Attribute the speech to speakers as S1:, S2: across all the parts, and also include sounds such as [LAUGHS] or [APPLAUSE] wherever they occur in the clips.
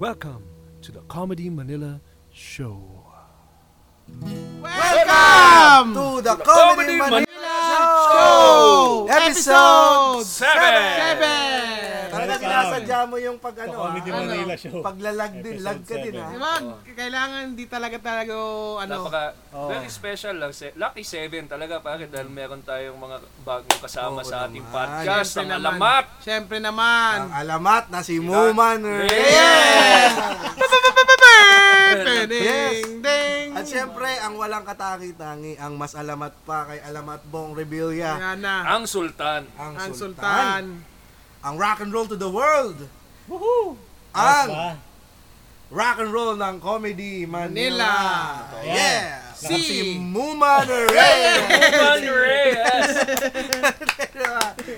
S1: Welcome to the Comedy Manila Show.
S2: Welcome
S3: to the Comedy Manila Show! Episode!
S2: 7!
S3: Talaga sinasadya mo yung pag ano ah.
S4: Comedy Manila show.
S3: Paglalag din,
S4: Episode
S3: lag ka din
S4: seven.
S3: ah.
S2: Di ba, kailangan di talaga talaga ano,
S5: Napaka, very special lang. Se- Lucky 7 talaga pare dahil meron tayong mga bagong kasama
S3: Oo
S5: sa ating
S3: naman.
S5: podcast.
S2: Siyempre
S5: Ang
S2: naman.
S5: alamat!
S2: Siyempre naman.
S3: Ang alamat na si Muman
S5: Yeah!
S3: Reyes! Yes.
S2: Ding, ding.
S3: At syempre, ang walang katangi-tangi, ang mas alamat pa kay Alamat Bong Revilla,
S2: Ayan na.
S5: Ang Sultan.
S3: ang,
S2: Ang
S3: sultan.
S2: Sultan.
S3: Ang rock and roll to the world!
S4: Ah,
S3: Ang rock and roll ng Comedy Manila!
S2: Manila.
S3: Yeah!
S2: Si-
S3: si Muman Reyes!
S5: Juan Reyes!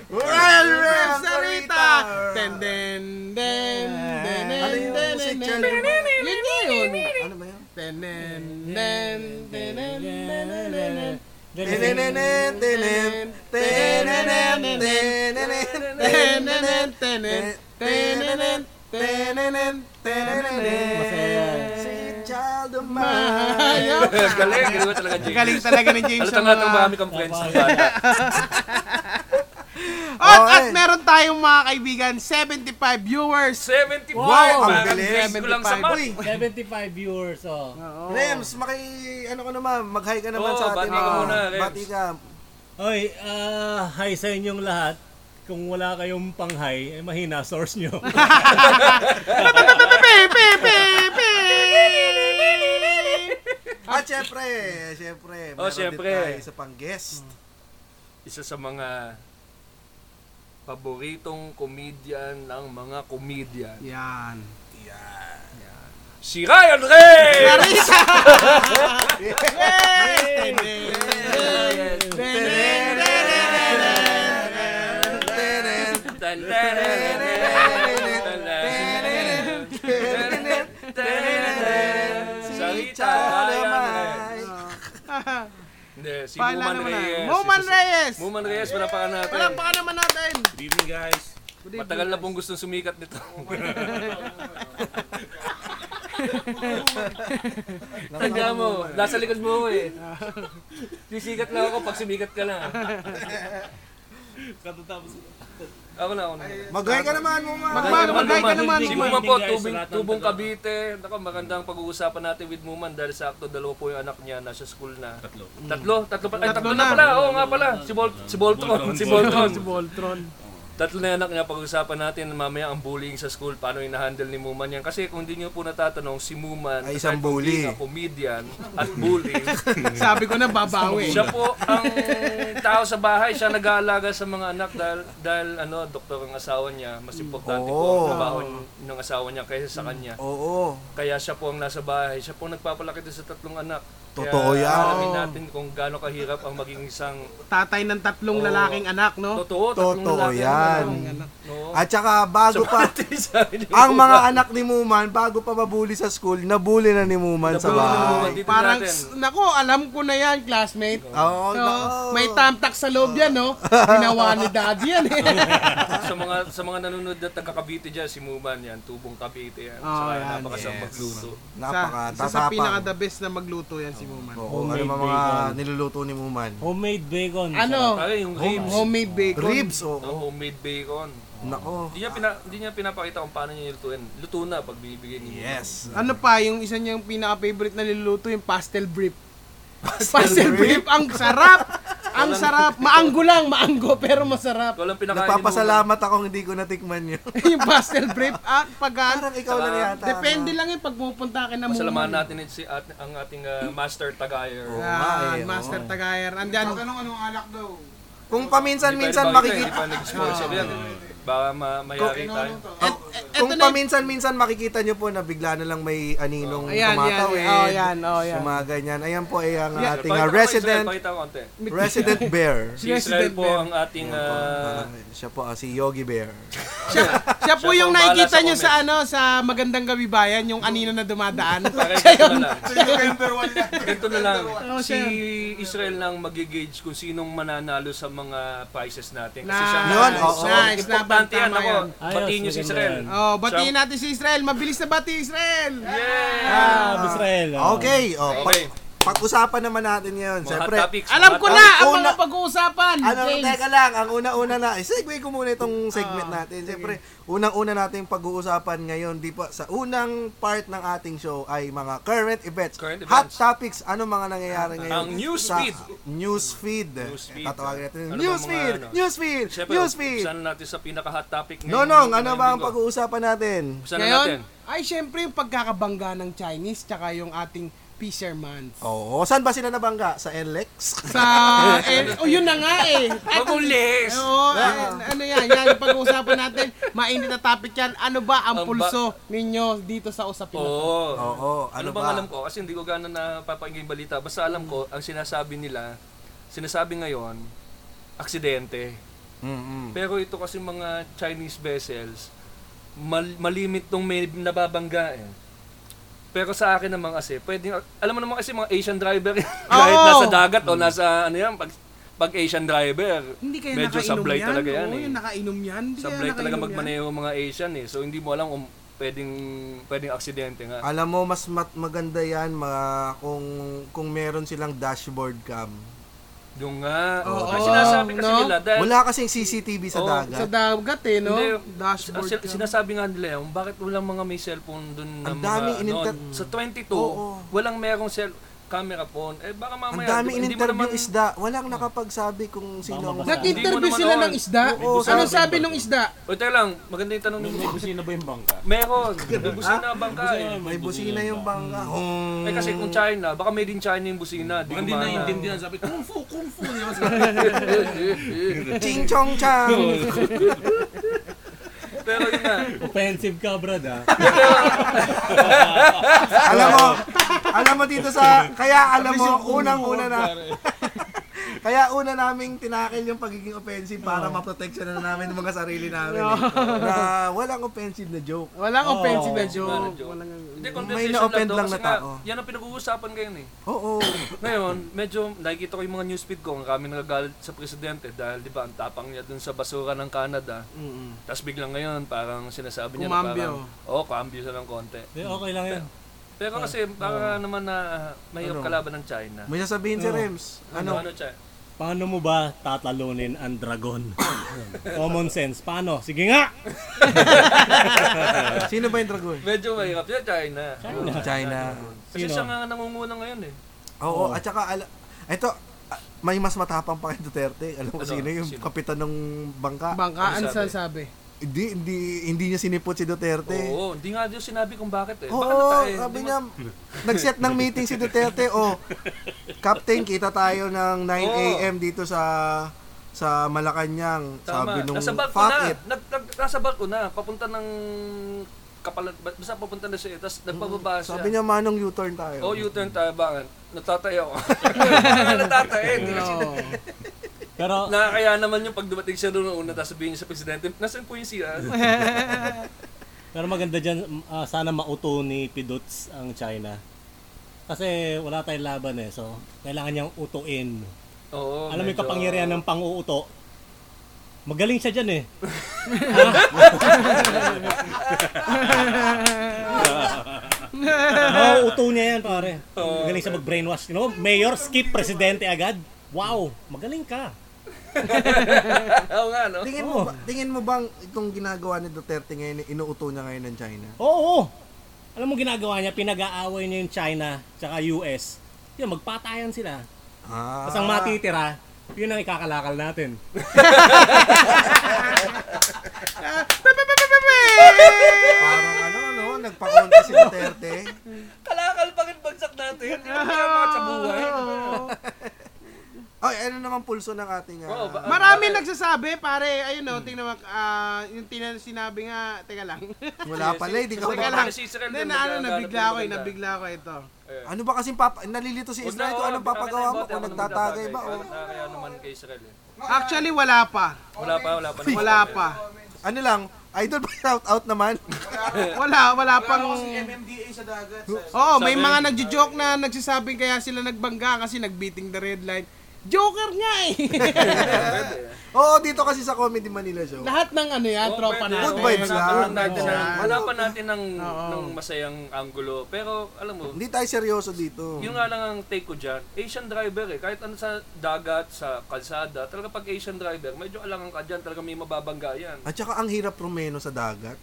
S3: Royal Reyes
S2: Sarita. Den, den, den, den,
S3: Ano yung
S2: den,
S3: si
S2: den,
S3: Chel?
S2: den. Yun nga yun.
S3: Ano ba yun?
S2: Den, den, den, den, den, den, den, den.
S3: Tenenen, tenen, tenenen, tenenen, tenenen,
S2: Tenenen, tenenen,
S3: tenenen, tenenen, tenenen.
S2: Masaya.
S3: Si child of mine.
S5: Galing, galing mo talaga, James.
S2: Galing talaga ni James
S5: Alam
S2: sa
S5: tanga itong
S2: mga...
S5: marami kang friends na bata.
S2: At, at
S3: Okay.
S2: meron tayong mga kaibigan, 75 viewers.
S5: 75!
S3: Wow, ang
S5: parang
S3: galing.
S5: friends ko lang sa
S2: 75.
S5: mat.
S3: Uy,
S4: 75 viewers, oh.
S3: Rems, maki, ano ka naman, mag-hi ka naman
S5: Oo,
S3: sa atin.
S5: bati ka
S3: Ah,
S5: muna, Rems.
S3: Bati ka.
S4: Oy, ah, hi sa inyong lahat. Kung wala kayong pang-hi, eh, mahina source
S3: [LAUGHS]
S4: nyo.
S3: At syempre, syempre,
S5: Oh,
S3: meron
S5: syempre.
S3: din tayo isa pang
S5: [LAUGHS]
S3: guest.
S5: Isa sa mga paboritong comedian ng mga comedian.
S2: Yan.
S5: Si Ryan Reyes!
S3: Tenen,
S5: Tan, tan, tan, tan, tan.
S3: tenen, si child
S5: Salita
S3: of
S5: Ryan
S3: mine.
S5: Hindi, si
S2: Paalala
S5: Muman
S2: ah. mo na. Muman
S5: Reyes. Isa sa-
S2: Reyes!
S5: Muman Reyes, palapakan natin.
S2: Walang pa naman natin.
S5: Good evening, guys. Matagal na pong gustong sumikat
S2: [LAUGHS]
S5: nito. Tanda mo, nasa likod mo ako eh. Sisikat lang ako pag sumikat ka lang. Ako na, ako na.
S3: Mag-hi ka naman, Muman.
S2: Magmano, maghay ka naman.
S5: Si
S2: Muman.
S5: Muman po,
S4: Guys,
S5: tubing,
S4: lahat ng
S5: tubong
S4: dalawa.
S5: Cavite. Nako, magandang pag-uusapan natin with Muman dahil sakto dalawa po yung anak niya nasa school na. Tatlo. Tatlo, tatlo pa. Ay, tatlo, na. pala. Oo nga pala. Si, Bol si Boltron. Si Boltron.
S2: Si Voltron.
S5: Tatlo na anak niya pag-usapan natin mamaya ang bullying sa school. Paano hinahandle ni Muman yan? Kasi kung hindi niyo po natatanong, si Muman
S3: Ay, isang
S5: aside from
S3: bully.
S5: being a comedian at bully.
S2: Sabi ko na babawi.
S5: siya po ang tao sa bahay. Siya nag-aalaga sa mga anak dahil, dahil ano, doktor ang asawa niya. Mas importante po ang
S3: Oo.
S5: trabaho n- ng asawa niya kaysa sa kanya.
S3: Oo.
S5: Kaya siya po ang nasa bahay. Siya po ang nagpapalaki din sa tatlong anak.
S3: Totoo yan.
S5: Kaya alamin natin kung gaano kahirap ang maging isang
S2: Tatay ng tatlong lalaking anak, no?
S5: totoo. tatlong
S3: Totoo
S5: lalaki.
S3: yan.
S5: Oo.
S3: At saka bago pa,
S5: [LAUGHS] Sabi ni
S3: [LAUGHS] ang
S5: Muman.
S3: mga anak ni Muman, bago pa mabuli sa school, nabuli na ni Muman sa
S5: Nabuli na ni Muman
S3: bahay.
S5: dito.
S2: Parang,
S5: natin.
S2: nako, alam ko na yan, classmate.
S3: Oo,
S2: No,
S3: nako.
S2: may tamtak sa loob yan, no? Ginawa ni daddy yan,
S5: [LAUGHS]
S2: eh.
S5: [LAUGHS] sa mga sa mga nanonood na taga Cavite diyan si Muman yan, tubong Cavite yan.
S2: Oh,
S5: Saka
S2: yan.
S5: napakasarap
S3: Yes.
S5: magluto.
S2: Sa,
S3: Napaka
S2: isa sa
S3: tatapang.
S2: pinaka-the best na magluto yan si Muman.
S3: Oo, ano
S4: Homemade
S3: mga mga
S4: bacon.
S3: niluluto ni Muman?
S4: Homemade bacon.
S2: Ano?
S5: Pare yung ribs,
S2: Homemade bacon.
S3: Ribs,
S5: no,
S3: oo.
S5: homemade bacon.
S3: Nako.
S5: Hindi niya pina, hindi niya pinapakita kung paano niya lutuin. Luto na pag binibigay ni Muman.
S3: Yes.
S2: Ano pa, yung isa niyang pinaka-favorite na niluluto, yung pastel brief. Pastel brief, ang sarap! Ang sarap! Maanggo lang, maanggo, pero masarap.
S5: [LAUGHS] Ikaw lang pinakain ni Muman.
S3: Nagpapasalamat ako hindi ko natikman yun.
S2: yung pastel brief, ah, pag
S3: Parang ikaw lang yata.
S2: Depende lang yung pagpupunta ka na
S5: Pasalamahan
S2: Muman.
S5: natin si at, ang ating ah, master tagayer.
S3: Oo. nga,
S2: Ah,
S3: eh,
S2: Master
S3: oo.
S2: Tagayer. Andiyan.
S3: Kung
S5: Hindi
S3: paminsan-minsan
S5: pa nabalik
S3: makikita, Ah.
S5: na, Hindi pa nag-sponsor yan. Baka ma- mayari tayo.
S3: kung
S2: Eto na-
S3: paminsan-minsan makikita nyo po na bigla na lang may aninong
S2: Ayan, yan.
S3: tumatawid.
S2: Oh, yan. Oh,
S3: Sa
S2: yan.
S3: mga ganyan. Ayan po ay ang
S2: Yeah.
S3: ating uh,
S5: Pakita ko pa,
S3: resident
S5: Israel, Pakita ko konti. [LAUGHS]
S3: resident bear.
S5: Si Israel
S2: Resident
S5: po
S2: Bear.
S5: ang ating ah,
S3: Ah, siya po ah, si Yogi Bear.
S2: Siya, [LAUGHS] siya po
S5: Siya
S2: yung
S5: po ang bahala
S2: nakikita
S5: sa
S2: niyo sa ano sa magandang gabi bayan, yung anino na dumadaan. siya
S5: ganito
S2: yung
S5: na lang. Ganito na lang. Si Israel lang magigage kung sinong mananalo sa mga prizes natin. Kasi siya
S2: Nice.
S3: Yun, oo.
S5: So,
S2: Nice.
S5: Importante
S2: Laban,
S5: yan
S2: tama
S5: ako.
S2: yun.
S5: Batiin niyo si
S4: Ayos,
S5: Israel. Israel.
S2: Oh, batiin natin si Israel. Mabilis na bati, Israel!
S5: Yeah!
S4: Ah, Israel. ah.
S3: Okay, oh,
S5: Okay.
S3: Pag, usapan naman natin ngayon.
S5: Mga hot
S3: Siyempre,
S5: topics.
S2: Alam
S5: mga
S2: ko
S5: hot
S2: na
S5: topics.
S2: ang
S3: una-
S2: mga pag-uusapan.
S3: ano,
S2: James.
S3: teka lang, ang una-una na, eh, segue ko muna itong segment
S5: Ah.
S3: natin. Siyempre, unang-una nating pag-uusapan ngayon, di pa, sa unang part ng ating show ay mga current events.
S5: Current
S3: Hot
S5: events.
S3: topics, ano mga nangyayari ngayon?
S5: Ang news
S3: sa
S5: feed.
S3: News feed.
S5: News feed.
S3: Eh, tatawagin natin,
S5: Ano
S3: news
S5: bang mga
S3: feed,
S5: ano?
S3: news feed,
S5: Siyempre,
S3: news feed.
S5: usapan natin sa pinaka-hot topic ngayon.
S3: Nonong, ano ba ang
S5: Linggo?
S3: pag-uusapan natin?
S5: Usapan na
S2: Ngayon,
S5: ano natin.
S2: ay syempre yung pagkakabangga ng Chinese tsaka yung ating Fisherman.
S3: Oo, saan ba sila nabangga? Sa E NLEX?
S2: Sa, eh, oh, yun na nga eh.
S5: Huwag mong list!
S2: Oo, an- ano yan, yan ang pag-uusapan natin. Mainit na topic yan. Ano ba ang
S5: Ang ba-
S2: pulso ninyo dito sa usapin na to?
S5: Oo.
S3: [LAUGHS] Oo, ano
S5: Ano
S3: ba?
S5: bang alam ko? Kasi hindi ko gano'n napapakinggan yung balita. Basta alam ko, ang sinasabi nila, sinasabi ngayon, aksidente.
S3: Mm-mm.
S5: Pero ito kasi mga Chinese vessels, mal- malimit tong may nababangga eh. Pero sa akin naman kasi, pwedeng, alam mo naman kasi mga Asian driver, eh.
S2: [LAUGHS]
S5: kahit
S2: Oo!
S5: nasa dagat o nasa ano yan, pag, pag Asian driver,
S2: Hindi kayo
S5: medyo
S2: nakainom
S5: sablay
S2: yan.
S5: talaga yan
S2: Oo,
S5: eh.
S2: yung nakainom yan. Hindi
S5: Sablay
S2: kayo
S5: talaga
S2: nakainom yan.
S5: magmaneho ang mga Asian eh. So hindi mo alam kung pwedeng, pwedeng aksidente
S2: Ah.
S5: nga.
S3: Alam mo, mas mat- maganda yan mga kung, kung meron silang dashboard cam.
S5: Yung nga,
S2: Oo,
S5: ang sinasabi kasi
S2: no?
S5: nila dahil Oh,
S3: Wala kasing CCTV sa
S5: Oo,
S3: dagat.
S2: Sa dagat eh,
S3: Ano?
S2: no?
S5: Hindi,
S2: Dashboard.
S5: sin-
S2: ka.
S5: sinasabi nga nila yung bakit walang mga may cellphone dun na
S3: Ang
S5: mga
S3: daming
S5: ano,
S3: ininter-
S5: sa 22
S3: Oo.
S5: walang merong cell camera phone eh baka
S3: Ang
S5: mamaya
S3: dami
S5: di- hindi mo
S3: in-interview
S5: naman- Hmm.
S3: isda. Walang nakapagsabi kung sino ang...
S4: mabasa.
S2: Nag-interview
S5: Hindi mo
S2: sila
S5: naman
S2: ng isda?
S3: Oo,
S2: Anong
S3: sabi-
S2: sabi ng isda?
S5: o teka lang maganda yung tanong
S4: May
S5: ninyo
S4: busina ba yung bangka?
S3: [LAUGHS]
S5: meron may busina bangka eh
S3: May Diba? Ah, busina yung Hmm. bangka.
S5: eh kasi kung China baka made in China yung busina di ko
S6: Hindi
S5: maana.
S6: naiintindihan. Sabi, kung fu, kung fu. Hindi naman
S3: Ching chong
S5: [LAUGHS]
S3: chang!
S5: pero yun nga
S4: Offensive ka, brad, ah.
S3: alam mo, alam mo dito sa... Kaya alam mo, unang-una na... [LAUGHS] Kaya una naming tinakil yung pagiging offensive para maproteksyon na namin ng mga sarili namin.
S5: Oh.
S3: eh. na walang offensive na joke.
S2: Walang
S4: Oo.
S2: offensive na
S5: Wala
S2: joke.
S5: joke.
S2: Walang...
S5: hindi
S3: May
S5: conversation
S3: na-offend
S5: lang, daw
S3: lang
S5: kasi
S3: na
S5: nga,
S3: tao.
S5: yan ang pinag-uusapan ngayon eh
S3: Oo.
S5: Ngayon, medyo nakikita ko yung mga newsfeed ko, ang kami nagagalit sa presidente dahil 'di ba ang tapang niya dun sa basura ng Canada. Tapos biglang ngayon parang sinasabi niya
S2: Kumambyo.
S5: na parang oh, kuambyo siya ng konti.
S4: Hindi, Eh, Okay lang yan.
S5: Pero kasi para naman na may kalaban ng
S3: Ah,
S5: China.
S3: Ano? May sasabihin si Rems. Ano?
S5: ano China?
S4: Paano mo ba tatalunin ang dragon?
S6: [LAUGHS]
S4: Common sense. Paano? Sige nga!
S3: Sino ba yung dragon?
S5: Medyo mahirap siya China.
S3: China.
S5: Kasi
S4: Sino?
S5: siya nga nangunguna ngayon eh.
S3: Oo, at saka, ala, ito, ah, may mas matapang pa kay Duterte. Alam ko
S5: Ano?
S3: sino yung
S5: Sino?
S3: kapitan ng bangka.
S2: Bangkaan
S5: Ano
S2: sa
S5: sabi?
S2: sabi.
S3: Hindi, hindi, hindi niya sinipot si Duterte.
S5: Oo, hindi nga Diyos sinabi kung bakit eh. Baka
S3: Oo,
S5: natake,
S3: sabi
S5: di
S3: niya,
S5: mo-
S3: nag-set ng meeting si Duterte. O, Captain, kita tayo ng 9
S5: Oo.
S3: a.m. dito sa sa Malacanang.
S5: Tama.
S3: Sabi nung,
S5: nasa barko
S3: fuck
S5: na.
S3: it.
S5: Nag, nag, nasa barko na. Papunta ng kapalan, ba- basta papunta na siya eh. Tapos nagpababa siya.
S3: Sabi niya, manong U-turn tayo.
S5: Oh, U-turn tayo ba? Natatay ako. Natatay. Hindi kasi
S2: Oo.
S4: Pero,
S5: nakakaya naman yung pag dumating siya doon una tapos sabihin niya sa presidente, nasaan po yung sira?
S4: pero maganda dyan, ah, sana mauto ni Pidots ang China. Kasi wala tayong laban eh, so kailangan niyang utuin.
S5: Oo,
S4: Alam
S5: Oh,
S4: mo yung
S5: medyo-
S4: kapangyarihan ng pang-uuto? Magaling siya dyan eh. Mauuto niya yan pare. Magaling siya mag-brainwash. You know, mayor, skip, presidente agad. Wow, magaling ka.
S5: Oo nga, no?
S3: Tingin mo, ba, tingin mo bang itong ginagawa ni Duterte ngayon, inuuto niya ngayon ng China?
S4: Oo. Alam mo ginagawa niya, pinag-aaway niya yung China tsaka US. Yun, magpatayan sila.
S3: Ah.
S4: Tapos ang matitira, yun ang ikakalakal natin.
S3: Parang ano, no? Nagpakonta si Duterte.
S5: Kalakal pa rin bagsak natin. Hindi mo kaya mga sa buhay.
S3: Ay, ano naman pulso ng ating... ah,
S5: Oo, ba-
S2: Marami nagsasabi, pare. Ayun o, tingnan mo. ah, yung tina- sinabi nga, teka lang.
S3: wala pala, hindi ka
S2: teka lang.
S5: Wala na si Israel
S2: Hindi,
S5: din,
S2: na, ano,
S5: magagalit
S2: nabigla
S5: yung
S2: ako eh.
S5: maganda.
S2: Nabigla ako ito.
S3: Ano ba kasing papa... Nalilito si
S5: Huwag
S3: Israel
S5: na,
S3: kung
S5: oo,
S3: anong
S5: baka
S3: papagawa mo,
S5: naibote
S3: kung
S5: ako ng
S3: nagtatagay ba. oh?
S5: Baka
S3: o-
S5: nakakaya naman kay Israel. eh.
S2: Actually, wala pa.
S5: Wala pa, wala pa.
S2: Wala pa.
S3: Ano lang, idol pa shout out
S5: [LAUGHS]
S3: naman.
S2: Wala, wala pang...
S6: MMDA sa dagat.
S2: Oo, may mga nagjo-joke na nagsasabing kaya sila nagbangga kasi nagbeating the red line. Joker nga eh. [LAUGHS]
S3: Oo, dito kasi sa Comedy Manila show.
S2: Lahat ng ano yan,
S5: Oo,
S2: tropa
S5: pwede.
S2: natin.
S3: Good vibes ah.
S5: Wala pa
S3: lang.
S2: Oo.
S5: natin ng- Wala pa natin ng,
S2: Oo.
S5: ng masayang angulo. Pero alam mo,
S3: Hindi tayo seryoso dito.
S5: yun nga lang ang take ko dyan. Asian driver eh. Kahit ano sa dagat, sa kalsada, talaga pag Asian driver, medyo alangan ka dyan. Talaga may mababangga yan.
S3: At saka ang hirap rumeno sa dagat.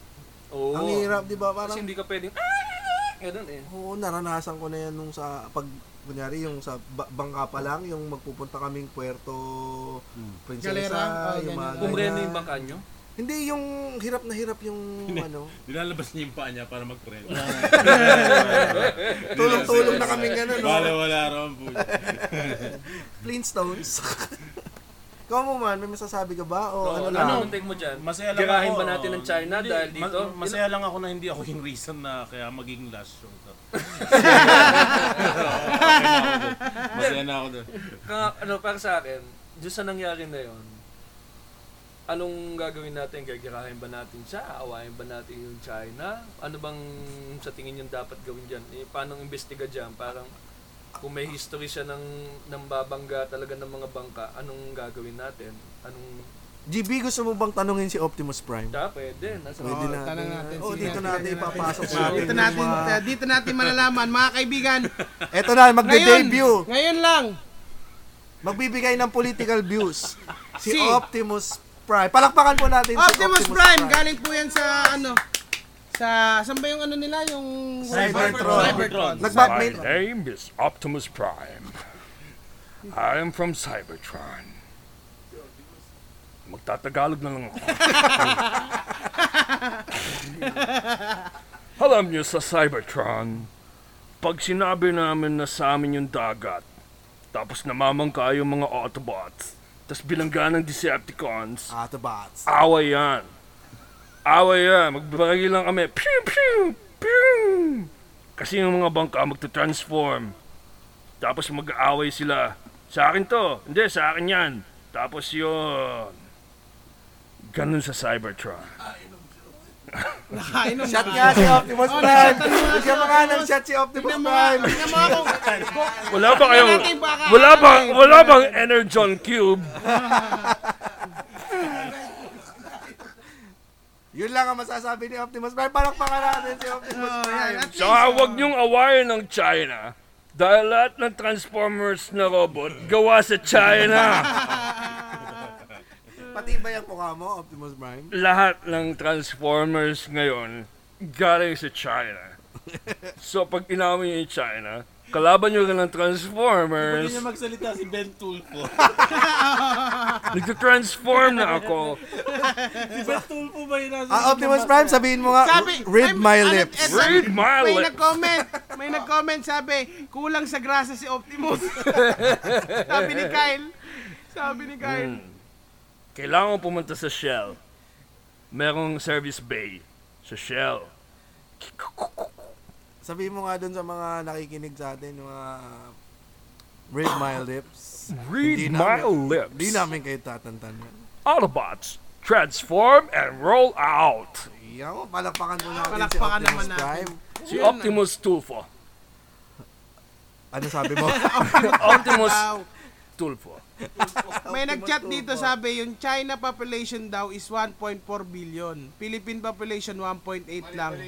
S5: Oo.
S3: Ang hirap, di ba? Parang,
S5: Kasi hindi ka pwedeng, "Ah!" ganun eh.
S3: oo, naranasan ko na yan nung sa, pag, kunyari, yung sa ba- bangka pa lang, yung magpupunta kaming Puerto
S2: Hmm. Galera,
S3: Princesa,
S2: oh,
S3: yung mga
S2: ganyan.
S5: Umreno
S3: ganyan.
S5: yung bangka nyo.
S3: Hindi, yung hirap na hirap
S7: [LAUGHS]
S3: yung, ano,
S7: Nilalabas niya yung paa niya para mag-friend. [LAUGHS]
S3: tulong-tulong na kaming gano'n, no?
S7: Wala, wala ron po.
S3: [LAUGHS] Flintstones. [LAUGHS] Ikaw mo man, may masasabi ka ba? O
S5: Oo,
S3: ano
S5: ano,
S3: lang?
S5: ang take mo dyan?
S7: Masaya lang
S5: Girahin ba
S7: ako.
S5: natin ng China
S7: Hindi,
S5: dahil
S7: ma-
S5: dito?
S7: masaya lang ako na hindi ako yung reason na kaya magiging last show to. [LAUGHS] masaya na ako doon.
S5: Ka- ano, para sa akin, Diyos sa nangyari na yon anong gagawin natin? Gagirahin ba natin siya? Aawain ba natin yung China? Ano bang sa tingin yung dapat gawin dyan? Eh, paano investiga dyan? Parang kung may history siya ng, ng babangga talaga ng mga bangka, anong gagawin natin? Anong...
S3: GB, gusto mo bang tanungin si Optimus Prime?
S5: Siya, pwede. Nasa
S3: Pwede
S2: Oo,
S3: natin.
S2: tanong natin,
S3: Oo,
S2: sige
S3: dito
S2: natin,
S3: natin
S2: pwede natin.
S3: ipapasok sa ating
S2: Dito natin, eh,
S3: mga-
S2: dito natin malalaman, mga kaibigan.
S3: Eto na, magde-debut.
S2: ngayon lang.
S3: Magbibigay ng political views. Si,
S2: Si-
S3: Optimus Prime. Palakpakan po natin si
S2: Optimus Prime, galing po yan sa ano, sa, saan ba yung ano nila, yung...
S3: Cybertron.
S2: Cybertron.
S3: Nagba-
S8: My
S3: may-
S8: name is Optimus Prime. I am from Cybertron. Magtatagalog na lang ako. Alam niyo sa Cybertron, pag sinabi namin na sa amin yung dagat, tapos namamangka yung mga Autobots, tapos bilangga ng Decepticons,
S3: Autobots.
S8: away yan. Away yan. Magbibagay lang kami. Pew, pew, pew. Kasi yung mga bangka magta-transform. Tapos mag-aaway sila. Sa akin to. Hindi, sa akin yan. Tapos yun. Ganun sa Cybertron.
S2: Kainom
S3: Shot nga si Optimus
S2: Oh,
S3: Prime.
S2: nashot
S3: Bigyan
S2: na nga si
S3: mo nga ng
S2: Optimus.
S3: shot si Optimus
S2: Tingnan mo nga,
S3: Prime.
S2: tingnan mo ako.
S8: Wala ba kayong...
S2: Natin baka
S8: Wala
S2: ano
S8: ba,
S2: eh.
S8: wala bang Energon Cube?
S3: Yun lang ang masasabi ni Optimus Prime. Palakpakan natin si Optimus
S2: Ah,
S3: Prime.
S8: Tsaka huwag niyong awayan ng China. Dahil lahat ng Transformers na robot gawa sa China.
S3: Pati ba yung mukha mo, Optimus Prime?
S8: lahat ng Transformers ngayon galing sa
S3: [LAUGHS]
S8: China. so, pag inamin niyo yung China, kalaban nyo rin ng Transformers,
S7: Hindi niya magsalita si Ben
S8: [LAUGHS]
S7: Tulfo.
S8: nagtitransform na ako.
S7: si Ben Tulfo ba yun nasa...
S3: Ah, Optimus Prime, sabihin mo nga,
S2: Sabi-
S3: read
S2: may-
S3: my
S2: ano,
S3: lips.
S2: eto,
S8: Read my
S2: May
S8: lips. [LAUGHS]
S2: nag-comment, may nag-comment sabi, kulang sa grasa si
S8: [LAUGHS]
S2: Optimus. sabi ni Kyle. Sabi ni Kyle.
S8: Mm. Hmm. Kailangan pumunta sa Shell. Merong service bay sa Shell.
S3: Sabihin mo nga dun sa mga nakikinig sa atin, yung mga uh, read my lips.
S8: Read
S3: Hindi
S8: my
S3: namin-
S8: lips.
S3: Hindi namin kayo tatantan.
S8: Autobots, transform and roll out.
S3: Yan, palakpakan po natin
S2: Palakpakan
S3: si Optimus
S2: naman natin.
S3: Prime.
S8: Si Optimus Tulfo.
S3: Ano sabi
S2: [LAUGHS]
S3: mo?
S8: Optimus
S2: Ah,
S8: Tulfo.
S2: May nag-chat dito sabi, yung China population daw is 1.4 billion. Philippine population 1.8 lang.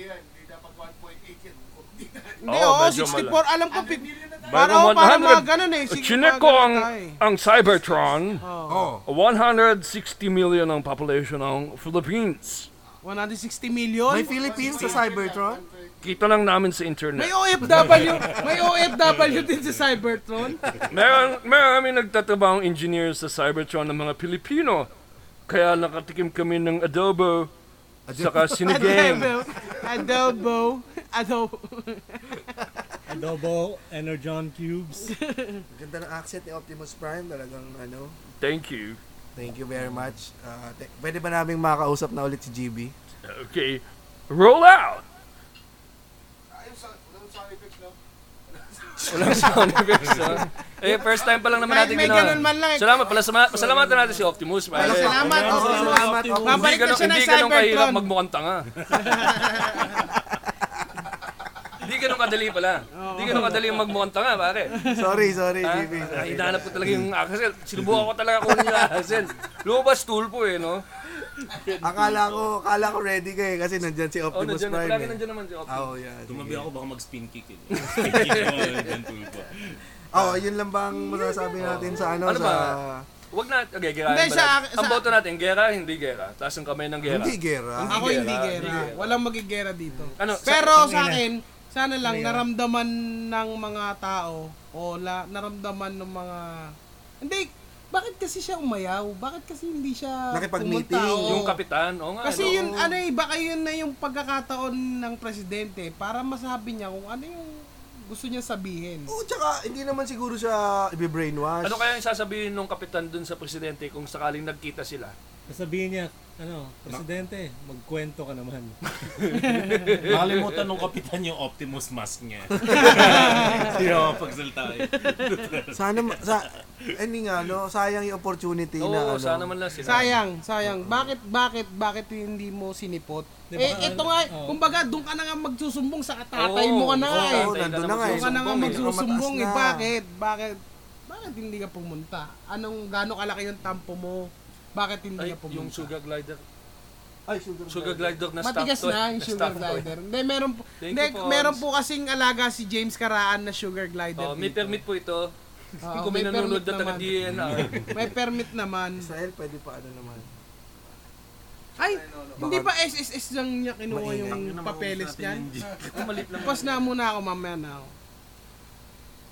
S2: Hindi,
S8: Oo,
S2: oo,
S8: medyo
S2: 64.
S8: mala.
S2: Alam ko, pi- para,
S8: Mayroong
S2: para mga
S8: 100
S2: ganun eh. Sige,
S8: Chinek
S2: mga
S8: ko
S2: ganun
S8: ang,
S2: tayo eh.
S8: ang Cybertron.
S3: oh.
S8: 160 million ang population ng Philippines.
S2: 160 million?
S3: May Philippines sa Cybertron?
S8: Kita lang namin sa
S2: May
S8: internet.
S2: OFW, may OFW din sa Cybertron.
S8: Meron, meron kami nagtatabang engineers sa Cybertron ng mga Pilipino. Kaya nakatikim kami ng adobo, saka
S2: [LAUGHS]
S8: sinigang.
S2: Adobo. Adobo. ano, Adobo.
S4: Adobo, Energon Cubes.
S3: Ang Ganda ng accent ni Optimus Prime. Talagang ano,
S8: Thank you.
S3: thank you very much. Ah, te- pwede ba naming makausap na ulit si GB?
S8: Okay, roll
S2: [LAUGHS]
S8: out! Walang sound effects, no? Eh, first time pa lang naman
S2: Kahit
S8: natin
S2: may
S8: ginawa.
S2: ganun man lang eh.
S8: Salamat pala. Sama, pasalamatan natin si Optimus.
S2: Ay,
S8: pare.
S2: salamat.
S3: Oh, salamat. Oh,
S8: Hindi
S2: Mabalik na
S8: ganun,
S2: siya ng
S8: hindi ganun kahirap
S2: Cybertron.
S8: magmukhang tanga. hindi
S5: ganun kadali pala. Hindi ganun kadali yung magmukhang tanga, pare.
S3: Sorry, sorry, JB.
S5: Ah,
S3: Sorry.
S5: Hinahanap ko talaga yung axle. Sinubukan ko talaga kunin yung axle. Lumabas tulpo eh, no?
S3: Akala ko, akala ko ready ka eh kasi nandyan si
S5: Oh,
S3: Optimus
S5: nandiyan na.
S3: Prime.
S5: Palagi
S3: eh.
S5: nandiyan naman si Optimus.
S3: Oh, yeah.
S7: Tumabi
S3: sige.
S7: ako baka mag-spin kick
S4: [LAUGHS]
S7: eh. Spin kick ako, ganyan tuloy pa.
S3: Oh, yun lang bang masasabi natin sa ano,
S5: Ano
S3: sa...
S5: Wag na, okay, gera.
S2: Hindi,
S5: Hindi,
S2: sa-
S5: sa, Ang
S2: sa-
S5: boto natin, gera, hindi gera. Taas ang kamay ng gera.
S3: Hindi, gera.
S2: Ako
S5: gera,
S2: hindi
S5: hindi
S2: gera.
S5: gera.
S2: Walang magigera dito.
S5: Ano, sa-
S2: Pero sa akin, sana lang naramdaman ng mga tao o la, naramdaman ng mga... Hindi, bakit kasi siya umayaw? Bakit kasi hindi siya
S3: Nakipag-meeting.
S2: pumunta? Oo.
S5: Yung kapitan, oo nga.
S2: Kasi
S5: no?
S2: yun, ano eh, baka yun na yung pagkakataon ng presidente para masabi niya kung ano yung gusto niya sabihin.
S3: Oo, tsaka hindi naman siguro siya ibe-brainwash.
S5: Ano kaya yung sasabihin nung kapitan dun sa presidente kung sakaling nagkita sila?
S4: Sabihin niya, ano, presidente, magkwento ka naman.
S7: Nakalimutan nung kapitan yung Optimus mask niya. Hindi ako pagsalta eh.
S3: Sana, ma- sa, hindi nga, no, sayang yung opportunity
S5: Oo,
S3: na ano.
S5: sana man lang sila.
S2: Sayang, sayang. Bakit, bakit, bakit hindi mo sinipot?
S4: Di ba?
S2: eh, ito nga,
S4: Oo.
S2: kumbaga, doon ka na nga magsusumbong sa katatay mo ka na
S5: Oh. Oo,
S2: nga eh.
S3: oo, nandun na nga eh.
S2: Doon ka na nga
S5: Sumbong eh.
S2: magsusumbong eh.
S3: Mataas na.
S2: Bakit? Bakit? Bakit hindi ka pumunta? Anong, gano'ng kalaki yung tampo mo? Bakit hindi ka
S5: Ay,
S2: pumunta?
S5: yung sugar glider.
S3: Ay, sugar.
S5: Sugar glider na staff
S2: Matigas
S5: ko. eh.
S2: na yung sugar
S5: staff ko eh.
S2: glider. Hindi, meron, po-
S5: Thank
S2: hindi,
S5: you po,
S2: meron
S5: Hans.
S2: po kasing alaga si James Karaan na sugar glider.
S5: Oh, may
S2: dito.
S5: permit po ito.
S2: Oo,
S5: Kung may
S2: may
S5: nanonood
S2: permit
S5: na taga
S2: naman. [LAUGHS]
S5: DNR.
S2: May permit naman.
S3: Israel, pwede pa ano naman.
S2: Ay, hindi ba SSS lang niya kinuha yung papeles niyan?
S5: Kumalit lang.
S2: Tapos na muna ako mamaya na ako.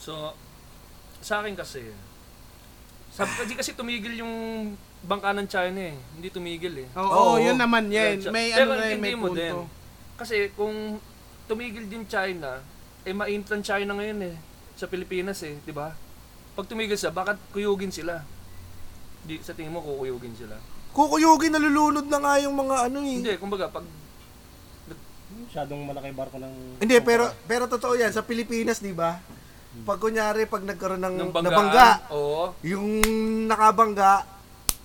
S5: So, sa akin kasi, sabi, hindi kasi tumigil yung bangka ng China eh. Hindi tumigil eh.
S3: Oo.
S2: Oo, yun naman yan.
S5: Pero-
S2: May
S5: pero
S2: ano rin, may
S5: intindihin mo din.
S2: punto.
S5: Kasi kung tumigil din China, eh mainit ang China ngayon eh. Sa Pilipinas eh, di ba? Pag tumigil siya, bakit kuyugin sila? Di, sa tingin mo, kukuyugin sila.
S3: Kukuyugin, nalulunod na nga yung mga ano eh.
S5: Hindi, kumbaga, pag
S4: Masyadong malaki barko ng...
S3: Hindi, pero pero totoo yan. Sa Pilipinas, di ba? Pag kunyari, pag nagkaroon ng,
S5: nang
S3: Mm,
S5: banggaan,
S3: nabangga,
S5: oo,
S3: yung nakabangga,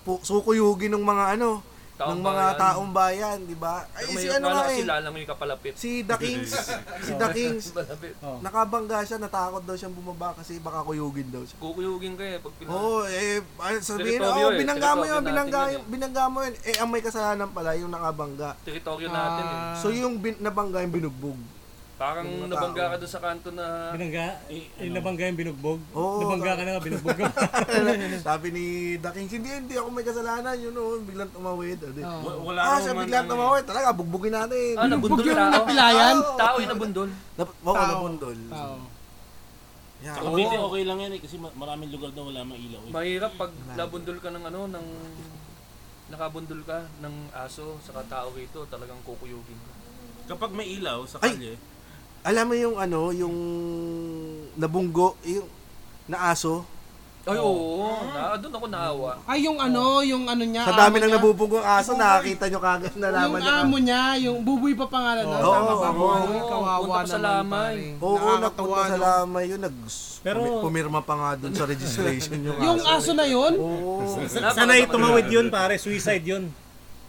S3: pu- sukuyugin ng mga ano,
S5: Taong
S3: ng mga
S5: bayan.
S3: taong bayan, di ba? Ay,
S5: may
S3: si ano nga eh,
S5: sila lang yung kapalapit.
S3: si The
S5: [LAUGHS]
S3: Kings, si The Kings,
S5: Kapalapit.
S4: Oh.
S3: nakabangga siya, natakot daw siyang bumaba kasi baka kuyugin daw siya.
S5: Kukuyugin ka eh, pag pina-
S3: Oo, oh, eh, ah, sabihin,
S5: Teritoryo
S3: oh,
S5: eh,
S3: binangga mo yun,
S5: teritoryo
S3: binangga,
S5: natin
S3: yun, binangga mo yun. Eh, ang may kasalanan pala, yung nakabangga.
S5: teritoryo natin eh.
S3: So, yung bin, nabangga, yung [LAUGHS] binugbog.
S5: Parang
S3: yung mga
S5: nabangga
S3: tao.
S5: ka doon sa kanto na
S4: Binangga, eh, nabangga yung binugbog.
S3: Oo,
S4: nabangga ka na nga, binugbog
S3: [LAUGHS]
S4: [LAUGHS] ka.
S3: Sabi ni The Kings, hindi, hindi ako may kasalanan, yun noon, biglang tumawid. O, di,
S7: Wa- Wala
S3: Ah,
S7: naman
S3: siya biglang
S7: ano eh.
S3: tumawid, talaga, bugbugin natin.
S5: Ah, nabundol
S2: Yung
S5: tao.
S2: napilayan?
S5: Tao yung nabundol.
S3: Dapat mo
S2: Tao.
S3: na bundol.
S2: Oo.
S3: Yeah.
S7: Saka dito okay lang yan eh kasi ma- maraming lugar na wala mailaw eh.
S5: Mahirap pag nabundol ka ng ano, ng nakabundol ka ng aso saka tao rito, talagang kukuyugin ka.
S7: Kapag may ilaw sa
S3: Ay!
S7: kalye,
S3: Alam mo yung ano, yung nabunggo, yung naaso.
S5: Ay, oo. Na, doon ako naawa.
S2: Ay, yung ano, yung ano niya.
S3: Sa dami ng
S2: amo niya.
S3: Ah, nabubunggo aso, nakakita nyo kagad
S2: Yung
S3: nalaman na.
S2: amo niya, yung bubuy pa pangalan na.
S3: Oo,
S2: Tama ba?
S3: oo,
S2: Bubuy,
S5: oo.
S2: kawawa
S5: Punta pa sa
S2: naman,
S5: lamay.
S2: pare.
S3: Oo,
S2: Nakakatawa,
S3: nagpunta sa
S2: no?
S3: lamay yun, nag
S4: Pero-
S3: pumi- pumirma pa nga dun sa registration yung
S2: [LAUGHS] Yung
S3: aso.
S2: aso na yun?
S3: Oo,
S5: Napakasama
S4: Sanay
S5: naman.
S4: tumawid yun, pare. Suicide yun.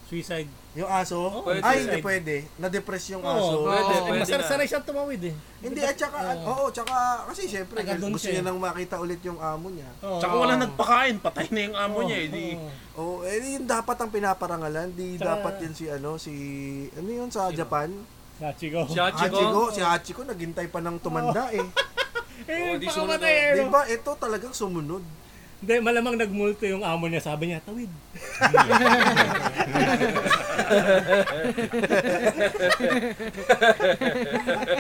S4: Suicide.
S3: yung aso?
S5: Pwede.
S3: Ay, hindi pwede. Na-depress yung
S4: Oo,
S3: aso.
S5: Pwede,
S4: Eh,
S5: pwede na.
S4: masar- sanay siyang tumawid eh.
S3: Hindi, at saka, oo, tsaka, kasi syempre,
S4: Taga dun
S3: gusto
S4: siya.
S3: niya nang makita ulit yung amo niya.
S4: Oo.
S7: Tsaka wala nagpakain, patay na yung amo niya eh. Di,
S3: Oo, eh, yun dapat ang pinaparangalan. Di dapat yun si, ano, si, ano yun sa Japan? Ah,
S4: Sachigo.
S5: Si Hachiko.
S3: Hachiko, si Hachiko naghintay pa ng tumanda eh.
S5: Oo,
S4: Eh,
S5: di
S4: baka
S5: sumunod
S4: matay,
S5: na.
S4: ano.
S3: Di ba, ito talagang sumunod.
S4: Hindi, malamang nagmulto yung amo niya. Sabi niya, tawid.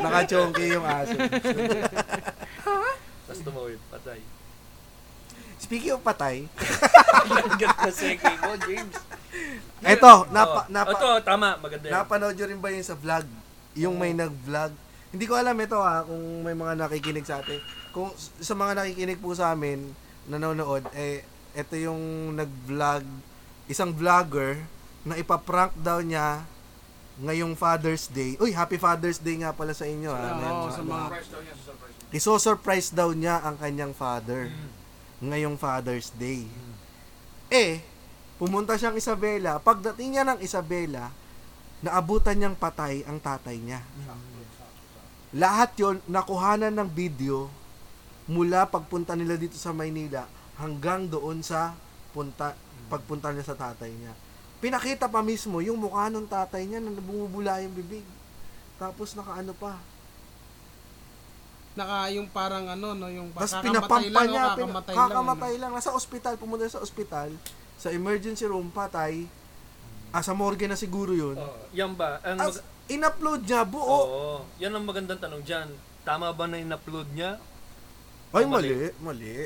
S3: Nakachonky yung aso.
S5: Tapos tumawid,
S3: [LAUGHS]
S5: patay.
S3: Speaking of patay,
S5: Ganda na seki mo, James.
S3: eto, napa,
S5: Oo.
S3: napa,
S5: Ito, tama, maganda yun.
S3: napanood nyo rin ba yun sa vlog? Yung may nag-vlog? Hindi ko alam ito ha, kung may mga nakikinig sa atin. Kung s- sa mga nakikinig po sa amin, nanonood, eh, ito yung nag-vlog, isang vlogger na ipaprank daw niya ngayong Father's Day. Uy, Happy Father's Day nga pala sa inyo. ah. ano. Ha? Ayan,
S2: Oo,
S3: mga-
S2: sa mga...
S3: Iso-surprise daw niya ang kanyang father ngayong Father's Day. Eh, pumunta siyang Isabela. Pagdating niya ng Isabela, naabutan niyang patay ang tatay niya. Lahat yon nakuhanan ng video mula pagpunta nila dito sa Maynila hanggang doon sa punta, pagpunta nila sa tatay niya. Pinakita pa mismo yung mukha ng tatay niya na bumubula yung bibig. Tapos nakaano pa.
S2: Naka yung parang ano, no, yung
S3: Tapos
S2: kakamatay
S3: pinapampa
S2: lang,
S3: niya, pina-
S2: o kakamatay, lang. eh.
S3: kakamatay lang. Nasa ospital, pumunta sa ospital, sa emergency room, patay. Ah, sa morgue na siguro yun.
S5: Oh, yan ba? Ang
S3: As,
S5: mag-
S3: in-upload niya buo.
S5: Oo. Yan ang magandang tanong dyan. Tama ba na in-upload niya?
S3: Ay, mali, mali.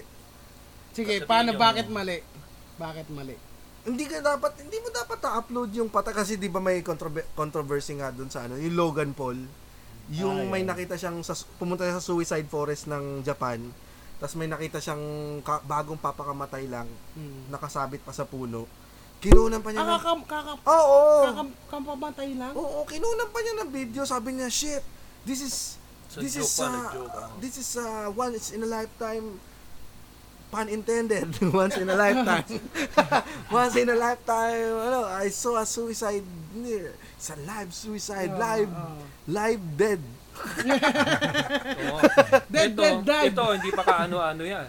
S2: Sige,
S5: Sasabihin
S2: paano,
S5: niya,
S2: bakit mali? Bakit mali?
S3: Hindi ka dapat, hindi mo dapat na-upload yung pata kasi di ba may controver- controversy nga dun sa ano, yung Logan Paul. Yung may nakita siyang, sa, pumunta siya sa suicide forest ng Japan. Tapos may nakita siyang ka- bagong papakamatay lang, nakasabit pa sa puno. Kinunan pa niya
S2: Ah,
S3: ng...
S2: kakam, kakam,
S3: Oo!
S2: kakam, kakamatay lang?
S3: Oo, kinunan pa niya ng video. Sabi niya, shit, this is,
S5: So,
S3: this
S5: joke
S3: is,
S5: pa,
S3: uh,
S5: nag-joke ah. ako.
S3: this is uh, once in a lifetime, pun intended, [LAUGHS] once in a lifetime. [LAUGHS] once in a lifetime, ano, I saw a suicide, near- it's a live suicide, live, live dead. [LAUGHS]
S5: Oo.
S2: Dead,
S5: ito,
S2: dead, dead.
S5: Ito, hindi pa kaano-ano yan.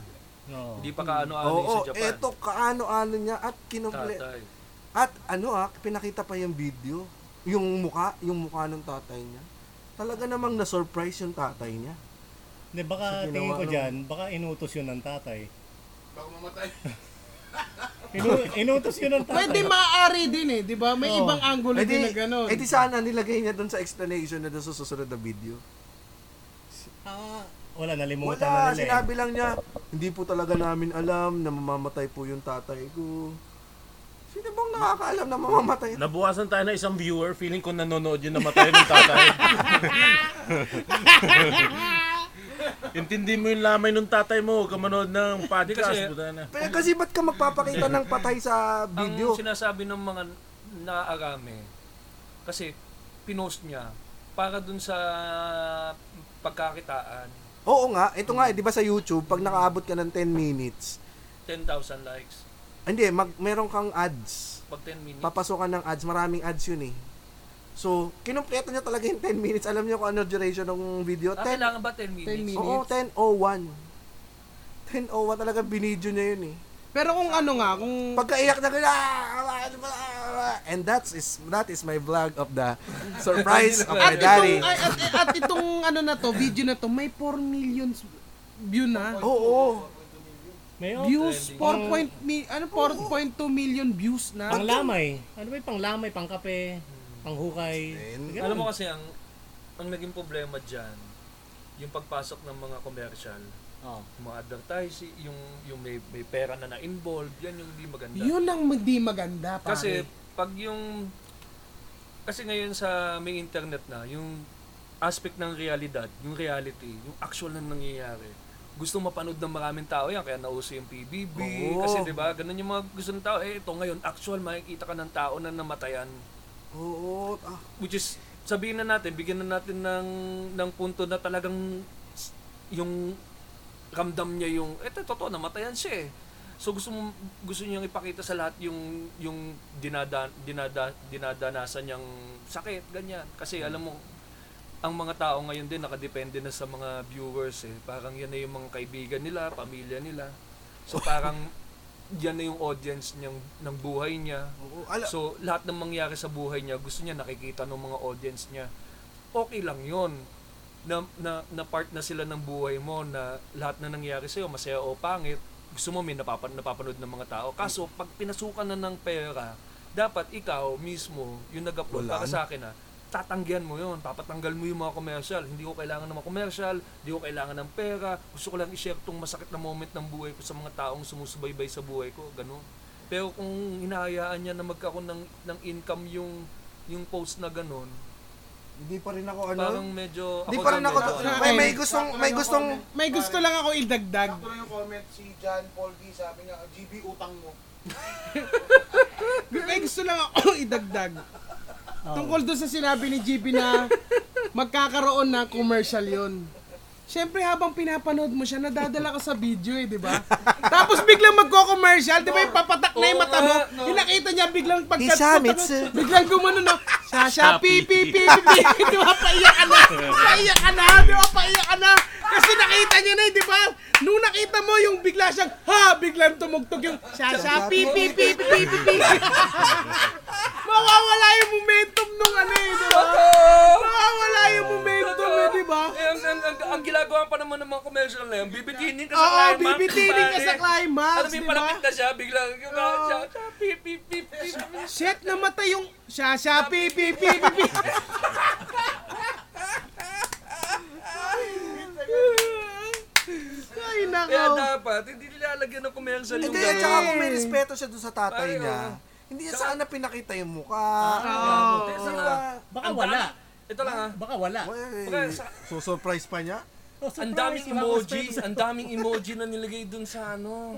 S4: Oo.
S5: Ah, Hindi pa kaano-ano
S3: Oo,
S5: yung sa Japan.
S3: eto, kaano-ano niya, at kinumple,
S5: Tatay.
S3: At ano ah, pinakita pa yung video, yung muka, yung muka ng tatay niya. Talaga namang na-surprise yung tatay niya.
S4: Hindi, baka
S3: Sa ginawa
S4: tingin ko
S3: ng-
S4: dyan, baka inutos yun ng tatay.
S6: Baka mamatay.
S4: [LAUGHS] Inu- inutos yun ng tatay.
S2: Pwede maaari din eh, di ba? May
S4: Oo.
S2: ibang angulo
S3: Eh di,
S2: din na gano'n.
S3: eh di sana nilagay niya doon sa explanation na doon sa susunod na video.
S4: Ah, wala, nalimutan na
S3: Wala,
S4: nila eh.
S3: sinabi lang niya, hindi po talaga namin alam na mamamatay po yung tatay ko. Sino bang nakakaalam na mamamatay?
S7: Nabuwasan tayo na isang viewer. Feeling ko nanonood yun namatay ng tatay. [LAUGHS] Intindi mo yung lamay ng tatay mo. Huwag ka manood ng podcast.
S5: Hindi kasi-
S7: Buta na.
S3: Pero kasi ba't ka magpapakita ng patay sa video?
S5: Ang sinasabi ng mga naaarami, kasi pinost niya para dun sa pagkakitaan,
S3: Oo nga, ito nga, eh, di ba sa YouTube, pag nakaabot ka ng 10 minutes, ah,
S5: 10,000 likes.
S3: hindi, mag, meron kang ads.
S5: Pag 10 minutes.
S3: papasokan ng ads, maraming ads yun eh. So, kinumpleto niya talaga yung 10 minutes. Alam niyo kung ano duration ng video?
S5: ah,
S3: 10,
S5: kailangan ba 10 minutes?
S2: 10 minutes.
S3: oo, 10.01. 10.01 talaga binidyo niya yun eh.
S2: Pero kung ano nga, kung...
S3: Pagkaiyak na "Ah, gano'n, ah." and that is that is my vlog of the surprise of my
S2: at, itong,
S3: daddy.
S2: ay, at, at itong ano na to, video na to, may 4 million view na.
S3: Oo,
S4: May oh,
S2: Views, 4 point, mi, ano, 4.2 million views na.
S4: Panglamay. Ano ba yung panglamay, pangkape, panghukay? Ganun.
S5: Alam mo kasi ang ang naging problema diyan yung pagpasok ng mga commercial,
S4: Oo.
S5: yung mga advertising, yung yung may, may pera na na-involve, yan yung hindi maganda.
S2: Yun ang hindi maganda, pare.
S5: kasi pag yung kasi ngayon sa may internet na, yung aspect ng realidad, yung reality, yung actual na nangyayari. Gusto mapanood ng maraming tao yan, kaya nauso yung PBB.
S3: Oo.
S5: Kasi 'di ba, ganun yung mga gusto ng tao. Eh, ito ngayon, actual makikita ka ng tao na namatayan
S3: oo. Ah,
S5: which is sabihin na natin bigyan na natin ng ng punto na talagang s- yung ramdam niya yung eto totoo namatayan siya eh. So gusto mo gusto niyang ipakita sa lahat yung yung dinada, dinada, dinadanasan niyang sakit ganyan kasi alam mo ang mga tao ngayon din nakadepende na sa mga viewers eh. Parang yan na yung mga kaibigan nila, pamilya nila. So parang yan na yung audience niyang ng buhay niya.
S3: oo. Ala,
S5: So, lahat ng mangyari sa buhay niya, gusto niya nakikita ng mga audience niya. Okay lang yon na, na, na part na sila ng buhay mo na lahat na nangyari sa'yo, masaya o pangit, gusto mo may napapan, napapanood ng mga tao. Kaso, pag pinasukan na ng pera, dapat ikaw mismo, yung nag-upload
S3: Wala na.
S5: para sa akin ha, tatanggihan mo yon papatanggal mo yung mga commercial. Hindi ko kailangan ng mga commercial, hindi ko kailangan ng pera, gusto ko lang i-share tong masakit na moment ng buhay ko sa mga taong sumusubaybay sa buhay ko, ganun. Pero kung hinahayaan niya na magkaroon ng, ng income yung yung post na ganun,
S3: hindi pa rin ako ano.
S5: parang medyo...
S3: Hindi pa rin ako,
S5: ganun, ano.
S3: may, may gustong, may gustong,
S2: may gusto lang ako idagdag.
S6: Sakto lang yung comment si John Paul D. Sabi niya, GB utang mo.
S2: May gusto lang ako [LAUGHS] idagdag. Tungkol doon sa sinabi ni GB na magkakaroon ng commercial yun. Siyempre, habang pinapanood mo siya, nadadala ka sa video eh, di ba? Tapos biglang magko-commercial, di ba yung papatak na yung mata mo, yung nakita niya biglang pagkat
S3: Hisamitsu.
S2: biglang gumano na, Sasha, pi, pi, pi, pi,
S5: [LAUGHS]
S2: pi, di ba, paiyak ka na, paiyak ka na, di ba, paiyak ka na, kasi nakita niya na eh, di ba? Nung nakita mo yung bigla siyang, ha, biglang tumugtog yung, Sasha, pi, pi, pi, pi, pi, pi, pi. Mawawala yung momentum nung ano eh, di ba? Mawawala yung momentum eh, di ba?
S5: Eh, ang, ang, ang, ang ginagawa pa naman ng mga commercial na yun, bibitinin ka sa
S2: Oo,
S5: climax.
S2: bibitinin ka sa
S5: pare.
S2: climax,
S5: Alam mo
S2: di
S5: yung
S2: ba?
S5: palapit na siya, biglang yung mga siya, siya, pip, pip, pip, pip.
S2: Shit, namatay yung... Siya, siya, pi, pi, pi, pi, [LAUGHS] pi. Ay,
S5: Kaya
S2: nakaw.
S5: dapat, hindi nilalagyan ng commercial yung
S3: Hindi, at saka
S5: gano'n.
S3: kung may respeto siya doon sa tatay
S5: Pare,
S3: niya,
S5: oo.
S3: hindi niya sana pinakita yung mukha.
S5: Eh, saka,
S4: Baka wala.
S5: Ito lang ah. ha.
S4: Baka wala. Oh,
S5: Baka
S3: Well,
S5: sa-
S3: So surprise pa niya?
S5: Ang daming emoji, ang daming emoji na nilagay dun sa ano.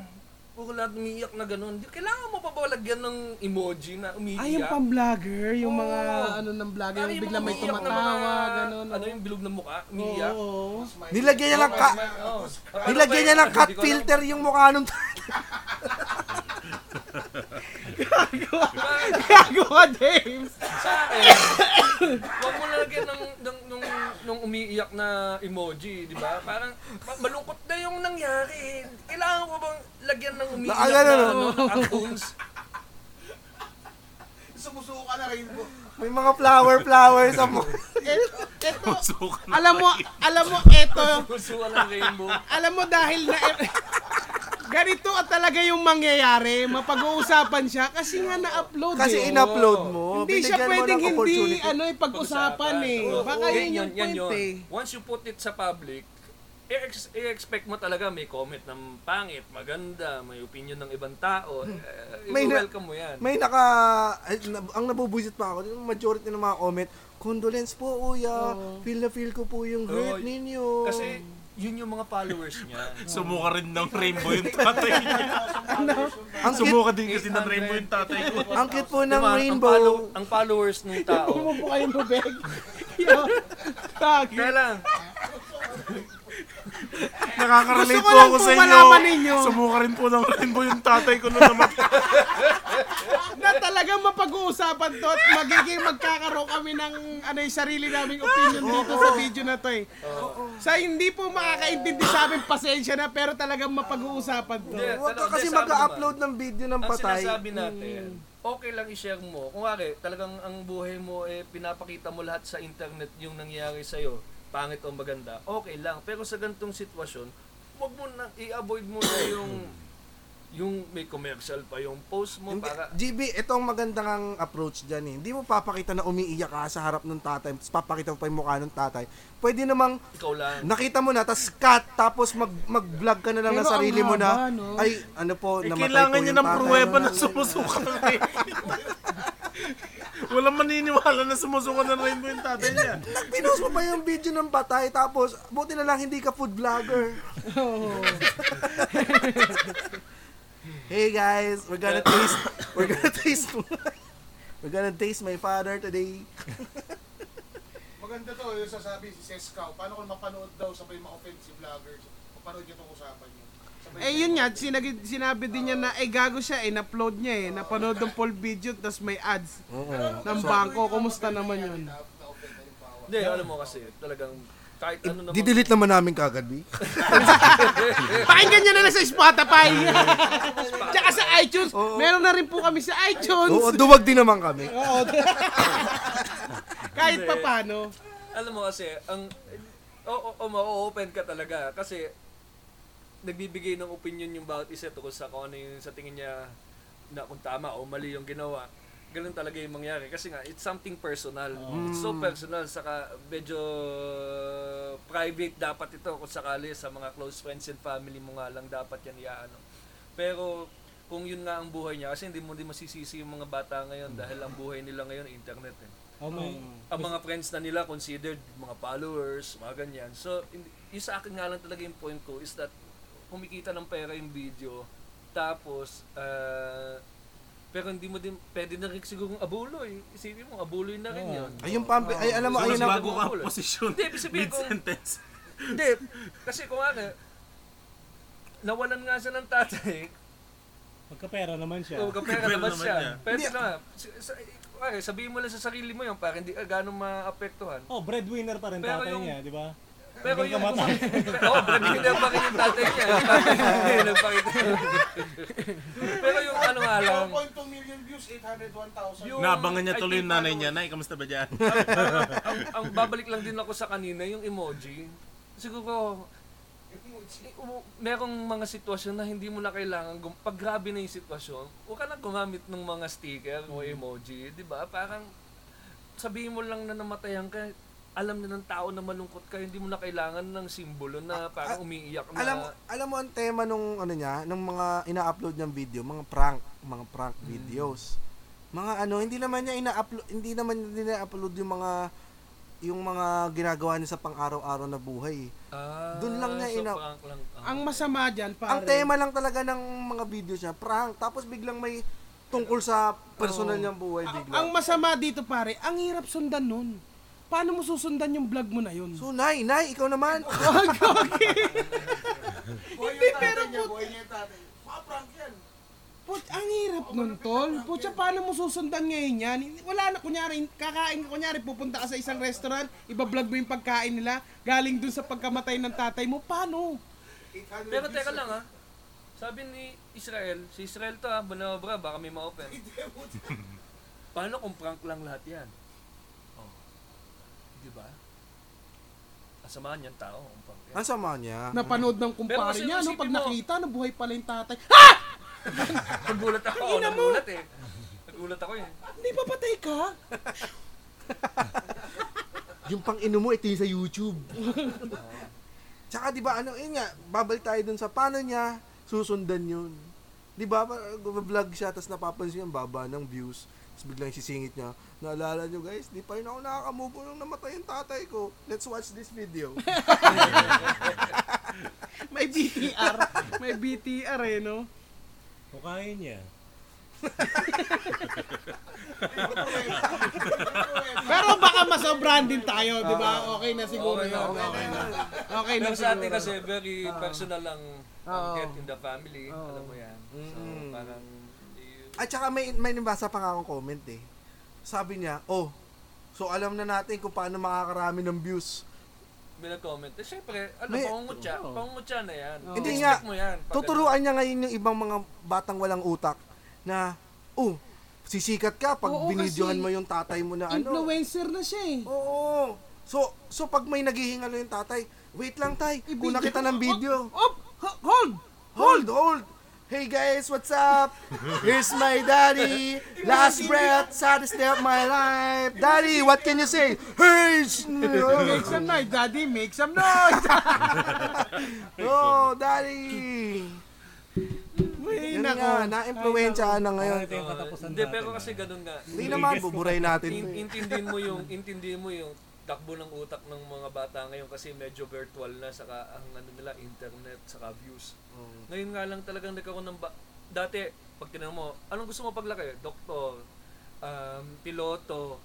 S5: Huwag lahat umiiyak na ganun. Di- Kailangan mo pa ba lagyan ng emoji na umiiyak?
S2: Ay, yung pang-vlogger, yung mga
S5: Oo.
S2: ano ng vlogger,
S5: Ay,
S2: yung
S5: mga
S2: bigla may
S5: umiiyak na
S2: tumatawa,
S5: mga-
S2: gano'n.
S5: Ano yung bilog ng mukha? Umiiyak?
S2: Oo, oo.
S3: Nilagyan niya ng cut,
S5: Oo.
S3: nilagyan niya ng cut filter yung mukha nung tatay.
S2: Gago ka, James!
S5: Sa akin, huwag mo lalagyan ng, ng, nung, nung umiiyak na emoji, di ba? Parang ma- malungkot na yung nangyari. Kailangan ko bang lagyan ng umiiyak
S3: Ah,
S5: na,
S3: ganun,
S5: ano, na accounts?
S6: Sumusuka na rin po.
S3: [LAUGHS] May mga flower flower sa
S5: [LAUGHS]
S3: mukha.
S2: Eto,
S7: Suka na.
S2: alam mo, alam mo, eto,
S5: Gusto ng rainbow.
S2: alam mo dahil na... e- [LAUGHS] Ganito at talaga yung mangyayari, mapag-uusapan siya kasi nga na-upload eh.
S3: Kasi in-upload
S7: Oh,
S3: mo.
S2: Hindi
S3: binigyan
S2: siya
S3: mo ng
S2: pwedeng hindi
S3: opportunity.
S2: ano eh, pag-usapan eh.
S5: Oo,
S2: [LAUGHS] Baka
S5: oo,
S2: yun
S5: yan,
S2: yung
S5: yan,
S2: point
S5: yun.
S2: eh.
S5: Once you put it sa public, i-ex- i-expect mo talaga may comment ng pangit, maganda, may opinion ng ibang tao. Eh,
S3: May na-
S5: welcome mo yan.
S3: May naka... ay, na- Ang nabubuisit pa ako, yung majority ng mga comment, condolence po, uya. Feel na feel ko po yung
S5: Oo.
S3: hurt ninyo.
S5: Kasi yun yung mga followers [LAUGHS] niya.
S7: Sumuka rin ng rainbow yung tatay niya.
S3: ang cute,
S7: Sumuka din kasi ng rainbow yung tatay ko.
S3: ang cute po ng
S5: Diba? Ang, follow,
S3: rainbow.
S5: ang followers ng
S2: Huwag
S5: [LAUGHS] tao.
S2: mo po kayo lubeg. Yo, tag.
S5: Kaya lang,
S7: Nakaka-relate
S2: Gusto ko
S7: po
S2: lang
S7: ako
S2: po
S7: sa inyo.
S2: malaman ninyo.
S7: Sumuka rin po ng rainbow yung tatay ko na namatay.
S2: Na talagang mapag-uusapan to at magiging magkakaroon kami ng ano, yung sarili naming
S7: [LAUGHS]
S2: opinion dito sa video na to eh. Sa hindi po makakaintindi sa amin, pasensya na pero talagang mapag-uusapan to.
S5: Hindi.
S3: Huwag ka
S5: Talaga,
S3: ano, kasi
S5: sabi naman.
S3: mag-upload ng video ng
S5: ano, diba? ang
S3: patay.
S5: sinasabi natin, okay lang i-share mo. Kung wari, talagang ang buhay mo, eh, pinapakita mo lahat sa internet yung nangyayari sa'yo, pangit o maganda, okay lang. Pero sa ganitong sitwasyon, wag mo na, i-avoid mo na yung yung may commercial pa yung post mo
S3: Hindi,
S5: para
S3: GB, ito ang magandang ang approach dyan eh. Hindi mo papakita na umiiyak ka sa harap ng tatay, tapos papakita mo pa yung mukha ng tatay. Pwede namang
S5: ikaw lang.
S3: nakita mo na, tapos cut, tapos mag, mag-vlog ka na lang ng
S2: Pero ang
S3: sarili mo na,
S2: haba, no?
S3: ay, ano po,
S7: Eh,
S3: namatay
S7: kailangan
S3: po
S7: niya
S3: yung
S7: ng
S3: tatay
S7: pruweba
S3: mo
S7: na sumusuka ng rainbow. Walang maniniwala na sumusuka ng rainbow yung tatay niya.
S3: [LAUGHS] Pinost mo pa yung video ng patay, tapos buti na lang hindi ka food [LAUGHS] vlogger. hey guys, we're gonna taste, we're gonna taste, [LAUGHS] we're gonna taste my father today.
S6: Maganda to, yung sasabi si Sescow. Paano kung mapanood daw sabay mga offensive vloggers? Mapanood niya itong usapan niyo. Sabay-
S2: Eh yun nga, sinag- sinabi din niya na eh gago siya eh, na-upload niya eh, napanood ng full video tapos may ads ng bangko. Kumusta naman yun?
S5: Hindi, alam mo kasi, talagang kahit ano naman.
S3: Didelete naman namin kagad, B.
S2: Pakinggan niyo na lang sa Spotify. [LAUGHS] Tsaka sa iTunes. Meron na rin po kami sa iTunes.
S3: Oo, duwag din naman kami.
S2: Kahit pa paano.
S5: alam mo kasi, ang oo oh, ma-open ka talaga kasi nagbibigay ng opinion yung bawat isa tungkol sa kung ano yung sa tingin niya na kung tama o mali yung ginawa. Ganun talaga yung mangyari kasi nga it's something personal. It's so personal saka medyo private dapat ito kung sakali sa mga close friends and family mo nga lang dapat yan iaano. Pero kung yun nga ang buhay niya kasi hindi mo din masisisi yung mga bata ngayon dahil ang buhay nila ngayon internet eh
S4: Oh, may,
S5: ang mga friends na nila considered mga followers, mga ganyan. So, in- yung sa akin nga lang talaga yung point ko is that kumikita ng pera yung video, tapos, ah, pero hindi mo din, pwede na rin siguro abuloy. Isipin mo, abuloy na rin yun.
S3: Ay, yung pampi, ay, alam mo,
S7: Mas
S3: ayun ang,
S7: bago ka ang posisyon.
S5: Hindi, ibig sabihin kung-
S7: Mid-sentence.
S5: Hindi, kasi kung ano, nawalan nga siya ng tatay,
S4: Magkapera naman siya.
S5: kung kapera
S7: Kapera
S5: naman
S7: naman niya.
S5: siya. Pwede na. S- sa- Ay, sabihin mo lang sa sarili mo yun para hindi ka ganun maapektuhan.
S4: Oh, breadwinner pa rin
S5: Pero
S4: tatay
S5: yung-
S4: niya, di ba?
S5: Pero
S4: Hindi ka
S5: yung...
S4: matay.
S5: [LAUGHS] Pero, oh, hindi na pa rin yung tatay niya. Hindi na pa rin. Pero yung ano nga lang,
S6: 4.2 million views, 801,000.
S5: yung...
S7: Naabangan niya tuloy
S5: I
S7: yung
S5: think,
S7: nanay
S5: ano,
S7: niya. Nay, kamusta ba
S4: [LAUGHS]
S7: dyan?
S5: ang, ang babalik lang din ako sa kanina, yung emoji. Siguro, i- u- merong mga sitwasyon na hindi mo na kailangan, gum- pag grabe na yung sitwasyon, huwag ka na gumamit ng mga sticker o
S3: Mm-hmm.
S5: emoji, di ba? Parang, sabihin mo lang na namatayan ka, alam na ng tao na malungkot ka, hindi mo na kailangan ng simbolo na parang umiiyak na...
S3: Alam alam mo ang tema nung ano niya, nung mga ina-upload niyang video, mga prank, mga prank
S2: Mm.
S3: videos. Mga ano, hindi naman niya ina-upload, hindi naman niya upload yung mga yung mga ginagawa niya sa pang-araw-araw na buhay. eh.
S5: Ah,
S3: Dun lang niya
S5: so
S3: ina-
S5: prank lang. Ah.
S2: Ang masama dyan, pare.
S3: Ang tema lang talaga ng mga videos niya, prank. Tapos biglang may tungkol sa personal niyang buhay
S2: Ang-
S3: bigla.
S2: ang masama dito, pare, ang hirap sundan nun. Paano mo susundan yung vlog mo na yun?
S3: so, nay, nay, ikaw naman.
S2: [LAUGHS]
S6: Buhay yung tatay niya, buhay niya yung tatay. Mga prank yan.
S2: Put, ang hirap nun, tol. Putya, paano mo susundan ngayon yan? Wala na, kunyari, kakain ka, kunyari, pupunta ka sa isang restaurant, ibablog mo yung pagkain nila, galing dun sa pagkamatay ng tatay mo, paano?
S5: Pero teka lang ha, sabi ni Israel, si Israel to ha, banabra, baka may ma-open. [LAUGHS] Paano kung prank lang lahat yan? Oh. Di ba? Asamaan yan tao kung prank yan.
S3: ang sama niya.
S2: Napanood ng
S5: Pero
S2: kumpare
S5: kasi
S2: niya, no?
S5: isipin
S2: Pag
S5: mo-
S2: nakita, nabuhay pala yung tatay.
S5: Nagulat ako,
S2: Ina mo!
S5: nagulat eh. Nagulat ako eh.
S2: Hindi pa patay ka?
S3: Yung pang inom mo, ito yung sa YouTube. Tsaka di ba ano, yun nga, babalik tayo dun sa paano niya susundan yun. Di ba, parang vlog siya, tapos napapansin niya ang baba ng views. Tapos biglang sisingit niya, naalala niyo guys, di pa rin ako nakakamubo nung namatay yung tatay ko. Let's watch this video.
S2: May BTR. May BTR eh, no?
S4: O kaya niya.
S2: Pero baka masobrahan din tayo, di ba? Okay na siguro
S5: Okay na,
S2: yun.
S5: okay
S2: Okay na, okay na
S5: Pero sa atin
S2: siguro.
S5: kasi very personal lang ang
S2: Oo.
S5: get in the family.
S2: Oo.
S5: Alam mo yan. So
S3: Mm.
S5: parang... eh,
S3: At saka may, may nabasa pa nga akong comment eh. Sabi niya, oh, so alam na natin kung paano makakarami ng views.
S5: May nag-comment. Eh syempre, ano,
S3: May-
S5: pangungutya. Pangungutya na yan.
S3: Hindi
S5: Expect
S3: nga.
S5: mo yan. Pag-
S3: Tuturuan niya ngayon yung ibang mga batang walang utak na, oh, sisikat ka pag
S2: Oo,
S3: binidyohan
S2: kasi
S3: mo yung tatay mo na ano.
S2: Influencer na siya eh.
S3: Oo. So, so pag may naghihingalo yung tatay, wait lang tay, kuna kita ng video.
S2: Op! ho- Hold!
S3: Hold, hold. Hey guys, what's up? Here's my
S2: [LAUGHS]
S3: daddy. Last breath, saddest day of my life. Daddy, what can you say? Hey! s-
S2: Make some noise, daddy. Make some noise.
S3: Oh, daddy.
S2: Uy,
S3: Yun
S2: nako.
S3: nga, na-influensyahan na ngayon.
S4: Ito yung katapusan
S5: Hindi, pero
S4: natin,
S5: kasi
S4: ah.
S5: ganun nga.
S3: Hindi naman, buburay natin. to
S5: In-
S3: eh.
S5: intindihin mo
S3: [LAUGHS]
S5: yung intindihin mo yung takbo ng utak ng mga bata ngayon kasi medyo virtual na saka ang ano nila internet saka views. Ngayon nga lang talagang nagkaroon ng ba- dati pag tinanong mo, anong gusto mo paglaki? Doktor, um, piloto.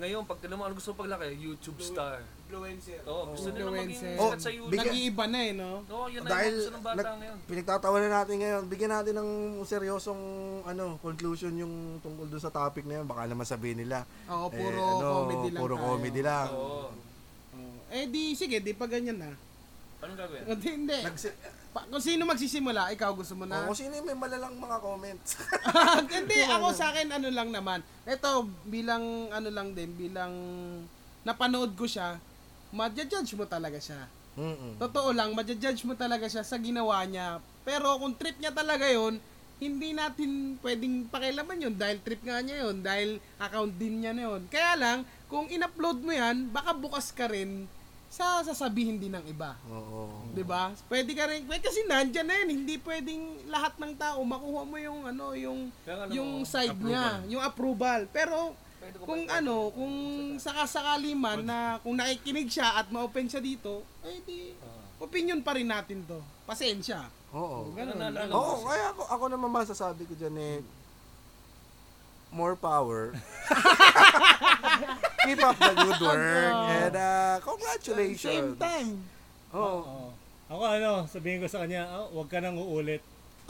S5: Ngayon pag tinanong mo anong gusto mo paglaki? YouTube star.
S6: Influencer.
S5: Oo, gusto nila maging
S2: Influencer.
S5: sikat sa
S3: Oh,
S5: YouTube.
S3: bigyan-
S2: Nag-iiba na eh, no?
S5: Oo, yun na yung
S3: Dahil
S5: gusto ng bata
S3: nag-
S5: ngayon.
S3: pinagtatawanan natin ngayon, bigyan natin ng seryosong ano, conclusion yung tungkol doon sa topic na yun. Baka naman sabihin nila. eh,
S2: Oo, Oh, puro
S3: ano,
S2: comedy lang
S3: Puro
S2: tayo.
S3: comedy lang.
S5: Oo.
S2: Oo. Eh di, sige, di pa ganyan na.
S5: Anong
S3: Eh,
S5: gagawin?
S2: Hindi, hindi.
S3: Nagsi-
S2: Pa- kung sino magsisimula, ikaw gusto mo na?
S3: Oo, sino yung may malalang mga comments?
S2: [LAUGHS]
S3: [LAUGHS]
S2: Hindi, ako sa akin ano lang naman. Ito, bilang ano lang din, bilang napanood ko siya, madja-judge mo talaga siya.
S3: Mm-mm.
S2: Totoo lang, madja-judge mo talaga siya sa ginawa niya. Pero kung trip niya talaga yon hindi natin pwedeng pakilaman yun dahil trip nga niya yun, dahil account din niya na yun. Kaya lang, kung in-upload mo yan, baka bukas ka rin sa sasabihin din ng iba.
S3: Oo.
S2: 'di ba? Diba? Pwede ka rin, pwede kasi nandiyan na 'yan, hindi pwedeng lahat ng tao makuha mo yung ano, yung
S5: Pero alam
S2: yung
S5: mo,
S2: side niya, yung approval. Pero
S5: Pwede ko ba-
S2: kung ano, kung sakasakali man na kung nakikinig siya at ma-open siya dito, eh di
S5: Ah.
S2: opinion pa rin natin 'to. Pasensya.
S3: Oo.
S2: Oh,
S5: Ganun na lang.
S3: Oo, kaya ako, ako naman masasabi ko dyan eh, more power. [LAUGHS] Keep up the good work. And uh,
S2: Same
S3: congratulations.
S2: Ano? time. Oo.
S4: Oo. Ako ano, sabihin ko sa kanya, oh, huwag ka nang uulit.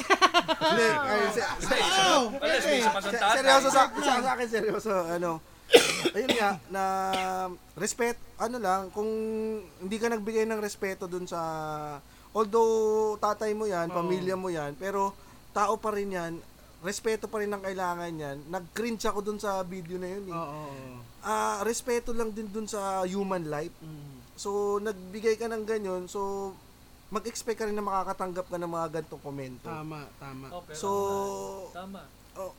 S3: Hindi, ay, se- se-
S2: Oh,
S5: Alas, may isa pa
S3: se-
S5: siyang tatay.
S3: seryoso sa, sa, sa akin, seryoso, ano, ayun nga, na respect, ano lang, kung hindi ka nagbigay ng respeto dun sa, although tatay mo yan, pamilya mo yan, pero tao pa rin yan, respeto pa rin ang kailangan yan. Nag-cringe ako dun sa video na yun. Eh. Ah, respeto lang din dun sa human life. So, nagbigay ka ng ganyan, so, mag-expect ka rin na makakatanggap ka ng mga gantong komento.
S2: Tama, tama.
S5: Oh, pero
S3: So,
S5: tama.
S3: oh,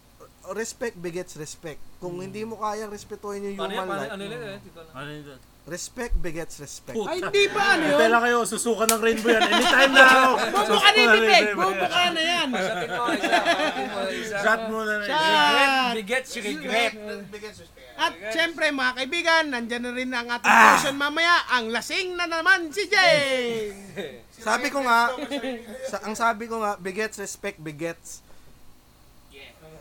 S3: respect begets respect. Kung
S4: Hmm.
S3: hindi mo kayang respetuhin yung
S5: Paano yan?
S3: human
S5: Paano
S3: life,
S5: Ano yun? eh? Dito lang.
S7: Ano yun?
S3: respect begets respect.
S2: Ay, hindi ba ano yun?
S7: Pera kayo, susuka ng rainbow yan. Anytime na
S4: [LAUGHS]
S7: ako.
S2: Bobo ka na yung bibig! Bobo ka na yan!
S5: Sabihin mo isa. sabihin mo isa.
S7: Shot mo na rin.
S2: Shot!
S5: Biget si regret.
S6: Bigyan sustain.
S2: At syempre mga kaibigan, nandyan na rin ang ating portion mamaya, ang lasing na naman si Jay!
S3: Sabi ko nga, sa, ang sabi ko nga, begets respect begets.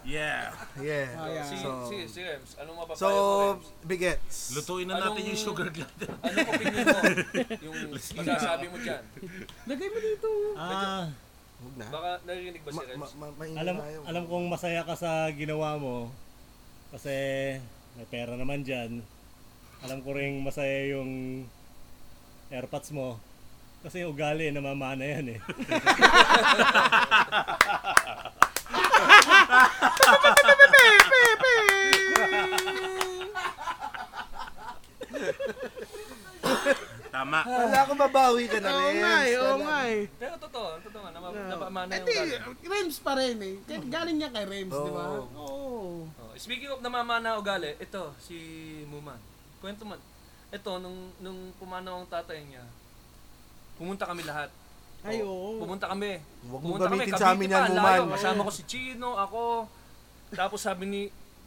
S7: Yeah.
S3: Yeah.
S4: Ah,
S5: Si,
S3: So-
S5: si, si Rems, anong mapapayo
S3: So,
S5: mo, Rems?
S3: begets.
S7: Lutuin na natin
S5: Anong-
S7: yung sugar glider.
S5: Anong opinion
S3: [LAUGHS]
S5: mo? Yung masasabi mo dyan.
S2: Lagay mo dito!
S4: Ah,
S3: Huwag na.
S5: Baka naririnig ba
S3: Ma,
S5: si
S3: ma,
S5: Rems?
S3: ma, maingay
S4: alam
S3: tayo.
S4: alam kong masaya ka sa ginawa mo kasi may pera naman diyan. Alam ko ring masaya yung AirPods mo kasi yung ugali namamana yan eh.
S7: Tama.
S3: Wala akong babawi ka na rin.
S2: Oo nga eh, oo nga eh.
S5: Pero totoo, totoo nga, nama, napamana
S2: Eh
S5: Ano yung
S2: di,
S5: ugali.
S2: Rems pa rin eh. Kaya Galing niya kay Rems, di ba?
S3: Oo.
S2: Oo.
S5: Oh, speaking of namamana ugali, ito, si Muman. Kwento man. Ito, nung, nung pumanaw ang tatay niya, pumunta kami lahat. Oh,
S2: Ay, oo.
S5: Pumunta kami.
S3: Huwag mo
S5: Pumunta
S3: gamitin
S5: kami,
S3: sa amin yan,
S5: Cavite pa,
S3: Muman.
S5: layo. Kasama ko si Chino, ako. Tapos sabi ni,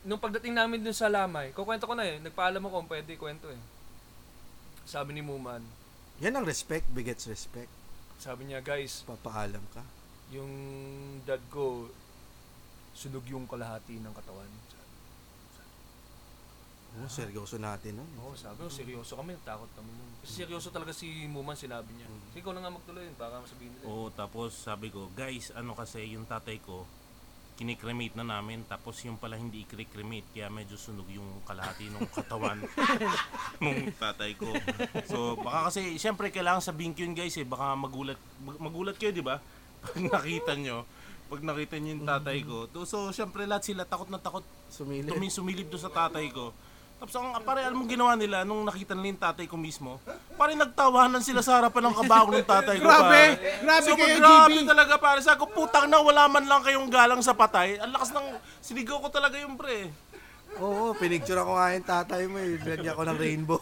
S5: nung pagdating namin dun sa Lamay, kukwento ko na eh, nagpaalam ako kung pwede kwento eh. Sabi ni Muman,
S3: Yan ang respect begets respect.
S5: sabi niya, guys,
S3: Papaalam ka.
S5: yung dad ko, sunog yung kalahati ng katawan.
S3: Oo, seryoso natin. No?
S5: Oo, sabi ko, seryoso kami, takot kami nun. Kasi seryoso talaga si Muman, sinabi niya.
S7: Mm.
S5: Sige, ikaw na nga magtuloy, yun, baka masabihin nila.
S7: Oo, tapos sabi ko, guys, ano kasi yung tatay ko, kinikremate na namin, tapos yung pala hindi i-cremate, kaya medyo sunog yung kalahati ng katawan nung tatay ko. So, baka kasi, siyempre, kailangan sabihin ko yun, guys, eh, baka magulat, mag- magulat kayo, di ba? [LAUGHS] Pag nakita nyo, pag nakita nyo yung tatay ko. To- So, siyempre, lahat sila takot na takot
S3: Sumili.
S7: Tumi sumilip doon sa tatay ko. Tapos ang pare, alam mo ginawa nila nung nakita nila yung tatay ko mismo? Pare nagtawanan sila sa harapan ng kabaong ng tatay ko.
S2: Grabe!
S7: pare.
S2: Grabe
S7: Sabi
S2: kayo,
S7: grabe
S2: GB!
S7: talaga pare. Sabi ko, putang na, wala man lang kayong galang sa patay. Ang lakas ng sinigaw ko talaga yung pre.
S3: Oo, pinicture ako nga yung tatay mo. eh. Lagyan ko ng rainbow.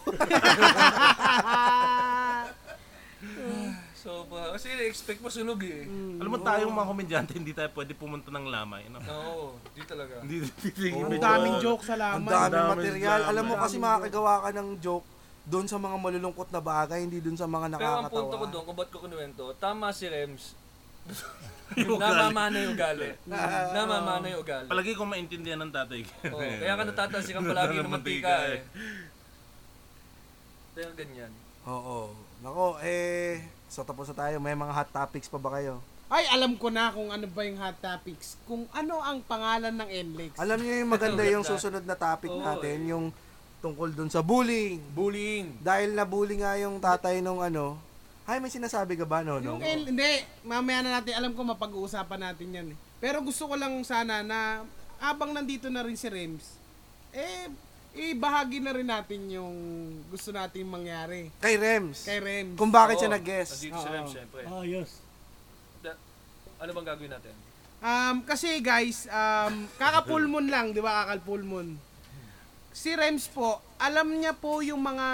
S5: So, pa, kasi expect mo sunog eh.
S3: Mm.
S7: Alam mo tayong mga komedyante, hindi tayo pwede pumunta ng lamay. Ano?
S5: Oo, di talaga.
S7: Hindi titingin
S2: Ang daming joke sa
S3: Ang
S2: laman.
S3: daming
S7: daming
S3: material.
S7: drama.
S3: Alam mo kasi makakagawa ka ng joke doon sa mga malulungkot na bagay, hindi doon sa mga
S5: Pero ang
S3: nakakatawa.
S5: punto ko doon, kung ba't ko kinuwento, tama si Rems,
S7: [LAUGHS] Yung ugali.
S5: namamana yung ugali.
S3: Ah.
S5: namamana yung ugali.
S7: [LAUGHS] Palagi ko maintindihan ng tatay ko.
S5: Oo, kaya ka
S7: [LAUGHS]
S5: natatansikan palagi ng
S7: Ng
S5: mantika
S7: mantika,
S5: eh. Kaya ganyan.
S3: Oo. Nako, eh, so tapos na tayo. May mga hot topics pa ba kayo?
S2: Ay, alam ko na kung ano ba yung hot topics. Kung ano ang pangalan ng NLEX.
S3: Alam niyo yung
S5: [LAUGHS]
S3: maganda yung susunod na topic
S5: Oo, eh.
S3: natin, yung tungkol doon sa bullying.
S5: Bullying!
S3: Dahil nabully nga yung tatay nung ano. Ay, may sinasabi ka ba? No, no.
S2: Yung L- hindi, mamaya na natin, alam ko mapag-uusapan natin yan eh. Pero gusto ko lang sana na abang nandito na rin si Rems, eh, ibahagi na rin natin yung gusto nating mangyari
S3: Kay Rems.
S2: kay Rems.
S3: Kung bakit
S5: Oo,
S3: siya nag-guess.
S5: Nandito si Rems,
S2: Oo.
S5: syempre.
S4: [LAUGHS] Ah, yes.
S5: Da- Ano bang gagawin natin?
S2: Um, kasi guys, um, kakapulmon lang, di ba, kakalpulmon. Si Rems po, alam niya po yung mga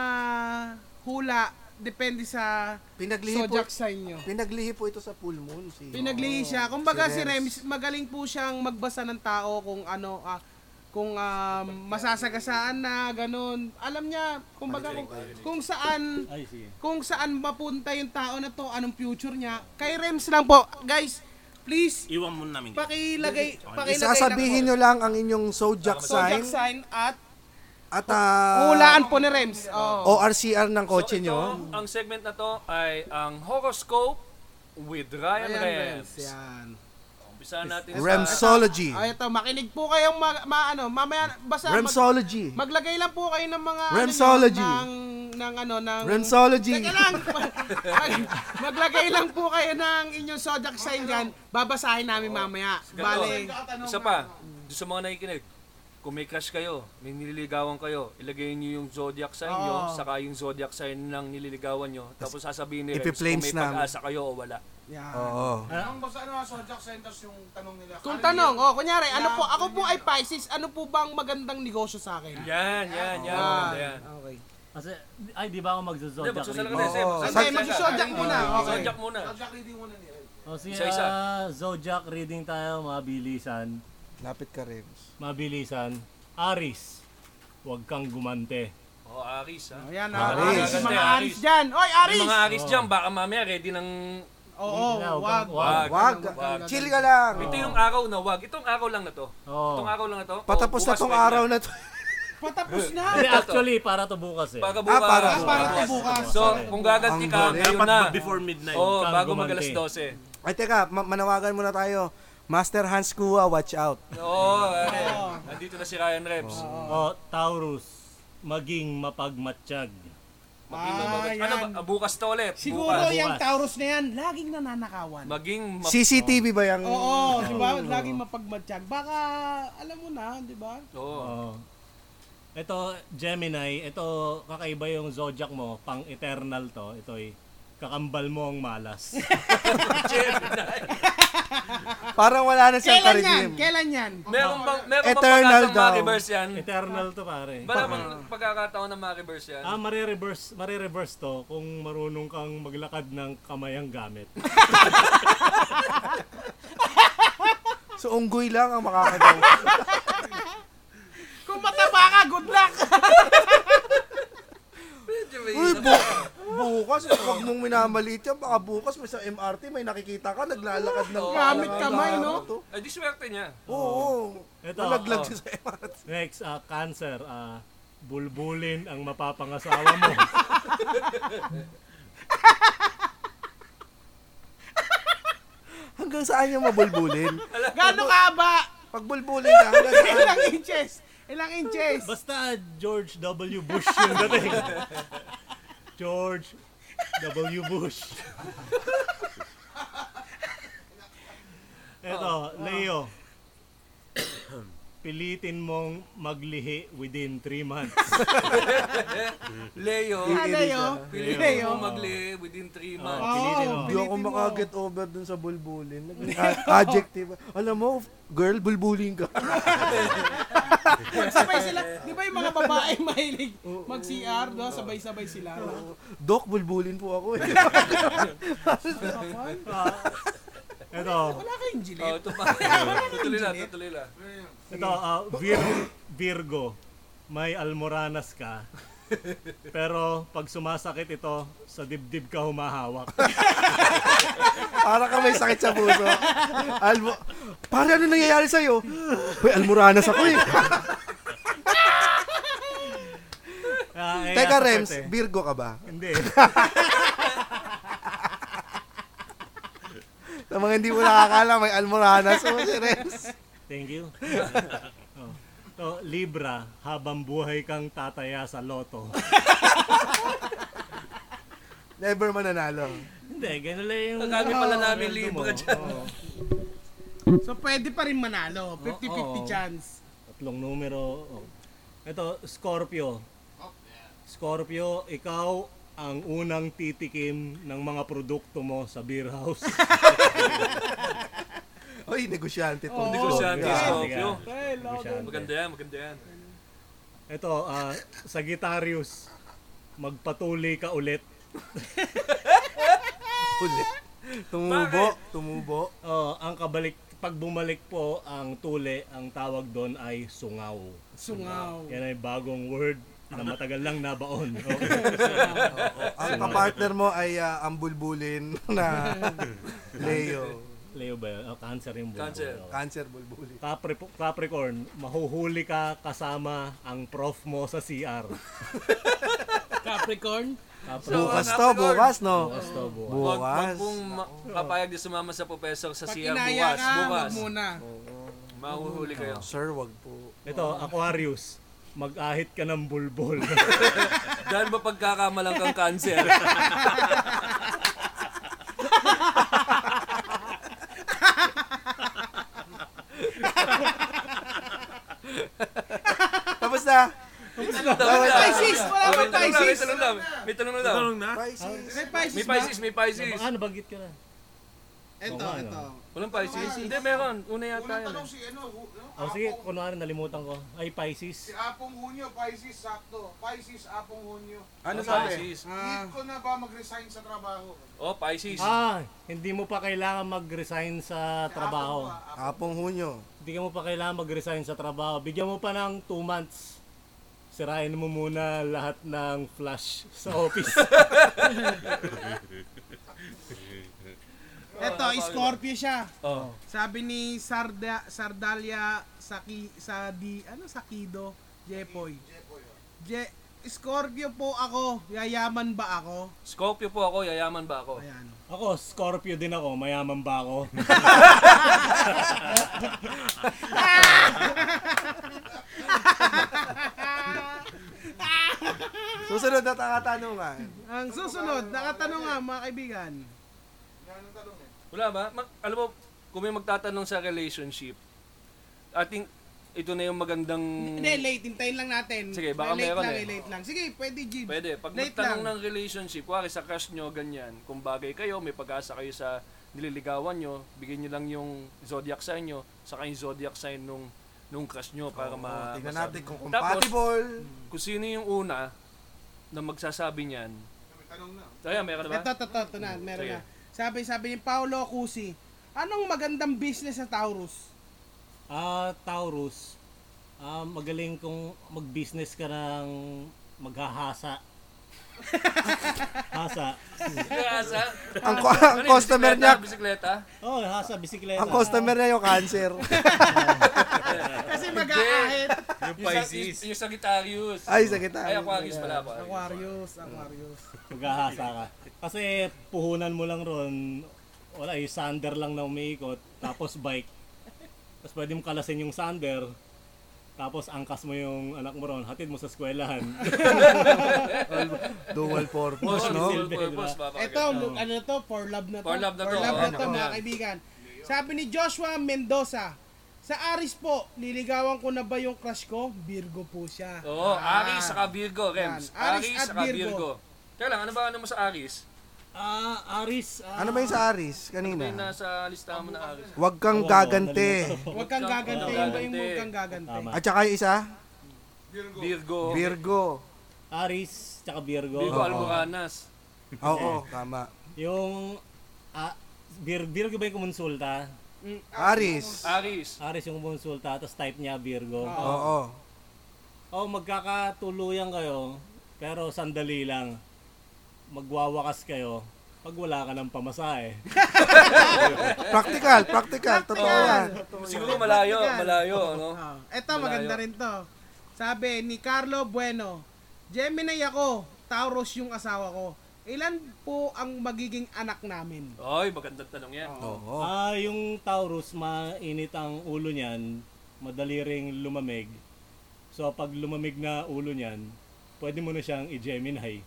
S2: hula depende sa
S3: Pinaglihi po,
S2: zodiac sign niyo.
S3: pinaglihi po ito sa full moon. Si,
S2: Pinaglihi siya. Kumbaga
S3: Si
S2: si
S3: Rems.
S2: Rems, magaling po siyang magbasa ng tao kung ano, ah, kung um, masasagasaan na, ganun. Alam niya, kumbaga kung, kung saan,
S4: Ay, sige.
S2: kung saan mapunta yung tao na to, anong future niya. Kay Rems lang po. Guys, please,
S7: Iwan mo namin.
S2: pakilagay, pakilagay lang po.
S3: Isasabihin nyo lang ang inyong zodiac sign.
S2: Zodiac sign at
S3: At ah,
S2: Hulaan po ni Rems. Oh. Oo.
S3: ORCR ng kotse
S5: so, ito,
S3: nyo.
S5: ang segment na to ay ang horoscope with Ryan
S2: Ayan,
S5: Rems.
S2: Rems. Yan.
S5: Umpisahan natin sa...
S3: Remsology.
S2: Oh, ito, makinig po kayong ma, ma ano, mamaya, basta mag-
S3: Remsology.
S2: maglagay lang po kayo ng mga,
S3: Remsology.
S2: ano, nyo, ng, ng, ano, ng,
S3: Remsology.
S2: Teka lang, [LAUGHS] Mag- maglagay lang po kayo ng inyong zodiac sign dyan, babasahin namin mamaya. Bale,
S5: Isa pa, doon sa mga nakikinig, kung may crush kayo, may nililigawan kayo, ilagay niyo yung zodiac sign niyo, saka yung zodiac sign ng nililigawan niyo, tapos sasabihin ni Rems kung
S3: Ipiflames
S5: may
S3: namin.
S5: pag-asa kayo o wala.
S3: Oo.
S4: Ah.
S6: Ang basta ano, Zodiac Centers yung tanong nila.
S2: kung
S6: Kala
S2: tanong, oh, kunyari, ano po, ako po ay Pisces, ano po bang magandang negosyo sa akin?
S5: Yan, yan, yan.
S2: Ah,
S5: maganda yan.
S2: okay.
S4: Kasi, ay, di ba ako
S5: Hindi,
S4: magzo-zodiac
S5: magsasalaga
S4: reading?
S5: na Zem.
S2: Hindi, mag-zodiac muna. Okay.
S5: eh. Zodiac muna.
S6: Zodiac reading muna nila.
S4: O, si,
S5: Isa-isa.
S4: ah, zodiac reading tayo, mabilisan.
S3: Lapit ka, Rems.
S4: Mabilisan. Aris, huwag kang gumante.
S5: O, Oh, Aris, ha?
S2: Ayan, ah,
S3: Aris.
S2: Aris. Aris. Mga
S5: Aris.
S2: Aris dyan. Oy,
S5: May
S2: Aris!
S5: mga Aris dyan, baka mamaya ready ng...
S2: Oo,
S4: Hindi na,
S2: Oh, wag.
S4: wag.
S3: Wag.
S5: Wag.
S3: Chill ka lang.
S5: Ito yung araw na wag. Itong araw lang na to.
S4: Oo.
S5: Itong araw lang na to. O,
S3: Patapos na
S5: bukas
S3: tong
S5: pwede
S3: araw na to. [LAUGHS]
S2: Patapos na.
S4: Hindi, actually, para to bukas eh.
S5: Bago
S3: Ah,
S5: bukas.
S3: para
S2: Ah, para to bukas.
S5: So, kung gaganti ka,
S3: Ang galing.
S5: ngayon
S7: Dapat
S5: na.
S7: mag- before midnight.
S5: Oo,
S4: Kang
S5: Oh, bago
S4: gumanti.
S5: mag alas 12.
S3: Ay, teka. ma- manawagan muna tayo. Master Hans Kua, watch out.
S5: Oo, eh. Nandito na si Ryan Reps.
S4: O, Oh, Taurus, maging mapagmatsyag.
S5: Maging mabagat. Ano ba? Bukas to ulit.
S2: Siguro
S5: Bukas.
S2: yung Taurus na yan, laging nananakawan.
S5: Maging map-
S3: CCTV ba yung...
S2: Oo, di ba? Laging mapagmatsyag. Baka, alam mo na, di ba?
S5: Oo.
S4: O, ito, Gemini, ito kakaiba yung zodiac mo, pang-eternal to. Ito'y kakambal mo ang
S5: [LAUGHS]
S4: malas.
S3: Parang wala na siyang
S2: Kailan yan?
S3: karidim.
S2: Kailan yan?
S5: Meron bang meron bang
S3: Eternal
S5: pagkakataon
S3: daw.
S5: ma-reverse yan?
S4: eternal to pare.
S5: Wala bang pagkakataon na ma-reverse yan?
S4: Ah, marireverse, marireverse to kung marunong kang maglakad ng kamay ang gamit.
S3: So, unggoy lang ang makakagawa.
S2: Kung mataba ka, good luck!
S3: Uy, bu- [LAUGHS] bukas, huwag mong minamaliit yan. Baka bukas, may sa MRT, may nakikita ka, naglalakad ng...
S2: Gamit kamay, no?
S5: Ay, di swerte niya.
S3: Oo. oo.
S4: Ito,
S3: Nalaglag
S4: oh.
S3: siya sa MRT.
S4: Next, ah, cancer. ah, bulbulin ang mapapangasawa mo.
S3: Hanggang saan yung mabulbulin?
S2: Gano'ng kaba?
S3: Pag bulbulin ka, hanggang saan?
S2: Ilang inches? Ilang inches?
S4: Basta George W. Bush yung dating. George W. Bush.
S3: Ah.
S4: Eto, Leo. Pilitin mong maglihi within 3
S3: [LAUGHS]
S4: months.
S5: Leo,
S2: Ano yun?
S5: pili
S2: Leo.
S5: mo magli within 3 months.
S4: Ah, Pilitin mo.
S3: Hindi ako makaget over dun sa bulbulin. Naging ad- [LAUGHS] Adjective. Alam mo, girl, bulbulin ka.
S2: Sabay sila. Di ba yung mga babae [LAUGHS] mahilig mag-CR? Diba? Sabay-sabay sila.
S3: Dok, bulbulin po ako eh. [LAUGHS]
S4: Eto,
S2: Wala kayong E.
S5: Oh,
S2: gilet.
S5: ito pa. [LAUGHS] tutuloy na, tutuloy na.
S4: ito, ah, Vir- Virgo. May almoranas ka. Pero pag sumasakit ito, sa dibdib ka
S3: [LAUGHS]
S4: humahawak.
S3: Para ka may sakit sa puso. Almo, para ano nangyayari sa'yo? Uy, almuranas ako eh.
S4: Ah, eh,
S3: Teka,
S4: sakit
S3: Rems,
S4: eh.
S3: Virgo ka ba?
S4: Hindi.
S3: Sa mga hindi mo nakakala, may almoranas mo si Rems.
S4: Thank you. [LAUGHS] oh. To, Libra, habang buhay kang tataya sa loto.
S3: Never mananalo.
S4: [LAUGHS] Hindi, ganun lang yung...
S5: Ang dami pala namin
S4: sweldo mo. Oh.
S5: Libra dyan.
S4: Oo.
S2: So pwede pa rin manalo. 50-50
S4: Oo.
S2: chance.
S4: Tatlong numero. Oh. Ito, Scorpio. Scorpio, ikaw ang unang titikim ng mga produkto mo sa beer
S5: [LAUGHS]
S4: house.
S3: Uy, negosyante to.
S2: Oo.
S5: Negosyante,
S4: yeah.
S5: Scorpio.
S2: Ay, love
S4: Negosyante.
S5: Maganda yan, maganda yan.
S4: Ito, ah, Sagittarius, magpatuloy ka ulit.
S3: Ulit. Tumubo, tumubo.
S4: Oh, ang kabalik, pag bumalik po ang tuli, ang tawag doon ay sungaw.
S2: Sungaw.
S4: Yan ay bagong word na matagal lang
S5: [LAUGHS]
S3: [LAUGHS]
S4: nabaon.
S5: [LAUGHS]
S3: Ang kapartner mo ay ah, ang bulbulin na Leo.
S4: [LAUGHS] Leo ba yun? Oh, cancer yung bulbul.
S5: Cancer.
S4: Oo.
S3: Cancer, bulbuli.
S4: Capri- Capricorn, mahuhuli ka kasama ang prof mo sa CR.
S9: Capricorn.
S4: Capricorn.
S3: Bukas
S5: So,
S3: to,
S5: Capricorn.
S3: bukas, no?
S4: Bukas to, bukas.
S5: Wag,
S3: Bukas.
S5: wag mong ma- papayag na sumama sa professor sa
S2: Pag
S5: siya
S2: inaya
S5: bukas.
S2: ka,
S5: Bukas.
S2: wag muna.
S5: Mahuhuli kayo.
S3: Sir, wag po.
S4: Ito, Aquarius, mag-ahit ka ng
S5: [LAUGHS]
S4: bulbul.
S5: Dahil ba pagkakamalang kang cancer?
S3: Tapos na.
S5: Wala.
S2: Pisces! Wala
S5: Oh,
S2: ba
S5: may tanong na, may
S2: Pisces?
S5: tanong na. May tanong na daw.
S3: Pisces.
S2: May Pisces
S5: May
S2: ba?
S5: Pisces, may Pisces.
S4: ah, nabanggit ka na. ano.
S2: Ito,
S4: Oo nga,
S2: ito.
S5: Walang Pisces? Hindi, meron. Una yata
S6: Unang
S5: yan. eh.
S6: tanong si ano, hu- ano?
S4: Oh, sige,
S6: Apong-
S4: kunwari nalimutan ko. Ay, Pisces.
S6: Si Apong Hunyo, Pisces, sakto. Pisces, Apong Hunyo.
S3: Ano
S5: Oh,
S3: sabi?
S5: Pisces.
S2: Ah,
S6: Need ko na ba mag-resign sa trabaho?
S5: Oh, Pisces.
S4: Ah, hindi mo pa kailangan mag-resign sa trabaho.
S6: ah,
S3: Apong Hunyo.
S4: Hindi ka mo pa kailangan mag-resign sa trabaho. Bigyan mo pa ng 2 months. Sirain mo muna lahat ng flash sa office.
S2: ito, Scorpio siya.
S5: Oh.
S2: Sabi ni Sarda, Sardalia Saki, Sadi, ano Sakido? Jepoy. Je, Scorpio po ako, yayaman ba ako?
S5: Scorpio po ako, yayaman ba ako?
S2: Ayan.
S4: ako, Scorpio din ako. Mayaman ba ako? [LAUGHS]
S3: Susunod na takatanungan.
S2: Ang susunod, nakatanong nga mga kaibigan.
S5: Wala ba? Mag- alam mo, kung may magtatanong sa relationship, ating ito na yung magandang...
S2: Hindi, late, hintayin lang natin.
S5: Hmm. Sige, baka
S2: late
S5: meron
S2: lang,
S5: eh.
S2: late lang. Sige, pwede, Jim.
S5: Pwede. Pag
S2: Late
S5: magtanong
S2: lang.
S5: ng relationship, kuwari sa crush nyo, ganyan. Kung bagay kayo, may pag-asa kayo sa nililigawan nyo, bigyan nyo lang yung zodiac sign nyo, saka yung zodiac sign nung, nung crush nyo para
S3: Oh,
S5: ma...
S3: Tingnan
S5: masabi.
S3: natin kung
S5: Tapos, [LAUGHS]
S3: compatible.
S5: kung sino yung una na magsasabi niyan. Kaya, meron na ba? Hmm,
S2: Ito, ito, ito, ito na, meron
S5: Sige.
S2: na. Sabi, sabi ni Paolo Cusi, anong magandang business sa
S5: [LAUGHS]
S2: Taurus?
S4: Ah, Taurus, ah, magaling kung mag-business ka ng maghahasa. hasa.
S5: Asa?
S3: Ang,
S5: Ano
S3: co- ang [LAUGHS] customer niya,
S5: Bisikleta?
S4: Oh, hasa,
S3: ang
S4: bisikleta.
S3: customer niya yung
S5: [LAUGHS]
S3: cancer.
S2: Kasi mag-aahit.
S5: Yung Pisces. Yung, Sagittarius.
S3: Ay, sa kita.
S2: Ah,
S5: Ay, Aquarius pala ba?
S2: Aquarius, Aquarius.
S4: Maghahasa ka. Kasi puhunan mo lang ron, wala, yung sander lang na umiikot, tapos bike. Tapos pwede mo kalasin yung sander, tapos angkas mo yung anak mo ron, hatid mo sa eskwelahan.
S3: Dual
S5: Boss,
S3: purpose,
S5: no?
S3: no?
S5: Boss, ba?
S2: Ito, ano to? For love na to.
S5: For love na to, oh,
S2: to,
S5: ano,
S2: mga
S5: yan.
S2: kaibigan. Sabi ni Joshua Mendoza, sa Aris po, liligawan ko na ba yung crush ko? Virgo po siya.
S5: Oo, Oh, Aries saka Virgo, Rems.
S2: Ah. Yan. Aries
S5: Aries
S2: at
S5: saka
S2: Virgo.
S5: Virgo. Teka lang, ano ba ano mo sa Aris?
S4: Ah, Aris. ah,
S3: Ano ba yung sa Aris
S5: Ano yung
S2: Ah.
S3: kanina?
S5: nasa Oh, listahan mo na Aris?
S3: Huwag kang
S4: wala,
S3: gagante.
S4: nalimutan ko.
S2: Huwag kang
S5: Huwag kang
S2: gagante. Yung ba yung
S5: gagante.
S2: huwag kang gagante?
S4: Tama.
S3: At saka yung isa,
S5: Virgo.
S3: Virgo.
S4: Aris, tsaka Virgo.
S5: Virgo Alboranas.
S3: Oo, tama.
S4: Yung, ah, Vir- Virgo ba yung kumonsulta?
S3: Aris.
S5: Aris.
S4: Aris yung kumonsulta, tapos type niya Virgo.
S3: Oo.
S4: Oh, magkakatuluyan kayo, pero sandali lang. Magwawakas kayo pag wala ka ng pamasahe.
S3: Practical, practical. Totoo yan.
S5: Siguro malayo, malayo, ano?
S2: Ah, Ito, maganda rin to. Sabi ni Carlo Bueno, Gemini ako, Taurus yung asawa ko. Ilan po ang magiging anak namin?
S5: Oy, magandang tanong yan.
S3: Oo.
S4: Ah, yung Taurus, mainit ang ulo niyan, madali ring lumamig. So pag lumamig na ulo niyan, pwede mo na siyang i-Gemini.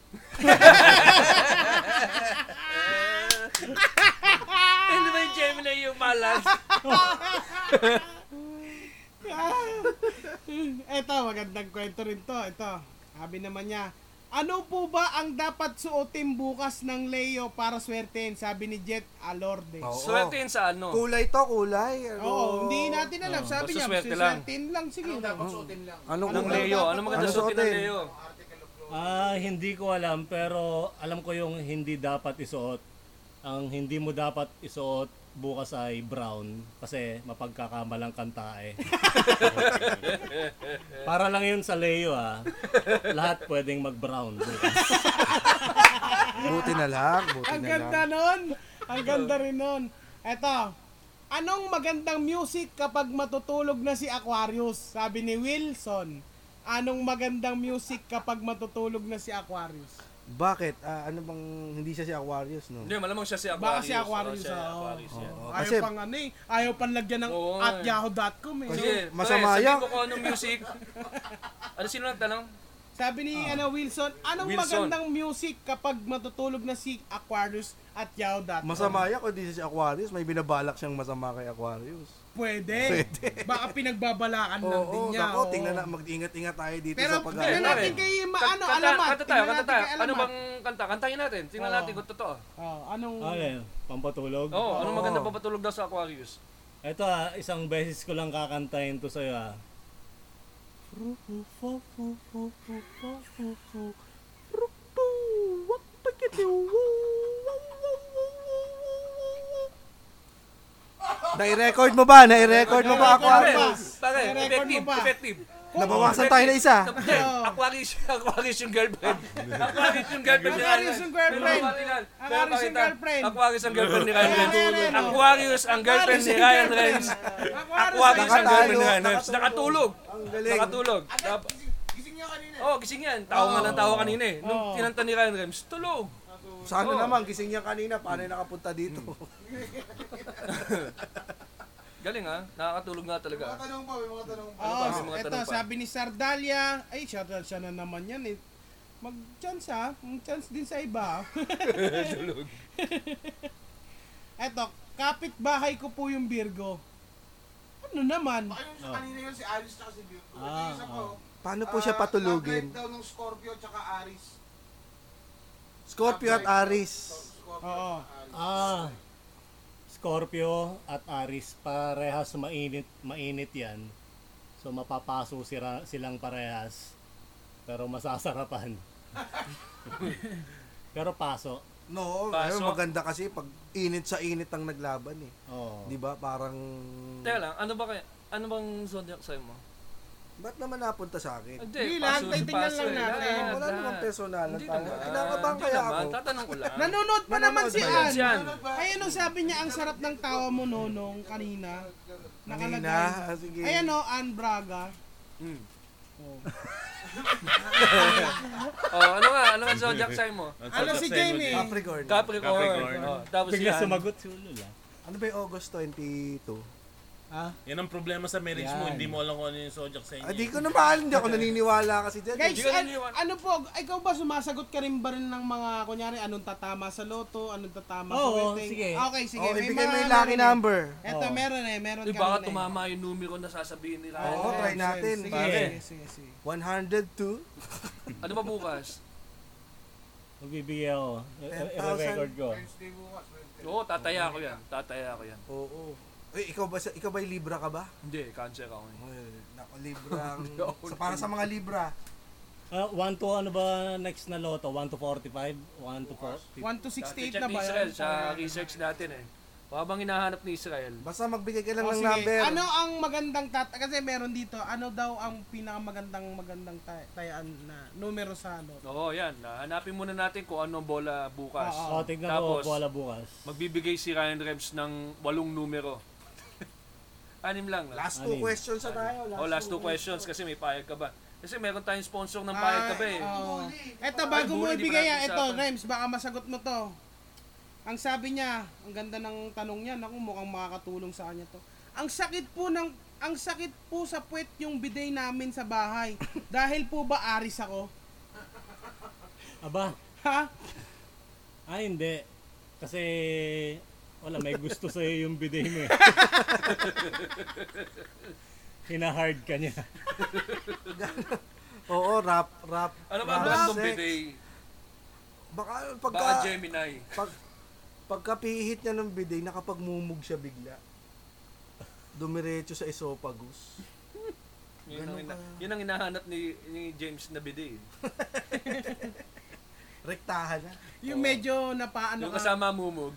S5: Ano ba yung Gemini yung balance?
S2: [LAUGHS] Ito, Ah! magandang kwento rin to. Ito, sabi naman niya, ano po ba ang dapat suotin bukas ng Leo para swertein? Sabi ni Jet Alorde. Oo,
S3: Oo.
S5: Swerte yun sa ano?
S3: Kulay to, kulay. Ano?
S2: hindi natin
S3: Oh,
S2: alam. Sabi
S5: Basta
S2: niya,
S5: swerte lang.
S2: swertein lang. Sige.
S6: Dapat suotin lang.
S3: Anong
S5: Anong
S3: kulay?
S5: Leo? Ano maganda
S3: Ano
S5: suotin ng
S3: suotin?
S5: Leo?
S4: Ah, hindi ko alam pero alam ko yung hindi dapat isuot. Ang hindi mo dapat isuot bukas ay brown kasi mapagkakamalang kanta eh. Para lang yun sa Leo ah. Lahat pwedeng mag-brown bukas.
S3: Buti na lang, buti
S2: Ang
S3: na lang.
S2: ganda nun. Ang ganda rin nun. Ito, Anong magandang music kapag matutulog na si Aquarius? Sabi ni Wilson. Anong magandang music kapag matutulog na si Aquarius?
S3: Bakit? Ah, ano bang hindi siya si Aquarius, no?
S5: Hindi, malamang siya si Aquarius.
S2: Baka si
S5: Oo,
S2: Aquarius, ah.
S5: siya
S2: oo.
S5: Aquarius yan.
S3: Oh,
S2: Ayaw
S3: kasi
S2: pang ano eh. Ayaw pang lagyan ng
S5: Oo,
S2: at
S5: eh.
S2: yahoo.com eh.
S5: Sige,
S3: masama
S5: pre,
S3: yan.
S5: sabihin ko kung anong music. ano sino nagtanong?
S2: Sabi ni ano Wilson, anong
S5: Ah. Wilson.
S2: magandang music kapag matutulog na si Aquarius at yahoo.com?
S3: masama yan kung hindi siya si Aquarius. May binabalak siyang masama kay Aquarius.
S2: Pwede. Baka pinagbabalakan
S3: Oo,
S2: lang din
S3: oh,
S2: niya.
S3: nako,
S2: oo.
S3: tingnan na, mag-ingat-ingat tayo dito
S2: Pero
S3: sa
S2: tingnan
S3: pag-aaral.
S2: natin
S5: Pare.
S2: kay ma-
S5: Kan-
S2: ano,
S5: kanta-
S2: alamat.
S5: Kanta tayo,
S2: Tingnan
S5: kanta
S2: natin
S5: tayo.
S2: kay
S5: Ano
S2: alamat.
S5: bang kanta? Kantahin natin. Tingnan
S2: Oo.
S5: natin kung totoo.
S2: Oh, anong...
S4: Okay, pampatulog.
S5: Oo, oh, anong maganda papatulog daw sa Aquarius?
S4: Ito ah, isang beses ko lang kakantahin to sa'yo ah.
S3: Nai-record mo ba? Nai-record
S5: Ano
S3: mo ba, Aquarius?
S2: Aquarius.
S5: Pare,
S2: May record
S5: effective,
S2: mo pa.
S5: effective. Ano
S3: Nabawasan tayo na
S2: Ah.
S3: isa.
S5: Hindi, Aquarius, [LAUGHS] Aquarius yung girlfriend. Aquarius yung girlfriend ni
S2: Aquarius
S5: Ryan.
S2: yung girlfriend.
S5: Pero bakit yan? Pero
S2: Aquarius
S5: bakit
S2: yung
S5: yan?
S2: girlfriend.
S5: Ano Aquarius ang
S2: Kaya yan, ano?
S5: girlfriend ni Ryan Reynolds. Aquarius ang girlfriend ni
S2: yung
S5: Ryan
S2: girlfriend.
S5: Reynolds.
S2: Aquarius
S5: Aquarius ang
S3: Nakatalo,
S5: girlfriend ni Ryan Reynolds. Nakatulog.
S3: Ang galing.
S5: Nakatulog.
S6: Agad,
S5: Tap-
S6: gising, gising niya kanina.
S5: Oh, gising yan. Tawa nga ng tawa kanina eh. Nung
S2: Oo.
S5: kinanta ni Ryan Rems, tulog.
S3: Sana
S5: Oo.
S3: naman, gising niya kanina, paano yung nakapunta dito?
S5: Galing ah. Nakakatulog nga talaga.
S6: Mga tanong pa, may mga tanong pa.
S2: Oh,
S5: Ano pa? Mga
S2: ito,
S5: tanong pa.
S2: sabi ni Sardalia, ay, siya, siya na naman yan eh. Mag-chance ha, mag-chance din sa iba.
S5: [LAUGHS]
S2: [LAUGHS]
S5: tulog.
S2: Ito, kapitbahay ko po yung Virgo. Ano naman?
S6: Baka yung sa kanina yun, si Alice tsaka si Virgo. Ito
S4: Ah,
S6: yung isa
S4: ah.
S6: ko.
S3: [LAUGHS] Paano Ano po siya
S6: ah,
S3: patulugin?
S6: love life daw ng Scorpio tsaka Aries.
S3: Scorpio at Aries.
S6: Scorpio
S2: Oo.
S6: at Aries.
S4: Ah, Scorpio at Aris, parehas mainit, mainit yan. So mapapaso sira, silang parehas, pero masasarapan. pero paso.
S3: No,
S5: Paso.
S3: ayun, maganda kasi pag init sa init ang naglaban eh.
S4: Oo.
S3: Di ba? Parang...
S5: Teka lang, ano ba kaya? Ano bang zodiac sign mo?
S3: Ba't naman napunta sa akin?
S5: Hindi,
S2: lang,
S5: paso,
S2: titingnan
S5: paso
S2: lang
S5: eh.
S2: natin.
S5: Lahat,
S3: Wala
S5: lahat.
S3: namang personalan
S5: Hindi
S3: tayo.
S5: naman.
S3: Kinakabahan
S5: Hindi
S3: kaya
S5: naman,
S3: ako.
S5: Tatanong ko lang.
S2: Nanonood pa naman
S3: Nanonood
S2: si
S3: ba
S5: Yan,
S2: Ann.
S5: yan.
S2: Ayan o, sabi niya, ang sarap ng tawa mo, Nonong, kanina.
S3: Nina,
S2: Nakalagay.
S3: ah, sige.
S2: Ayan o, Ann Braga.
S5: Oh, ano nga? Ano nga zodiac sign mo?
S2: Ano si Jamie?
S3: Capricorn.
S5: Capricorn.
S7: Capricorn.
S5: Oh, tapos
S4: Bigla
S5: yan.
S4: sumagot si Ulul ah.
S3: Ano ba yung August 22?
S7: Yan ang problema sa marriage mo, hindi mo alam kung ano yung zodiac sa inyo.
S3: Ah, di ko naman, hindi ako naniniwala kasi dyan.
S2: Guys,
S5: Hindi ka
S2: an-
S5: naniniwala.
S2: ano po, ikaw ba sumasagot ka rin ba rin ng mga, kunyari, anong tatama sa loto, anong tatama sa
S4: Oo,
S2: wedding?
S4: sige.
S2: Okay, sige.
S3: oh, ibigay mo
S2: mga
S3: yung
S2: ano
S3: lucky
S2: rin eh.
S3: number.
S2: Eto,
S4: Oo.
S2: meron eh, meron
S5: Uy,
S2: kami na
S5: baka
S2: eh.
S5: tumama yung numero na sasabihin ni Ryan.
S3: Oo, try
S2: Sige,
S3: natin,
S2: Sige,
S3: pare.
S2: sige, sige, sige.
S3: 102.
S5: Ano ba bukas?
S4: Magbibigay ako. I- i- I-record ko.
S6: Wednesday bukas. Wednesday.
S5: Oo, tataya ko yan. Tataya ko yan.
S3: Oo. Eh, ikaw ba, ikaw ba yung Libra ka ba?
S5: Hindi, cancer ako. eh.
S3: Well, nako, Libra. [LAUGHS] ang- sa, para sa mga Libra.
S4: Ah, 1 to ano ba next na loto? 1 to 45? 1 to 40?
S2: 1 to 68
S5: Check
S2: na
S5: ni
S2: ba
S5: Israel
S2: yan?
S5: sa research natin eh. Habang hinahanap ni Israel.
S3: Basta magbigay ka lang
S2: Oh,
S3: ng
S2: sige.
S3: number.
S2: Ano ang magandang tat kasi meron dito, ano daw ang pinakamagandang magandang tay- tayaan na numero sa loto?
S5: Oo, yan. Ah, Hanapin muna natin kung anong bola bukas.
S4: Oo, Oh, tignan ko
S5: Tapos,
S4: bola bukas.
S5: Magbibigay si Ryan Rebs ng walong numero. [LAUGHS] Anim lang. no?
S3: Last two
S4: Anim.
S3: questions na tayo.
S5: oh, last two questions kasi may payag ka ba? Kasi meron tayong sponsor ng payag ka ba eh.
S2: Oo. Oh. Eto, bago
S5: Ay,
S2: mo
S5: buli, di ba
S2: ibigay yan,
S5: natin
S2: ito,
S5: usapan?
S2: Rems, baka masagot mo to. Ang sabi niya, ang ganda ng tanong niya, naku, mukhang makakatulong sa kanya to. Ang sakit po ng ang sakit po sa puwet yung bidet namin sa
S5: [LAUGHS]
S2: bahay. Dahil po ba aris ako?
S4: Aba,
S2: Ha?
S4: ah hindi. Kasi wala, may gusto sa'yo yung bidet
S3: [LAUGHS]
S4: mo eh. Hinahard ka niya.
S3: Oo, rap, rap.
S5: Ano ba
S3: rap
S5: ang random
S3: sex.
S5: bidet?
S3: Baka
S5: Baka
S3: pagka,
S5: Gemini.
S3: pag, pagkapihit niya ng bidet, nakapagmumug siya bigla. Dumiretso sa esophagus.
S5: Yun ang, ina- yun ang hinahanap ni, ni James na bidet. eh.
S3: Rektahan na.
S2: Yung medyo napaano
S5: Yung
S2: ka.
S5: kasama mumog.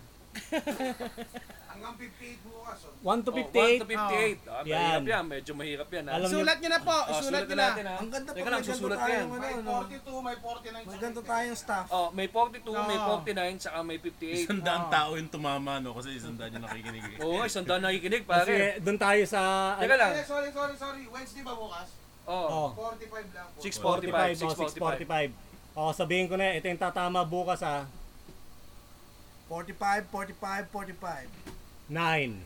S6: Hanggang 58 bukas, oh.
S4: 1 to
S5: Oh, 1
S4: 58.
S5: to 58. Ah,
S4: Yan.
S5: mahirap yan. Medyo mahirap yan. ah.
S4: Alam niyo,
S2: Sulat nyo na po.
S5: Oh,
S2: sulat
S5: sulat
S2: nyo
S5: na
S2: na.
S5: natin ha.
S3: Ang ganda pa,
S5: Teka
S3: may
S5: lang,
S3: ganito
S5: susulat ko
S3: tayo,
S5: yan.
S3: ano,
S6: May
S3: ano.
S6: 42, may 49.
S3: May ganito tayong staff.
S5: Oh, may 42, may
S2: Oo.
S5: 49, saka may 58.
S7: Isang
S3: Ah.
S7: daang tao yung tumama, no? Kasi isang daan yung nakikinig. eh.
S5: Oo, isang daan nakikinig, pare.
S4: kasi doon tayo sa...
S5: Teka lang.
S6: Eh, sorry, sorry, sorry. Wednesday ba bukas?
S5: Oh,
S4: Oh,
S6: 45 lang po.
S5: 645, 645.
S4: 645. Oh, sabihin ko na, ito yung tatama bukas ah. ha.
S3: 45, 45, 45.
S4: 9,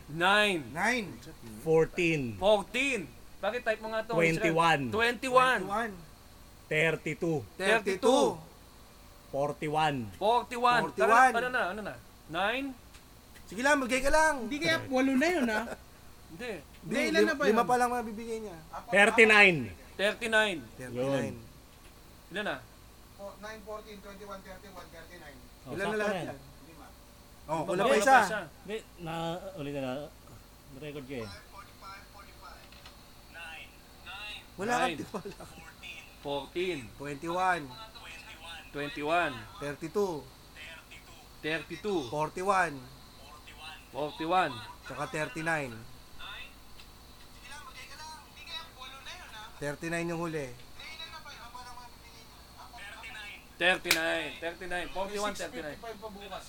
S5: 9,
S3: 9.
S4: 14,
S5: 14. Bakit type mo nga to?
S4: 21.
S5: 21,
S3: 1.
S4: 32,
S5: 32,
S4: 41.
S5: 41.
S3: 41.
S5: Tara, ano na, ano na? 9?
S3: Sige lang, magay ka lang.
S2: Hindi kaya walo na yun ha.
S5: Hindi.
S3: Hindi,
S2: Hindi, ilan
S3: lim-
S2: na ba yun?
S3: Lima pa lang mabibigay niya.
S4: 39.
S5: 39.
S3: 39.
S5: Ilan na?
S6: Po- 9, 14, 21, 31, 39.
S4: Oh,
S3: Ilan na
S4: sakto
S3: lahat
S4: yan.
S3: yan? Oh, kulang
S5: Wala
S3: pa isa.
S4: Hindi, na, ulit na, record ko eh.
S3: Wala kang
S5: Nine.
S3: tiwala. 21,
S5: 14, 21,
S3: 32,
S5: 32,
S3: 41,
S5: 41.
S3: tsaka 39. 39 yung huli.
S5: 39, 39, 41, 39.
S6: 55 pa bukas,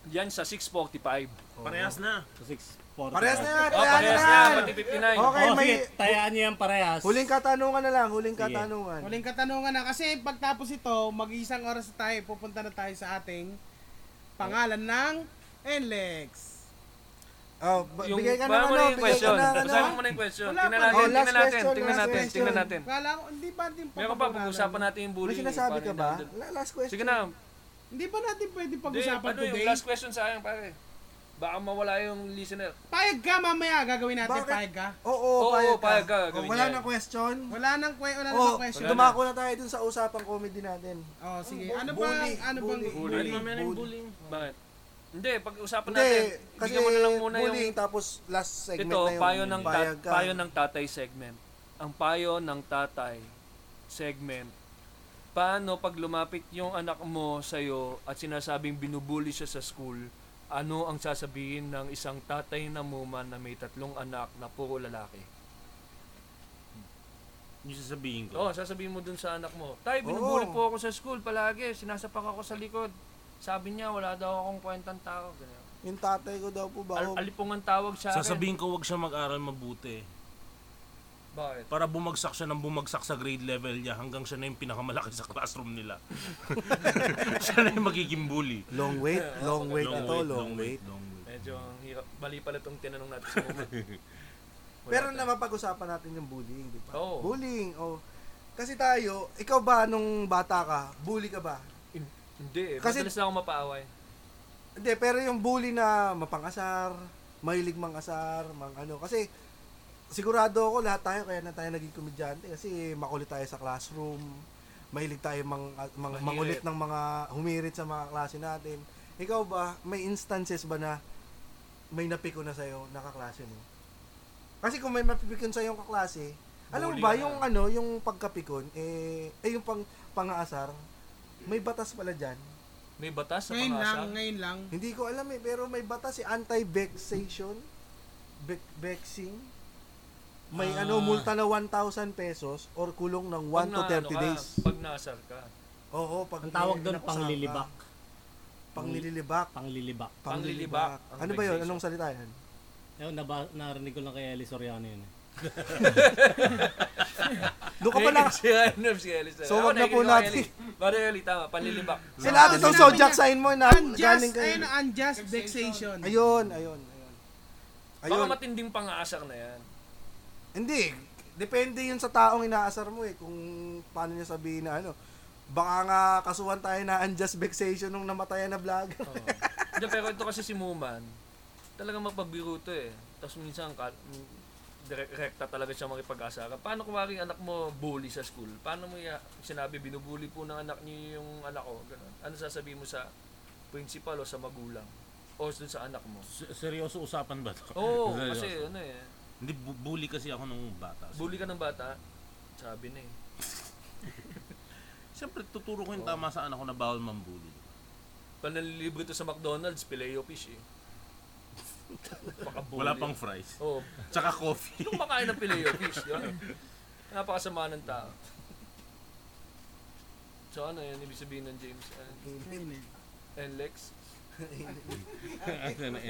S6: 655.
S5: Yan sa 645.
S7: Parehas na.
S4: So, 645.
S3: Parehas na yan!
S5: Oh,
S3: Parehas na
S5: parehas na,
S3: yan!
S5: pati 59.
S3: Okay,
S4: Oh,
S3: may...
S4: sige, tayaan niyo yan parehas.
S3: Huling katanungan na lang, huling
S4: Sige.
S3: katanungan.
S2: Huling katanungan na kasi pagtapos ito, mag-isang oras na tayo, pupunta na tayo sa ating pangalan ng NLEX.
S3: Oh, ba-
S5: Yung,
S3: bigay ka ng
S5: basahin
S3: ano,
S5: mo na yung
S3: bigay ka
S5: question.
S3: ng ano.
S5: Basahin mo muna yung question.
S2: Wala
S5: Tingnan
S2: pa.
S5: natin,
S3: Oh, last
S5: tingnan natin,
S3: question,
S5: tingnan
S3: last
S5: natin,
S3: question.
S5: tingnan natin.
S2: Kala ko, hindi ba din
S5: Meron pa, pag-usapan natin yung
S3: May
S5: bullying.
S3: sinasabi
S5: Paano
S3: ka ba?
S5: hinahandle?
S3: La- Last question.
S5: Sige na,
S2: Hindi ba natin pwede
S5: Hindi,
S2: pag-usapan
S5: ano
S2: today?
S5: yung last question sa akin, pare? Baka mawala yung listener.
S2: Payag ka mamaya, gagawin natin
S3: Bakit?
S2: payag ka.
S3: Oo,
S5: Oo,
S3: payag ka.
S5: payag ka,
S3: Oh,
S5: gawin
S3: Wala
S5: yan.
S3: na question.
S2: Wala nang, kwe- wala nang
S3: Oh,
S2: question.
S5: wala na.
S3: dumako na tayo dun sa usapang comedy natin.
S2: Oh, sige. Ano ba,
S3: Bully,
S2: ano bang
S3: bully.
S5: Bullying.
S7: Ano mamaya na yung bullying?
S5: Bakit? Hindi, pag-usapan
S3: Hindi,
S5: natin.
S3: kasi
S5: Bigyan mo na lang muna yung...
S3: bullying, tapos last segment
S5: Ito,
S3: na yung
S5: payo ng,
S3: payag
S5: tat-
S3: ka.
S5: payo ng tatay segment. Ang payo ng tatay segment. Paano pag lumapit yung anak mo sa'yo at sinasabing binubuli siya sa school, ano ang sasabihin ng isang tatay na muma na may tatlong anak na puro lalaki?
S7: Yung sasabihin ko.
S5: Oo, sasabihin mo dun sa anak mo, Tay, binubuli
S3: Oo.
S5: po ako sa school palagi, sinasapak ako sa likod. Sabi niya, wala daw akong kwentang tao. Ganyan.
S3: Yung tatay ko daw po ba? oh,
S5: Al- alipungan tawag sa akin.
S7: [LAUGHS] Sasabihin ko wag siya mag-aral mabuti.
S5: Bakit?
S7: Para bumagsak siya ng bumagsak sa grade level niya hanggang siya na yung pinakamalaki sa classroom nila. [LAUGHS] siya na yung magiging bully.
S3: Long wait, long wait ito, long wait.
S7: long wait.
S5: Medyo ang hirap. Mali pala itong tinanong natin [LAUGHS] sa moment. Wala
S3: Pero
S5: tayo.
S3: na mapag-usapan natin yung bullying, di ba?
S5: Oo.
S3: Bullying, oh. Kasi tayo, ikaw ba nung bata ka, bully ka ba?
S5: Hin- Hindi eh.
S3: Kasi-
S5: Kasi, Madalas na ako mapaaway.
S3: Hindi, pero yung bully na mapangasar, mahilig mangasar, mang ano. Kasi sigurado ako lahat tayo kaya na tayo naging komedyante kasi makulit tayo sa classroom, mahilig tayo mang, ah, mang
S5: Mahirit.
S3: mangulit ng mga humirit sa mga klase natin. Ikaw ba, may instances ba na may napiko na sa'yo, nakaklase mo? Kasi kung may mapipikon sa'yo yung kaklase, alam mo
S5: Bully
S3: ba,
S5: ka na.
S3: yung ano, yung pagkapikon, eh, eh yung pang, pangaasar, may batas pala dyan.
S5: May batas sa
S2: Ngayon lang,
S5: pangasa.
S2: ngayon lang.
S3: Hindi ko alam eh, pero may bata si anti-vexation. Vex- vexing. May
S5: Ah.
S3: ano, multa na 1,000 pesos or kulong ng 1 to
S5: ano
S3: 30 days.
S5: Pag nasar ka.
S3: Oo, pag
S4: Oh, Ang tawag
S3: may
S4: doon,
S3: nakusang ka.
S4: panglilibak.
S3: Panglilibak.
S4: Panglilibak.
S5: Panglilibak.
S3: Panglilibak.
S5: Ang
S3: Ano ba yun?
S5: vexation.
S3: Anong salita yan?
S4: Ayun, naba, narinig ko lang kay Eli Soriano yun. eh.
S3: Doon ka pa
S5: [LAUGHS]
S3: na.
S5: Si Ano, si Ellie.
S3: So, wag na po natin.
S5: Pare Ellie, tama. Panlilibak.
S3: Sila ate
S2: Sinabi
S3: tong
S2: niya.
S3: zodiac sign mo na Ah, galing
S2: Unjust,
S3: kayo.
S2: ayun, unjust vexation.
S3: Ayun, ayun, ayun.
S5: Baka
S3: Ayun.
S5: matinding pangasar na yan.
S3: Hindi. Depende yun sa taong inaasar mo eh. Kung paano niya sabihin na ano. Baka nga kasuhan tayo na unjust vexation nung namatayan na vlogger.
S5: Oo. Hindi, pero ito kasi si Muman, talagang magpabiru to eh. Tapos minsan, ka, mm, direk- rekta talaga siya makipag-asara. Paano kung maring anak mo bully sa school? Paano mo ya, sinabi, binubully po ng anak niyo yung anak ko? Ganun. Ano sasabihin mo sa principal o sa magulang? O dun sa anak mo?
S7: S- seryoso usapan ba to?
S5: Oo,
S7: Seryoso.
S5: kasi ano eh,
S7: Hindi, bu- bully kasi ako nung bata.
S5: bully ka ng bata, sabi na eh.
S7: Siyempre, tuturo ko yung tama sa anak ko na bawal mambully.
S5: Pag nalilibre to sa McDonald's, Pileo Fish eh. Baka bully.
S7: Wala pang fries.
S5: Oo.
S7: Tsaka [LAUGHS] coffee.
S5: Yung makain ng Pileo fish, di ba? Napakasama ng tao. So ano yan, ibig sabihin ng James and, and Lex?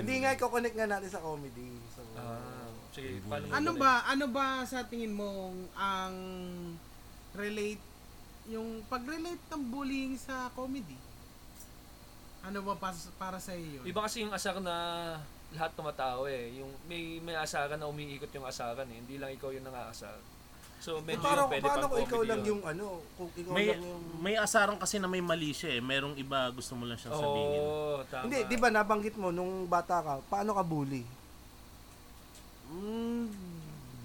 S3: Hindi nga, i-connect nga natin sa comedy. So,
S5: Ah, sige, paano mo
S2: Ano
S5: ulit?
S2: ba, ano ba sa tingin mo ang relate, yung pag-relate ng bullying sa comedy? Ano ba para, para sa iyo?
S5: Iba kasi yung asar na lahat tumatao eh. Yung may may asaran na umiikot yung asaran eh. Hindi lang ikaw yung nangaasar. So medyo
S3: paano,
S5: yung pwede
S3: Ah, paano
S5: pang
S3: kung ikaw
S5: comedy
S3: lang
S5: yun.
S3: yung ano? Kung ikaw
S7: May,
S3: lang yung...
S7: may asaran kasi na may mali siya eh. Merong iba gusto mo lang siyang sabihin.
S5: Oo, tama.
S3: Hindi, di ba nabanggit mo nung bata ka, paano ka bully?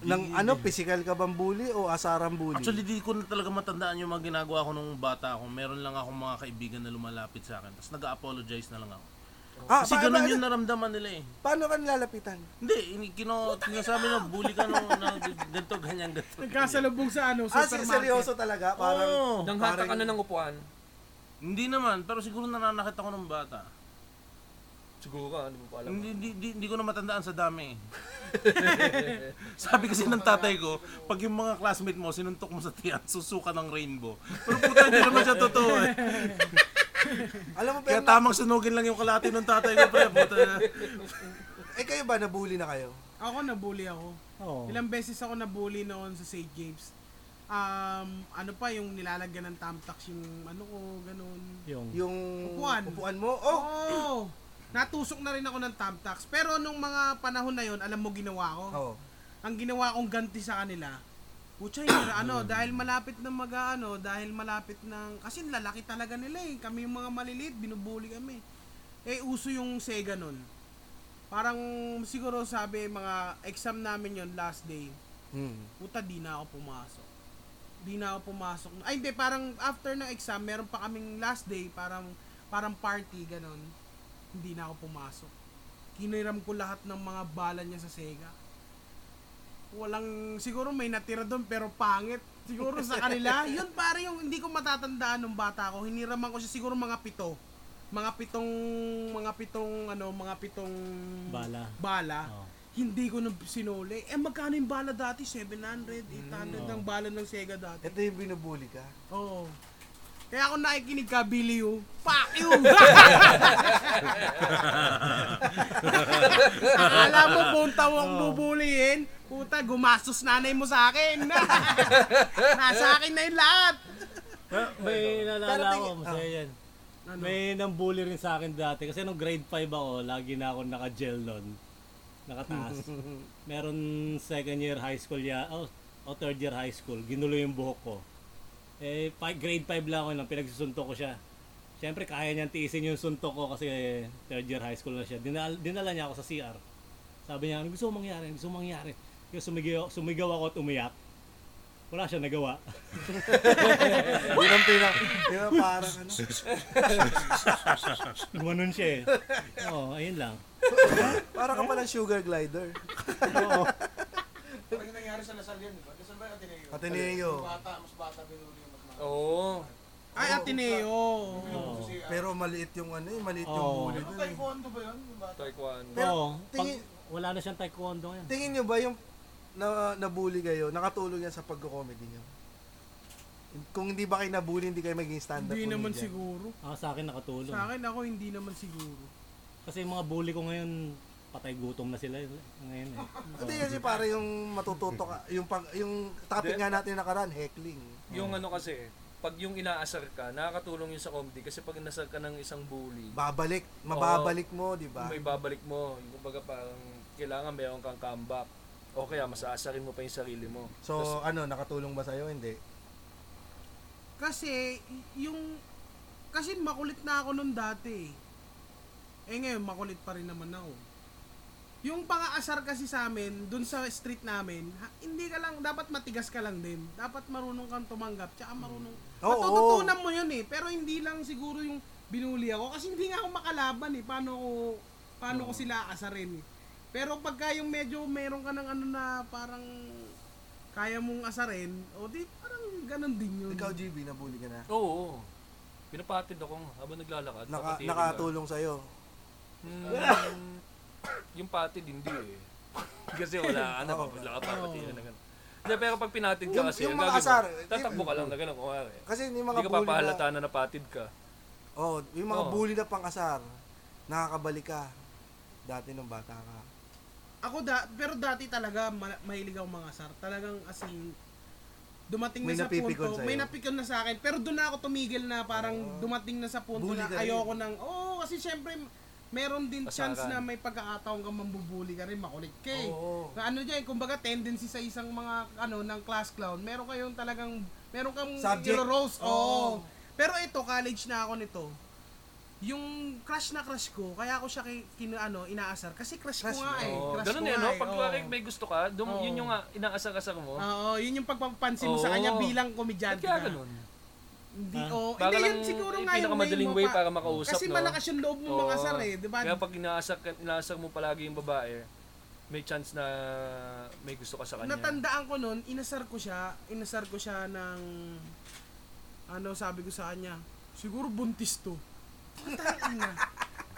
S3: Nang ano, physical ka bang bully o asarang bully?
S7: Actually, di ko na talaga matandaan yung mga ginagawa ko nung bata ako. Meron lang akong mga kaibigan na lumalapit sa akin. Tapos nag-apologize na lang ako.
S3: ah,
S7: Kasi
S3: paano,
S7: ganun yung naramdaman nila eh.
S3: paano ka nilalapitan?
S7: Hindi, ini- kino, kinasabi na bully ka no, na ganito, ganyan, ganito.
S2: Nagkasalubong sa ano,
S3: Ah, si-
S2: supermarket.
S3: seryoso talaga? Parang,
S7: Oo.
S5: Nang hata ka
S3: parang-
S5: na ng upuan,
S7: Hindi naman, pero siguro nananakit ako ng bata.
S5: siguro ka, hindi mo pa alam.
S3: Hmm.
S7: Hindi, hindi, hindi, hindi ko na matandaan sa dami. eh. [LAUGHS] Sabi kasi ng tatay ko, pag yung mga classmate mo, sinuntok mo sa tiyan, susuka ng rainbow. Pero puta, hindi naman siya totoo eh.
S3: alam mo, pero,
S7: Kaya tamang sunugin lang yung kalati ng tatay ko, pre. Puta.
S3: eh kayo ba, nabully na kayo?
S2: Ako nabully ako.
S4: Oo.
S2: Ilang beses ako nabully noon sa St. James. Um, ano pa yung nilalagyan ng tamtax yung ano ko, ganun.
S4: Yung
S3: Yung
S2: Upuan.
S3: mo? Oh,
S2: Oh! Natusok na rin ako ng tamtax. Pero nung mga panahon na yon alam mo ginawa ko.
S3: Oo.
S2: Ang ginawa kong ganti sa kanila, Pucha yun, ano, dahil malapit na mag ano, dahil malapit ng, kasi lalaki talaga nila eh. Kami yung mga maliliit, binubuli kami. Eh, uso yung Sega nun. Parang siguro sabi mga exam namin yon last day,
S3: Hmm.
S2: puta di na ako pumasok. Di na ako pumasok. Ay hindi, parang after ng exam, meron pa kaming last day, parang parang party, ganun. Hindi na ako pumasok. Kiniram ko lahat ng mga bala niya sa Sega. Walang, siguro may natira doon pero pangit. Siguro sa kanila, yun pare yung hindi ko matatandaan nung bata ko. Hiniraman ko siya siguro mga pito. Mga pitong, mga pitong, ano, mga pitong
S4: bala.
S2: bala
S4: Oo.
S2: hindi ko na sinuli. Eh, magkano yung bala dati? 700, 800 ang bala ng Sega dati.
S3: Ito yung binubully ka?
S2: Oo. Kaya ako nakikinig ka, Billy, oh. Fuck you! Akala mo, punta mo ang bubulihin. Puta, gumastos nanay mo sa akin. Nasa akin na yung lahat.
S4: May nalala
S3: Darating-
S4: ko, masaya yan. May nambully rin sa akin dati kasi nung grade 5 ako, lagi na ako naka-gel nun. Nakataas. Meron second year high school ya, oh, o third year high school, ginulo yung buhok ko. Eh, pa- grade 5 lang ako nang pinagsusuntok ko siya. Siyempre, kaya niyang tiisin yung suntok ko kasi third year high school na siya. Dinal- dinala niya ako sa CR. Sabi niya, "Ano gusto mo mangyari? Ano gusto mo mangyari? Kaya sumigaw, sumigaw ako at umiyak. Wala siya nagawa.
S3: Yun ang pinaka, yun ang parang ano.
S4: Gumanon siya eh. Oo, ayun lang.
S3: Parang ka palang sugar glider.
S6: Ano nangyari sa Lasal yan, di ba? Lasal ba yung Ateneo?
S3: Ateneo.
S6: Yung Bata, mas bata binuli yung mas mata.
S5: Oo.
S2: Ay, Ateneo.
S4: Oo.
S3: Pero maliit yung ano eh, maliit yung
S4: Oo.
S3: bully
S6: Ano
S3: dun eh.
S6: taekwondo ba yun? Diba? Yung bata?
S5: Taekwondo.
S3: Pero
S4: Oo, pag
S3: tingin-
S4: wala na siyang taekwondo ngayon.
S3: Tingin nyo ba yung na, nabully kayo, nakatulong yan sa pagko-comedy nyo? Kung hindi ba kayo nabully, hindi kayo maging stand-up
S2: Hindi naman
S3: comedian.
S2: siguro.
S4: Ah, sa akin nakatulong.
S2: Sa akin ako, hindi naman siguro.
S4: Kasi yung mga bully ko ngayon, patay gutom na sila ngayon eh.
S3: Hindi kasi para yung matututo ka, yung, pag, yung topic nga natin nakaraan, heckling.
S5: Yung ano kasi, pag yung inaasar ka, nakakatulong yun sa comedy kasi pag nasar ka ng isang bully,
S3: Babalik, mababalik mo, di ba?
S5: may babalik mo. Yung kumbaga parang kailangan meron kang comeback. O kaya mas aasarin mo pa yung sarili mo.
S3: So ano, nakatulong ba sa'yo? Hindi.
S2: Kasi, y- yung... Kasi makulit na ako nung dati. eh. Eh ngayon, makulit pa rin naman ako. Yung pang-aasar kasi sa amin, dun sa street namin, ha- hindi ka lang, dapat matigas ka lang din. Dapat marunong kang tumanggap, tsaka marunong...
S3: Hmm. Oo.
S2: matututunan mo yun eh, pero hindi lang siguro yung binuli ako. Kasi hindi nga ako makalaban eh, paano ko, paano ko sila asarin eh. Pero pagka yung medyo meron ka ng ano na parang kaya mong asarin, o di parang ganun din
S5: Hmm.
S2: yun.
S3: Ikaw, GB, nabully ka na.
S5: Oo. Pinapatid ako habang naglalakad.
S3: Naka,
S5: papatirin ka.
S3: nakatulong sa'yo.
S5: Hmm, Yung patid, hindi eh. [LAUGHS] Kasi wala ka na, wala ka papatiran na gano'n. Hindi, pero pag pinatid ka
S3: Yung-
S5: kasi,
S3: yung
S5: ang
S3: mga
S5: gagawin mo,
S3: asar,
S5: tatakbo ka lang na gano'n, kumari.
S3: Kasi yung mga
S5: Hindi ka
S3: bully
S5: papahalata
S3: na,
S5: na napatid ka.
S3: oh, yung mga
S5: Oo.
S3: bully na pang-asar, nakakabalik ka dati nung bata ka.
S2: Ako da, pero dati talaga ma- mahilig ako mga asar. Talagang as in, dumating
S3: May
S2: na sa
S3: napipikon
S2: punto,
S3: sa'yo. Oh.
S2: may napikon na sa akin. Pero doon na ako tumigil na parang dumating na sa punto
S3: Bully
S2: na
S3: ka rin.
S2: ayoko nang, oo, oh, kasi syempre, meron din chance na
S5: Asaran.
S2: may pagkakataon kang mambubuli ka rin, makulit ka eh.
S3: Oo.
S2: Na ano dyan, kumbaga tendency sa isang mga, ano, ng class clown, meron kayong talagang, meron kang
S3: Subject.
S2: rose
S3: Oo.
S2: oo. Pero ito, college na ako nito. Yung crush na crush ko, kaya ako siya ki- kinu, ano, inaasar. Kasi crush,
S3: Crush
S2: ko nga
S3: mo.
S2: eh.
S5: Oo,
S2: Crush
S5: ganun
S2: ko
S5: eh,
S2: nga
S5: no?
S2: eh,
S5: Pag
S2: oo.
S5: oh. may gusto ka, dum,
S2: Oo.
S5: yun yung ah, inaasar-asar mo.
S2: Oo, yun yung pagpapansin mo sa
S5: Oo.
S2: kanya bilang komedyante.
S5: Kaya
S2: ka.
S5: ganun.
S2: Hindi,
S4: Ah.
S2: oo.
S5: Baka
S2: Hindi,
S5: lang
S2: yun siguro
S5: yung
S2: nga yung
S5: pinakamadaling
S2: main
S5: way
S2: mo pa-
S5: para makausap,
S2: Kasi
S5: no?
S2: malakas yung loob mo mga
S5: Oo.
S2: sar eh, di ba?
S5: Kaya pag inaasar, ka- inaasar mo palagi yung babae, may chance na may gusto ka sa kanya.
S2: Natandaan ko nun, inasar ko siya, inasar ko siya ng, ano sabi ko sa kanya, siguro buntis to. Tangin
S5: [LAUGHS]
S2: na.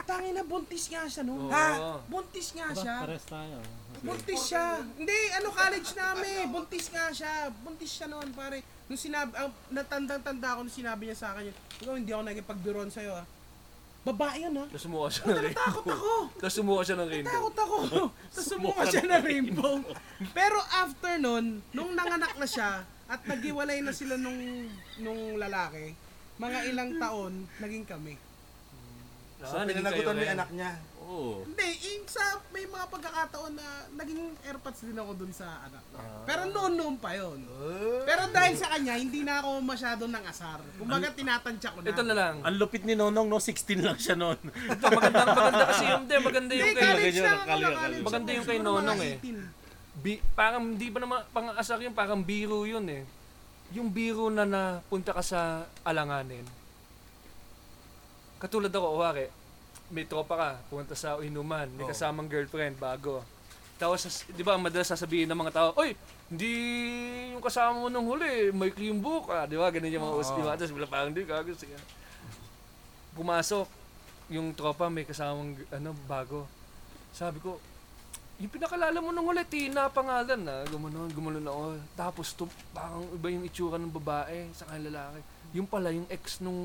S2: Tangin na, buntis nga siya nun.
S5: Oo. Diba?
S2: Ha? Buntis nga siya.
S4: Pares tayo.
S2: Buntis siya. Hindi, ano college namin. Buntis nga siya. Buntis siya noon, pare. Nung sinabi, ang natandang-tanda ako nung sinabi niya sa akin yun. Ikaw, hindi ako nagipagbiron sa'yo, ha. Babae yun, ha.
S5: [LAUGHS] Tapos sumuha siya ng rainbow.
S2: Natatakot ako.
S5: Tapos sumuha siya ng rainbow.
S2: Natakot
S5: [LAUGHS]
S2: ako. Tapos sumuka siya na rainbow. Pero after nun, nung nanganak na siya, at naghiwalay na sila nung, nung lalaki, mga ilang taon, naging kami.
S5: Ah,
S3: So,
S5: naging
S3: pinanagutan mo
S5: kayo
S3: yung
S5: rin.
S3: anak niya.
S7: Oo.
S2: Hindi, yung sa may mga pagkakataon na naging airpods din ako dun sa anak. ko.
S5: Ah.
S2: Pero noon noon pa yon. Pero dahil sa kanya, hindi na ako masyado ng asar. Kumbaga tinatantya ko na.
S5: Ito na lang.
S4: Ang lupit ni Nonong, no? 16 lang siya noon.
S5: Ito, maganda, maganda kasi yung, hindi, maganda yung
S2: Hindi,
S5: kay,
S4: college
S2: college
S4: yun,
S2: na
S4: ang
S2: ako
S4: college,
S2: na college.
S5: Maganda yung kay
S2: Siguro mga
S5: Nonong, eh.
S2: 18.
S5: bi, parang hindi pa naman pang-asar yun, parang biro yun eh. Yung biro na napunta ka sa alanganin. Katulad ako, wari, may tropa ka, pumunta sa inuman, may kasamang girlfriend, bago. Tapos, sas- di ba, madalas sasabihin ng mga tao, Oy, hindi yung kasama mo nung huli, may clean book, ah, di ba? Ganun yung mga oh. di ba? Tapos, wala parang di, gago siya. Pumasok, yung tropa may kasamang, ano, bago. Sabi ko, yung pinakalala mo nung huli, Tina pangalan na, gumanon, gumanon ako. Tapos to, parang iba yung itsura ng babae sa kanyang lalaki. Yung pala, yung ex nung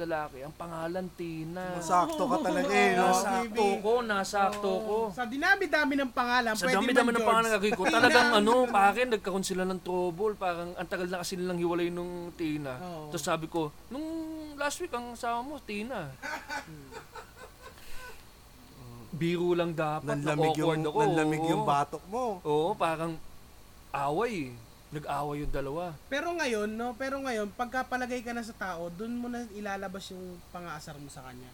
S5: lalaki, ang pangalan Tina.
S3: Sakto
S5: [LAUGHS]
S3: ka talaga eh, no?
S5: Nasakto ko, nasakto ko.
S2: Sa dinami-dami ng pangalan,
S5: Sa
S2: pwede
S5: dami-dami
S2: man
S5: ng
S2: George.
S5: pangalan kagay ko,
S2: [LAUGHS]
S5: talagang ano, pakin, nagkaroon sila ng trouble. Parang ang tagal na kasi nilang hiwalay nung Tina.
S2: Oo.
S5: Tapos sabi ko, nung last week ang asawa mo, Tina. Biro lang dapat,
S3: Nanlamig yung,
S5: na-awkward ako.
S3: nanlamig
S5: oo.
S3: yung batok mo.
S5: Oo, parang away eh. Nag-away yung dalawa.
S2: Pero ngayon, no? Pero ngayon, pagkapalagay ka na sa tao, dun mo na ilalabas yung pangaasar mo sa kanya.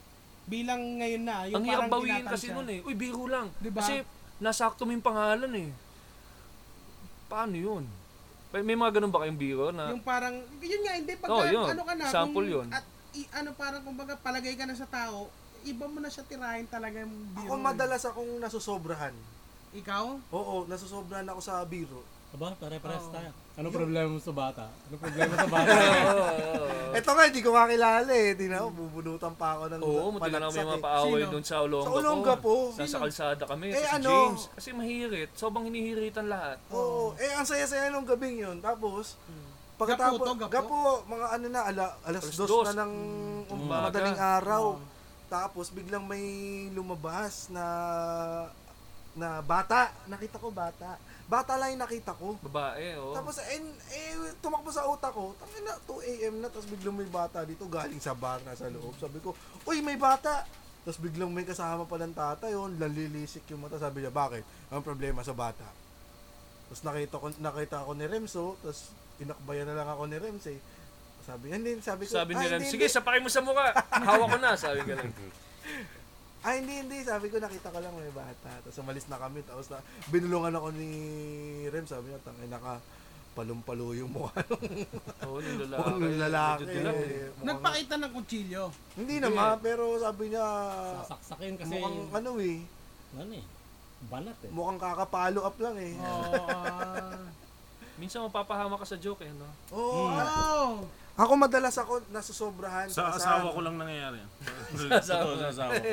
S2: Bilang ngayon na, yung
S5: Ang hirap
S2: parang
S5: bawiin
S2: tinatansya.
S5: kasi nun eh. Uy, biro lang.
S2: Diba?
S5: Kasi nasakto mo yung pangalan eh. Paano yun? May, may mga ganun ba kayong biro na...
S2: Yung parang, yun nga, hindi, pagka,
S5: Oh, yun.
S2: ano ka na,
S5: Sample yun.
S2: At, i- ano, parang, kumbaga, palagay ka na sa tao, iba mo na siya tirahin talaga yung biro. eh.
S3: Ako madalas akong nasusobrahan.
S2: Ikaw?
S3: Oo, nasusobrahan ako sa biro.
S4: Aba, pare-pares tayo. Ano problema mo sa bata? Ano problema [LAUGHS] sa bata?
S3: Ito nga, hindi ko kakilala eh. Di na, bubunutan pa ako ng
S5: Oo, mo tinanong
S3: palaksak
S5: may mga
S3: eh.
S5: paaway
S2: Sino?
S5: doon sa Olongapo.
S3: Sa Olongapo.
S5: Nasa
S3: Sino?
S5: kalsada kami.
S3: Eh,
S5: Eh,
S3: ano?
S5: James. Kasi mahirit. Sobrang hinihiritan lahat.
S3: Oo, eh ang saya-saya nung gabing yun. Tapos, pagkatapos,
S2: Gapo to,
S3: gapo,
S2: gapo?
S3: mga ano na, ala, alas
S5: Hmm. Alas
S3: dos,
S5: dos. Hmm.
S3: na ng um,
S5: Umaga. Hmm.
S3: madaling araw. Tapos, biglang may lumabas na na bata. Nakita ko bata. Bata lang yung nakita ko.
S5: Babae, oh. oo.
S3: Tapos, eh, eh, tumakbo sa utak ko, tangin na, 2 a.m. na, tapos biglang may bata dito, galing sa bar na sa loob. Sabi ko, uy, may bata! Tapos biglang may kasama pa ng tata yun, lalilisik yung mata. Sabi niya, bakit? Ang problema sa bata. Tapos nakita ko, nakita ako ni Remso, tapos tinakbayan na lang ako ni Rems eh. Sabi, hindi, sabi ko,
S5: sabi
S3: "Ah,
S5: nila,
S3: hindi,
S5: sige,
S3: hindi."
S5: sapakin mo sa
S3: [LAUGHS]
S5: mukha. Hawak ko na, sabi ka lang.
S3: Ay, hindi, hindi. Sabi ko, nakita ko lang may bata. Tapos umalis na kami. Tapos na, binulungan ako ni Rem. Sabi niya, tangin na ka. Palumpalo yung mukha [LAUGHS]
S5: Oo, nung lalaki.
S3: ng lalaki.
S5: Medyo dilag eh.
S3: Mukhang-
S2: Nagpakita ng kutsilyo.
S3: Hindi naman, pero sabi niya,
S4: Sasaksakin kasi,
S3: mukhang ano eh,
S4: ano eh, banat eh.
S3: mukhang kakapalo up lang eh.
S2: Oo. ah.
S5: Minsan mapapahama ka sa joke eh, no?
S3: Oo. ah.
S2: Oo.
S3: Ako madalas ako nasusobrahan
S7: [LAUGHS] Sa asawa ko lang nangyayari. yan. Sa totoo, sa asawa ko.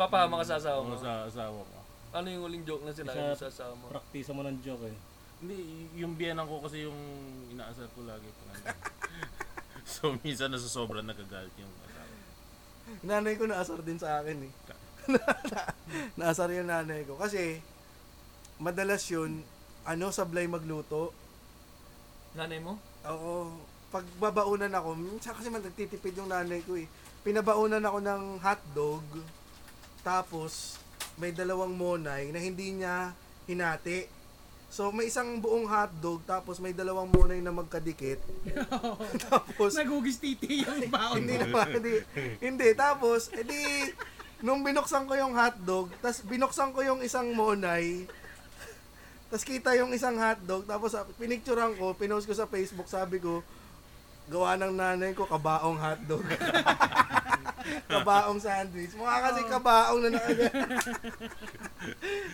S5: Papahama ka sa asawa mo.
S7: Ano sa asawa ko.
S5: Ano yung huling joke na sila sa
S4: Isa-
S5: asawa mo?
S4: Praktisa mo ng joke eh.
S7: Hindi, y- yung biyanan ko kasi yung inaasar ko lagi. pinangalan. so, minsan nasa sobrang nagagalit yung asawa.
S3: Nanay ko naasar din sa akin eh. [LAUGHS] naasar yung nanay ko. Kasi, madalas yun, ano, sablay magluto.
S5: Nanay mo?
S3: Oo, pagbabaunan ako, minsan kasi man nagtitipid yung nanay ko eh. Pinabaunan ako ng hotdog, tapos may dalawang monay na hindi niya hinati. So may isang buong hotdog, tapos may dalawang monay na magkadikit. tapos
S2: Nagugis titi yung baon
S3: Ah, hindi
S2: mo.
S3: naman, hindi. Hindi, tapos, edi, nung binuksan ko yung hotdog, tapos binuksan ko yung isang monay, tapos kita yung isang hotdog, tapos ah, pinicturean ko, pinost ko sa Facebook, sabi ko, gawa ng nanay ko, kabaong hotdog. [LAUGHS] kabaong sandwich. Mukha kasi kabaong na nakagat. [LAUGHS]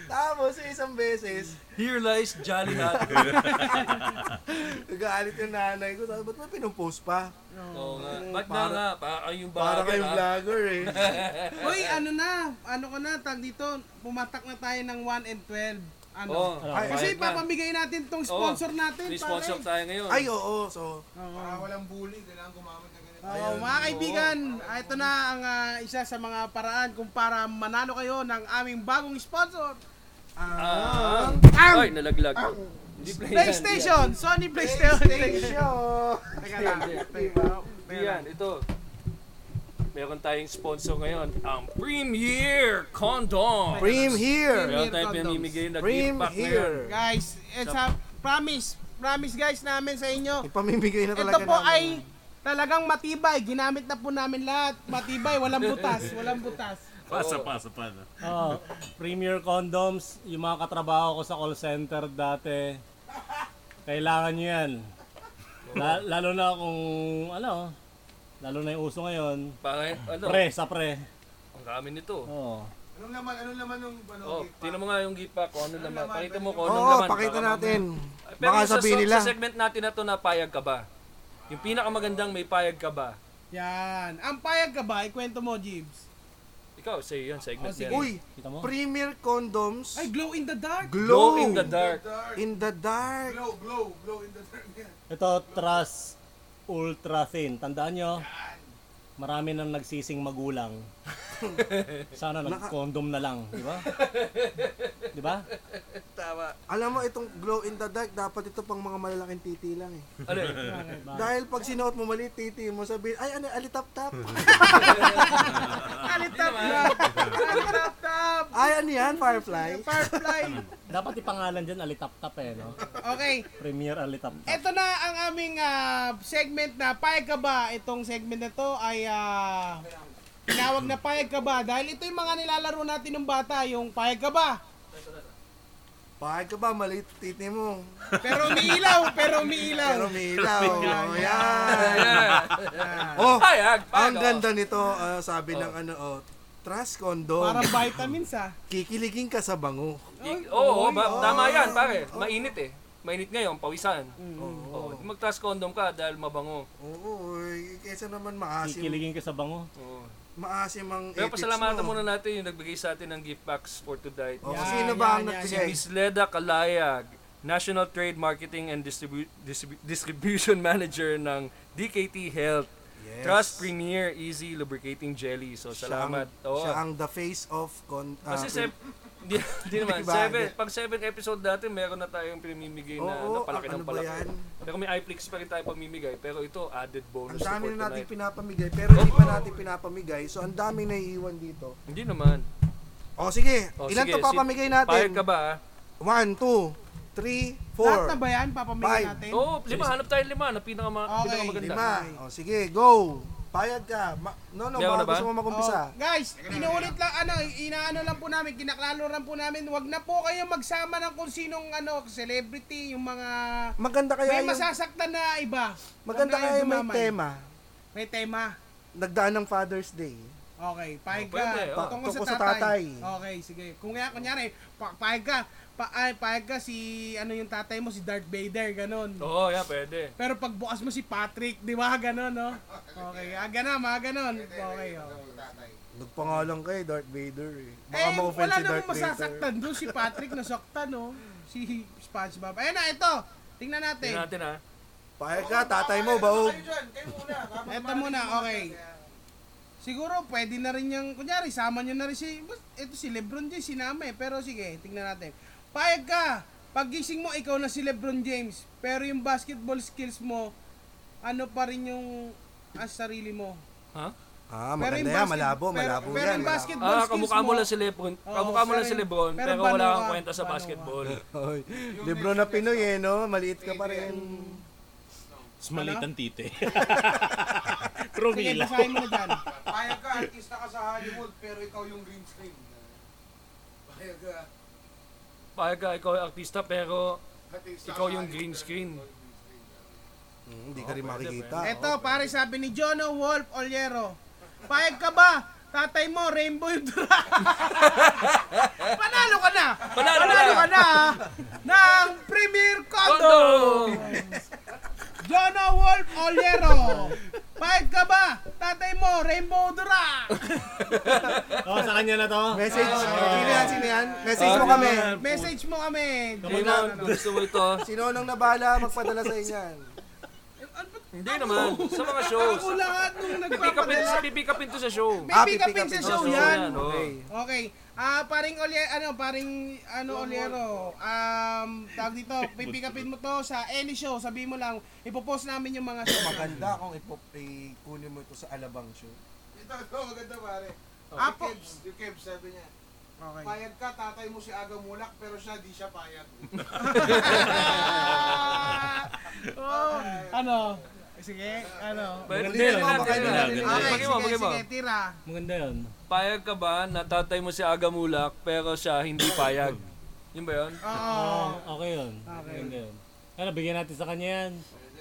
S3: tapos, yung isang beses,
S5: Here lies Jolly Hot.
S3: nagalit yung nanay ko, sabi, ba't mo pinupost pa?
S5: [LAUGHS] Oo nga.
S3: Oo,
S5: Ba't na
S3: para-
S5: nga? Para kayong
S3: Para
S5: bagay, ah.
S3: kayong
S5: ha?
S3: vlogger eh.
S2: Uy, ano na, ano ko na, tag dito, pumatak na tayo ng 1 and 12. Ano?
S5: Oo.
S3: Ay,
S2: Kasi
S5: Bayad Oh, na. Oh,
S2: papamigay natin tong sponsor natin,
S5: May
S2: pare.
S5: sponsor tayo ngayon.
S3: Ay, oo, so,
S2: Oo.
S6: Para walang bully, kailangan gumamit ng ganito.
S2: Oo, mga kaibigan, ah, ito na ang ah, isa sa mga paraan kung para manalo kayo ng aming bagong sponsor,
S5: Ah.
S2: Ang-
S5: Ay, nalaglag.
S3: Ah.
S5: Hindi play yan,
S2: PlayStation, Sony PlayStation.
S3: PlayStation!
S2: Teka lang, teka lang.
S5: Hindi yan, ito. Meron tayong sponsor ngayon, ang Premier Condom.
S3: Prim here!
S5: Meron tayong
S2: Condoms.
S5: pinamimigay na gift
S3: Prim
S5: pack ngayon.
S3: here!
S2: Guys, it's a promise. Promise guys namin sa inyo.
S3: Ipamimigay na talaga
S2: Ito po
S3: namin.
S2: ay talagang matibay. Ginamit na po namin lahat. Matibay, walang butas, walang butas.
S7: Pasa, pasa, pasa.
S4: Oh, Premier Condoms, yung mga katrabaho ko sa call center dati, kailangan nyo yan. La- lalo na kung, ano, lalo na yung uso ngayon,
S5: Para, ano,
S4: pre, sa pre.
S5: ang dami nito.
S4: Oo.
S6: Anong laman, anong laman ng ano,
S5: Oh,
S6: gift
S5: tingnan mo nga yung gift pack, kung ano naman. Pakita mo kung
S3: Oo,
S5: ano naman.
S3: pakita
S5: Baka
S3: natin.
S5: Ay, Pero
S3: Baka
S5: sa,
S3: sabihin
S5: so-
S3: nila.
S5: sa segment natin na to na payag ka ba? Yung pinakamagandang may payag ka ba?
S2: Yan. Ang payag ka ba? Ikwento mo, Jibs.
S5: Ikaw, sa'yo yun, segment yan.
S3: Uy,
S4: Kita mo?
S3: Premier Condoms
S2: Ay, glow in the dark.
S5: Glow
S3: glow,
S5: in the dark.
S6: Dark,
S3: In the dark.
S6: glow, glow, glow in the dark. Yan.
S4: Ito, Trust Ultra Thin. Tandaan nyo, marami nang nagsising magulang. Sana nag-condom na lang, di ba? Di ba?
S3: Alam mo, itong glow in the dark, dapat ito pang mga malalaking titi lang eh.
S5: Ano
S3: [LAUGHS]
S5: yun?
S3: Dahil pag sinuot mo mali titi mo, sabihin, ay ano, alitap-tap. [LAUGHS]
S2: Alitap na. Alitap tap.
S3: ay ano yan, Firefly?
S2: Firefly.
S4: Dapat ipangalan dyan, alitap-tap eh, no?
S2: Okay.
S4: Premier alitap-tap.
S2: Ito na ang aming ah, segment na payag ka ba? Itong segment na to ay ah, tinawag na payag ka ba? Dahil ito yung mga nilalaro natin ng bata, yung payag ka ba?
S3: Bakit ka ba, mali titi mo?
S2: Pero
S3: [LAUGHS]
S2: umiilaw, pero umiilaw.
S3: Pero may ilaw. oh, yan. Oh,
S5: Payag! Payag!
S3: ang
S5: oh.
S3: ganda nito, ah, sabi ng ano, oh, trust condom.
S2: Parang vitamins ah.
S3: Kikiligin ka sa bango.
S5: I- Oo, oh, tama yan, pare. Mainit eh. Mainit ngayon, pawisan.
S3: Mm.
S5: Oo. Oh, Mag-trust condom ka dahil mabango.
S3: Oo, eh, kesa naman maasim.
S4: Kikiligin ka sa bango.
S5: Oo.
S3: Maasim ang
S5: Pero
S3: ethics
S5: pasalamatan
S3: mo.
S5: muna natin yung nagbigay sa atin ng gift packs for tonight.
S3: Oh,
S2: Yan,
S3: sino ba ang
S2: yan, yan,
S5: Si
S3: nagbigay?
S5: Miss Leda Kalayag, National Trade Marketing and Distribu- Distribu- Distribution [LAUGHS] Manager ng DKT Health.
S3: Yes.
S5: Trust Premier Easy Lubricating Jelly. So,
S3: Siya
S5: salamat.
S3: ang-
S5: Oo.
S3: Siya ang the face of... Con- ah,
S5: Kasi seven, [LAUGHS] di, di naman,
S3: Diba?
S5: seven, pag seven episode dati, meron na tayong pinamimigay na,
S3: Oo,
S5: na palaki
S3: ang
S5: ng
S3: ano ba
S5: palaki.
S3: yan?
S5: Pero may iFlix pa rin tayo pamimigay, pero ito added
S3: Ang
S5: bonus
S3: dami
S5: support
S3: na natin
S5: tonight.
S3: pinapamigay, pero hindi pa natin pinapamigay. So, ang dami na iiwan dito.
S5: Hindi naman.
S3: O, sige.
S5: O,
S3: Ilan
S5: sige,
S3: to papamigay natin?
S5: Payag ka ba? ah?
S3: One, two, three,
S2: Lahat
S3: four,
S2: na ba yan? Papamigay
S3: Five. Oh,
S2: natin?
S5: Oo, lima. Hanap tayo lima na pinakama,
S2: Okay,
S5: pinakamaganda.
S3: lima. O, sige, go. Payag ka. Ma- no, no,
S5: Meron
S3: baka
S5: na ba?
S3: gusto mo magumpisa.
S2: Oh, guys, inuulit lang ano, inaano lang po namin, kinaklalo lang po namin. Wag na po kayo magsama ng kung sinong ano, celebrity, yung mga
S3: Maganda kaya
S2: may
S3: yung,
S2: masasaktan na iba. Wag
S3: maganda
S2: na kayo
S3: kaya may
S2: dumamay.
S3: tema.
S2: May tema.
S3: Nagdaan ng Father's Day.
S2: Okay, pahig
S5: Oh,
S2: ka.
S5: pwede, oh.
S2: Tungkol
S3: Tungkol
S2: sa
S3: sa
S2: tatay.
S3: tatay.
S2: Okay, sige. Kung kaya, kunyari, pa- pahig ka. Pa- ay, pahig ka si, ano yung tatay mo, si Darth Vader, ganun.
S5: Oo, yeah, pwede.
S2: Pero pag bukas ah, mo si Patrick, di ba? Ganun, no? Okay, aga na, mga ganun. Okay, okay.
S6: Tatay.
S3: Nagpangalan kay Darth Vader eh. Baka
S2: Eh,
S3: ma-offend
S2: wala
S3: si Darth
S2: namang
S3: Vader.
S2: masasaktan doon. Si Patrick nasaktan, oh. Si SpongeBob. Ayun na, ito. Tingnan
S5: Tingnan
S2: natin.
S5: natin ha.
S3: Pahayag ka, tatay mo, baog.
S6: Kayo dyan, kayo muna. habang
S2: Eto
S6: marinig
S2: muna,
S6: mo na
S2: okay.
S6: yan.
S2: Siguro, pwede na rin yung, kunyari, sama nyo na rin si, bas- ito si Lebron James, sinama eh. Pero sige, tingnan natin. Payag ka, pagising mo, ikaw na si Lebron James. Pero yung basketball skills mo, ano pa rin yung as sarili mo.
S3: Ah, maganda
S2: Pero yung
S3: yan,
S2: basket-
S3: malabo,
S2: pero-
S3: malabo yan. malabo.
S2: pero yung basket- Basketball
S5: Ah,
S2: skills
S5: kamukha mo
S2: mo.
S5: lang si Lebron.
S2: Oo,
S5: kamukha mo lang
S2: pero-
S5: si Lebron,
S2: pero
S5: pero, wala
S2: banuwa,
S5: kang kwenta sa
S2: banuwa.
S5: basketball.
S3: [LAUGHS] Hoy, libro na Pinoy eh, no? Maliit ka pa rin.
S4: Mas maliit ang
S5: [LAUGHS]
S4: [LAUGHS] tite. Trumila.
S2: Sige, basahin mo na dyan.
S6: Payag ka, artista ka sa Hollywood, pero ikaw yung green screen. Payag ka.
S5: Pag ah, ikaw ay artista pero
S6: artista ka
S5: Ikaw
S6: sa
S5: yung
S6: Hollywood,
S5: green
S6: pero
S5: screen.
S6: ikaw yung green screen.
S3: Hmm, Hindi ka rin
S5: pwede,
S3: makikita.
S5: pwede.
S2: Eto, pare, sabi ni Jono Wolf Oliero. Payag ka ba? Tatay mo, rainbow yung
S5: [LAUGHS]
S2: dura. Panalo ka na!
S5: Panalo
S2: Panalo
S5: ka na!
S2: ka na! ah, ng Premier Condo!
S5: Kondo!
S2: Jono Wolf Oliero. Payag ka ba? Tatay mo, rainbow dura.
S5: [LAUGHS]
S4: Oh, sa kanya na to. Ah,
S3: Message, sino yan, sino yan? Message mo kami.
S2: Message mo kami.
S5: Raymond, gusto mo
S3: [LAUGHS]
S5: ito?
S3: Sino nang nabahala magpadala sa inyan?
S5: Hindi naman, sa mga shows.
S2: Ako lahat nung
S5: Pipick upin,
S2: nagpapadala.
S5: pipick upin to sa show.
S2: [LAUGHS] May
S3: Ah,
S2: pick
S3: pipick
S2: upin
S3: upin
S2: sa
S3: sa
S2: show
S5: show
S2: yan.
S5: yan, oo.
S2: Okay. Okay. Ah, paring Olye, ano, paring ano Oliero. Um, tawag [LAUGHS] dito, pipick upin mo to sa any show. Sabihin mo lang, ipopost namin yung mga [LAUGHS] show.
S3: Maganda kung ipop- ikunin mo ito sa Alabang Show.
S6: Ito, ito, maganda pare.
S2: Apo.
S6: Yung Kebs, yung Kebs, sabi niya.
S2: Okay.
S6: Payag ka, tatay mo si Aga Mulak, pero siya di siya payag.
S2: oh, ano? Sige, ano?
S5: Pwede
S3: Magaling
S5: natin.
S3: naman, magaling
S5: natin.
S4: natin.
S2: Okay,
S5: Pagin mo,
S2: sige,
S5: pagin mo.
S2: sige, tira.
S4: Maganda yun.
S5: Payag ka ba na tatay mo si Aga Mulak pero siya hindi payag? Yun ba
S3: Oh,
S5: yun?
S2: Oo.
S4: Ah, Okay yun.
S2: Ah. Okay.
S4: Maganda yun. Ano, bigyan natin sa kanya yan.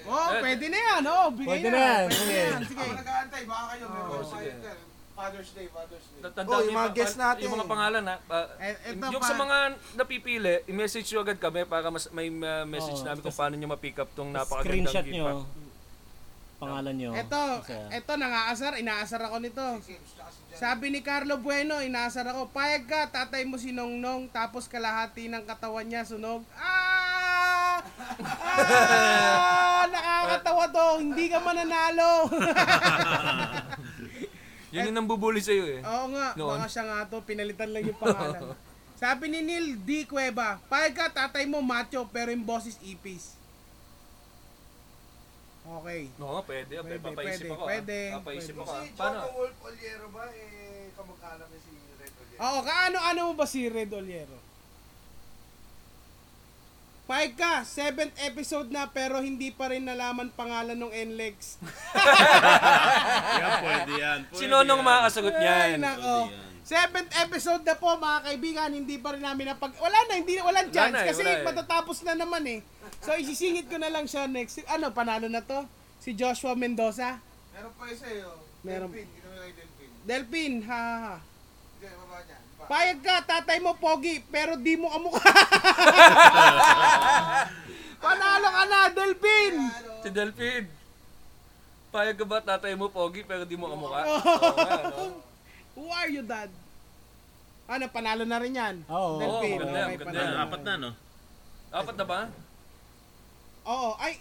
S2: Oh, pwede na yan. Oh, bigay
S4: Pwede na yan,
S2: Pwede na
S4: sige.
S2: yan. Sige.
S6: Ako nag-aantay, baka kayo, meron
S5: sige.
S6: payag ka. eh. Father's Day, Father's Day.
S5: Tatandaan
S3: Oh, yung
S5: niyo
S3: mga
S5: pa-
S3: guest natin.
S5: Yung mga pangalan ha. Ah, Pa-
S2: Eh, eto
S5: yung
S2: pa.
S5: sa mga napipili, i-message nyo agad kami para mas, may uh, message
S4: Oo,
S5: namin kung paano nyo ma-pick up tong napakagandang
S4: Screenshot
S5: gift pack.
S4: nyo. Pangalan nyo.
S2: Ito,
S4: Kasi-
S2: ito nangaasar, inaasar ako nito.
S6: Kebs, tsaka si Jan.
S2: Sabi ni Carlo Bueno, inaasar ako, payag ka, tatay mo si Nongnong, tapos kalahati ng katawan niya sunog. Ah! Ah! Nakakatawa to, hindi ka mananalo.
S5: Yun yung nambubuli sa'yo eh.
S2: Oo nga,
S5: Noon.
S2: baka siya nga to, pinalitan lang yung pangalan. Sabi ni Neil D. Cueva, payag ka, tatay mo macho, pero yung boses ipis. Okay.
S5: Oo nga, pwede.
S2: Pwede,
S5: Pwede, papaisip
S2: pwede,
S5: ako. ah.
S2: pwede,
S5: Papaisip
S2: pwede.
S5: ako. ah.
S6: Si
S5: Paano?
S6: John Wolf Oliero ba, eh, kamag-anak niya si Red Oliero.
S2: Oo, kaano-ano mo ba si Red Oliero? Pahig ka, 7th episode na pero hindi pa rin nalaman pangalan ng NLEX.
S9: Yan, pwede yan.
S2: ah.
S9: Pwede
S5: Sino nung
S9: yan.
S5: makakasagot
S2: Ay,
S5: niyan?
S2: nako. 7th oh, episode na po mga kaibigan, hindi pa rin namin napag... Wala na, hindi, walang
S5: Wala
S2: chance
S5: na eh,
S2: kasi
S5: wala eh.
S2: matatapos na naman eh. So isisingit ko na lang siya next. Ano, panalo na to? Si Joshua Mendoza?
S6: Meron pa isa eh, oh.
S2: Meron.
S6: Delphin, ginawa niya kay Delphin.
S2: Delpin, ha ha ha.
S6: Hindi, baba niya. ano Ba-
S2: Payag ka, tatay mo pogi, pero di mo kamukha. Panalo ka na, Delpin!
S5: Si Delphine. Payag ka ba tatay mo pogi pero di mo
S2: [LAUGHS]
S5: kamukha? oh.
S2: Who are you, dad? Ano, panalo na rin yan?
S4: Oo.
S2: Delphin.
S5: Oo, maganda,
S2: okay,
S5: maganda.
S2: panalo na.
S9: Apat na, no?
S5: Apat na ba?
S2: Oo, ay,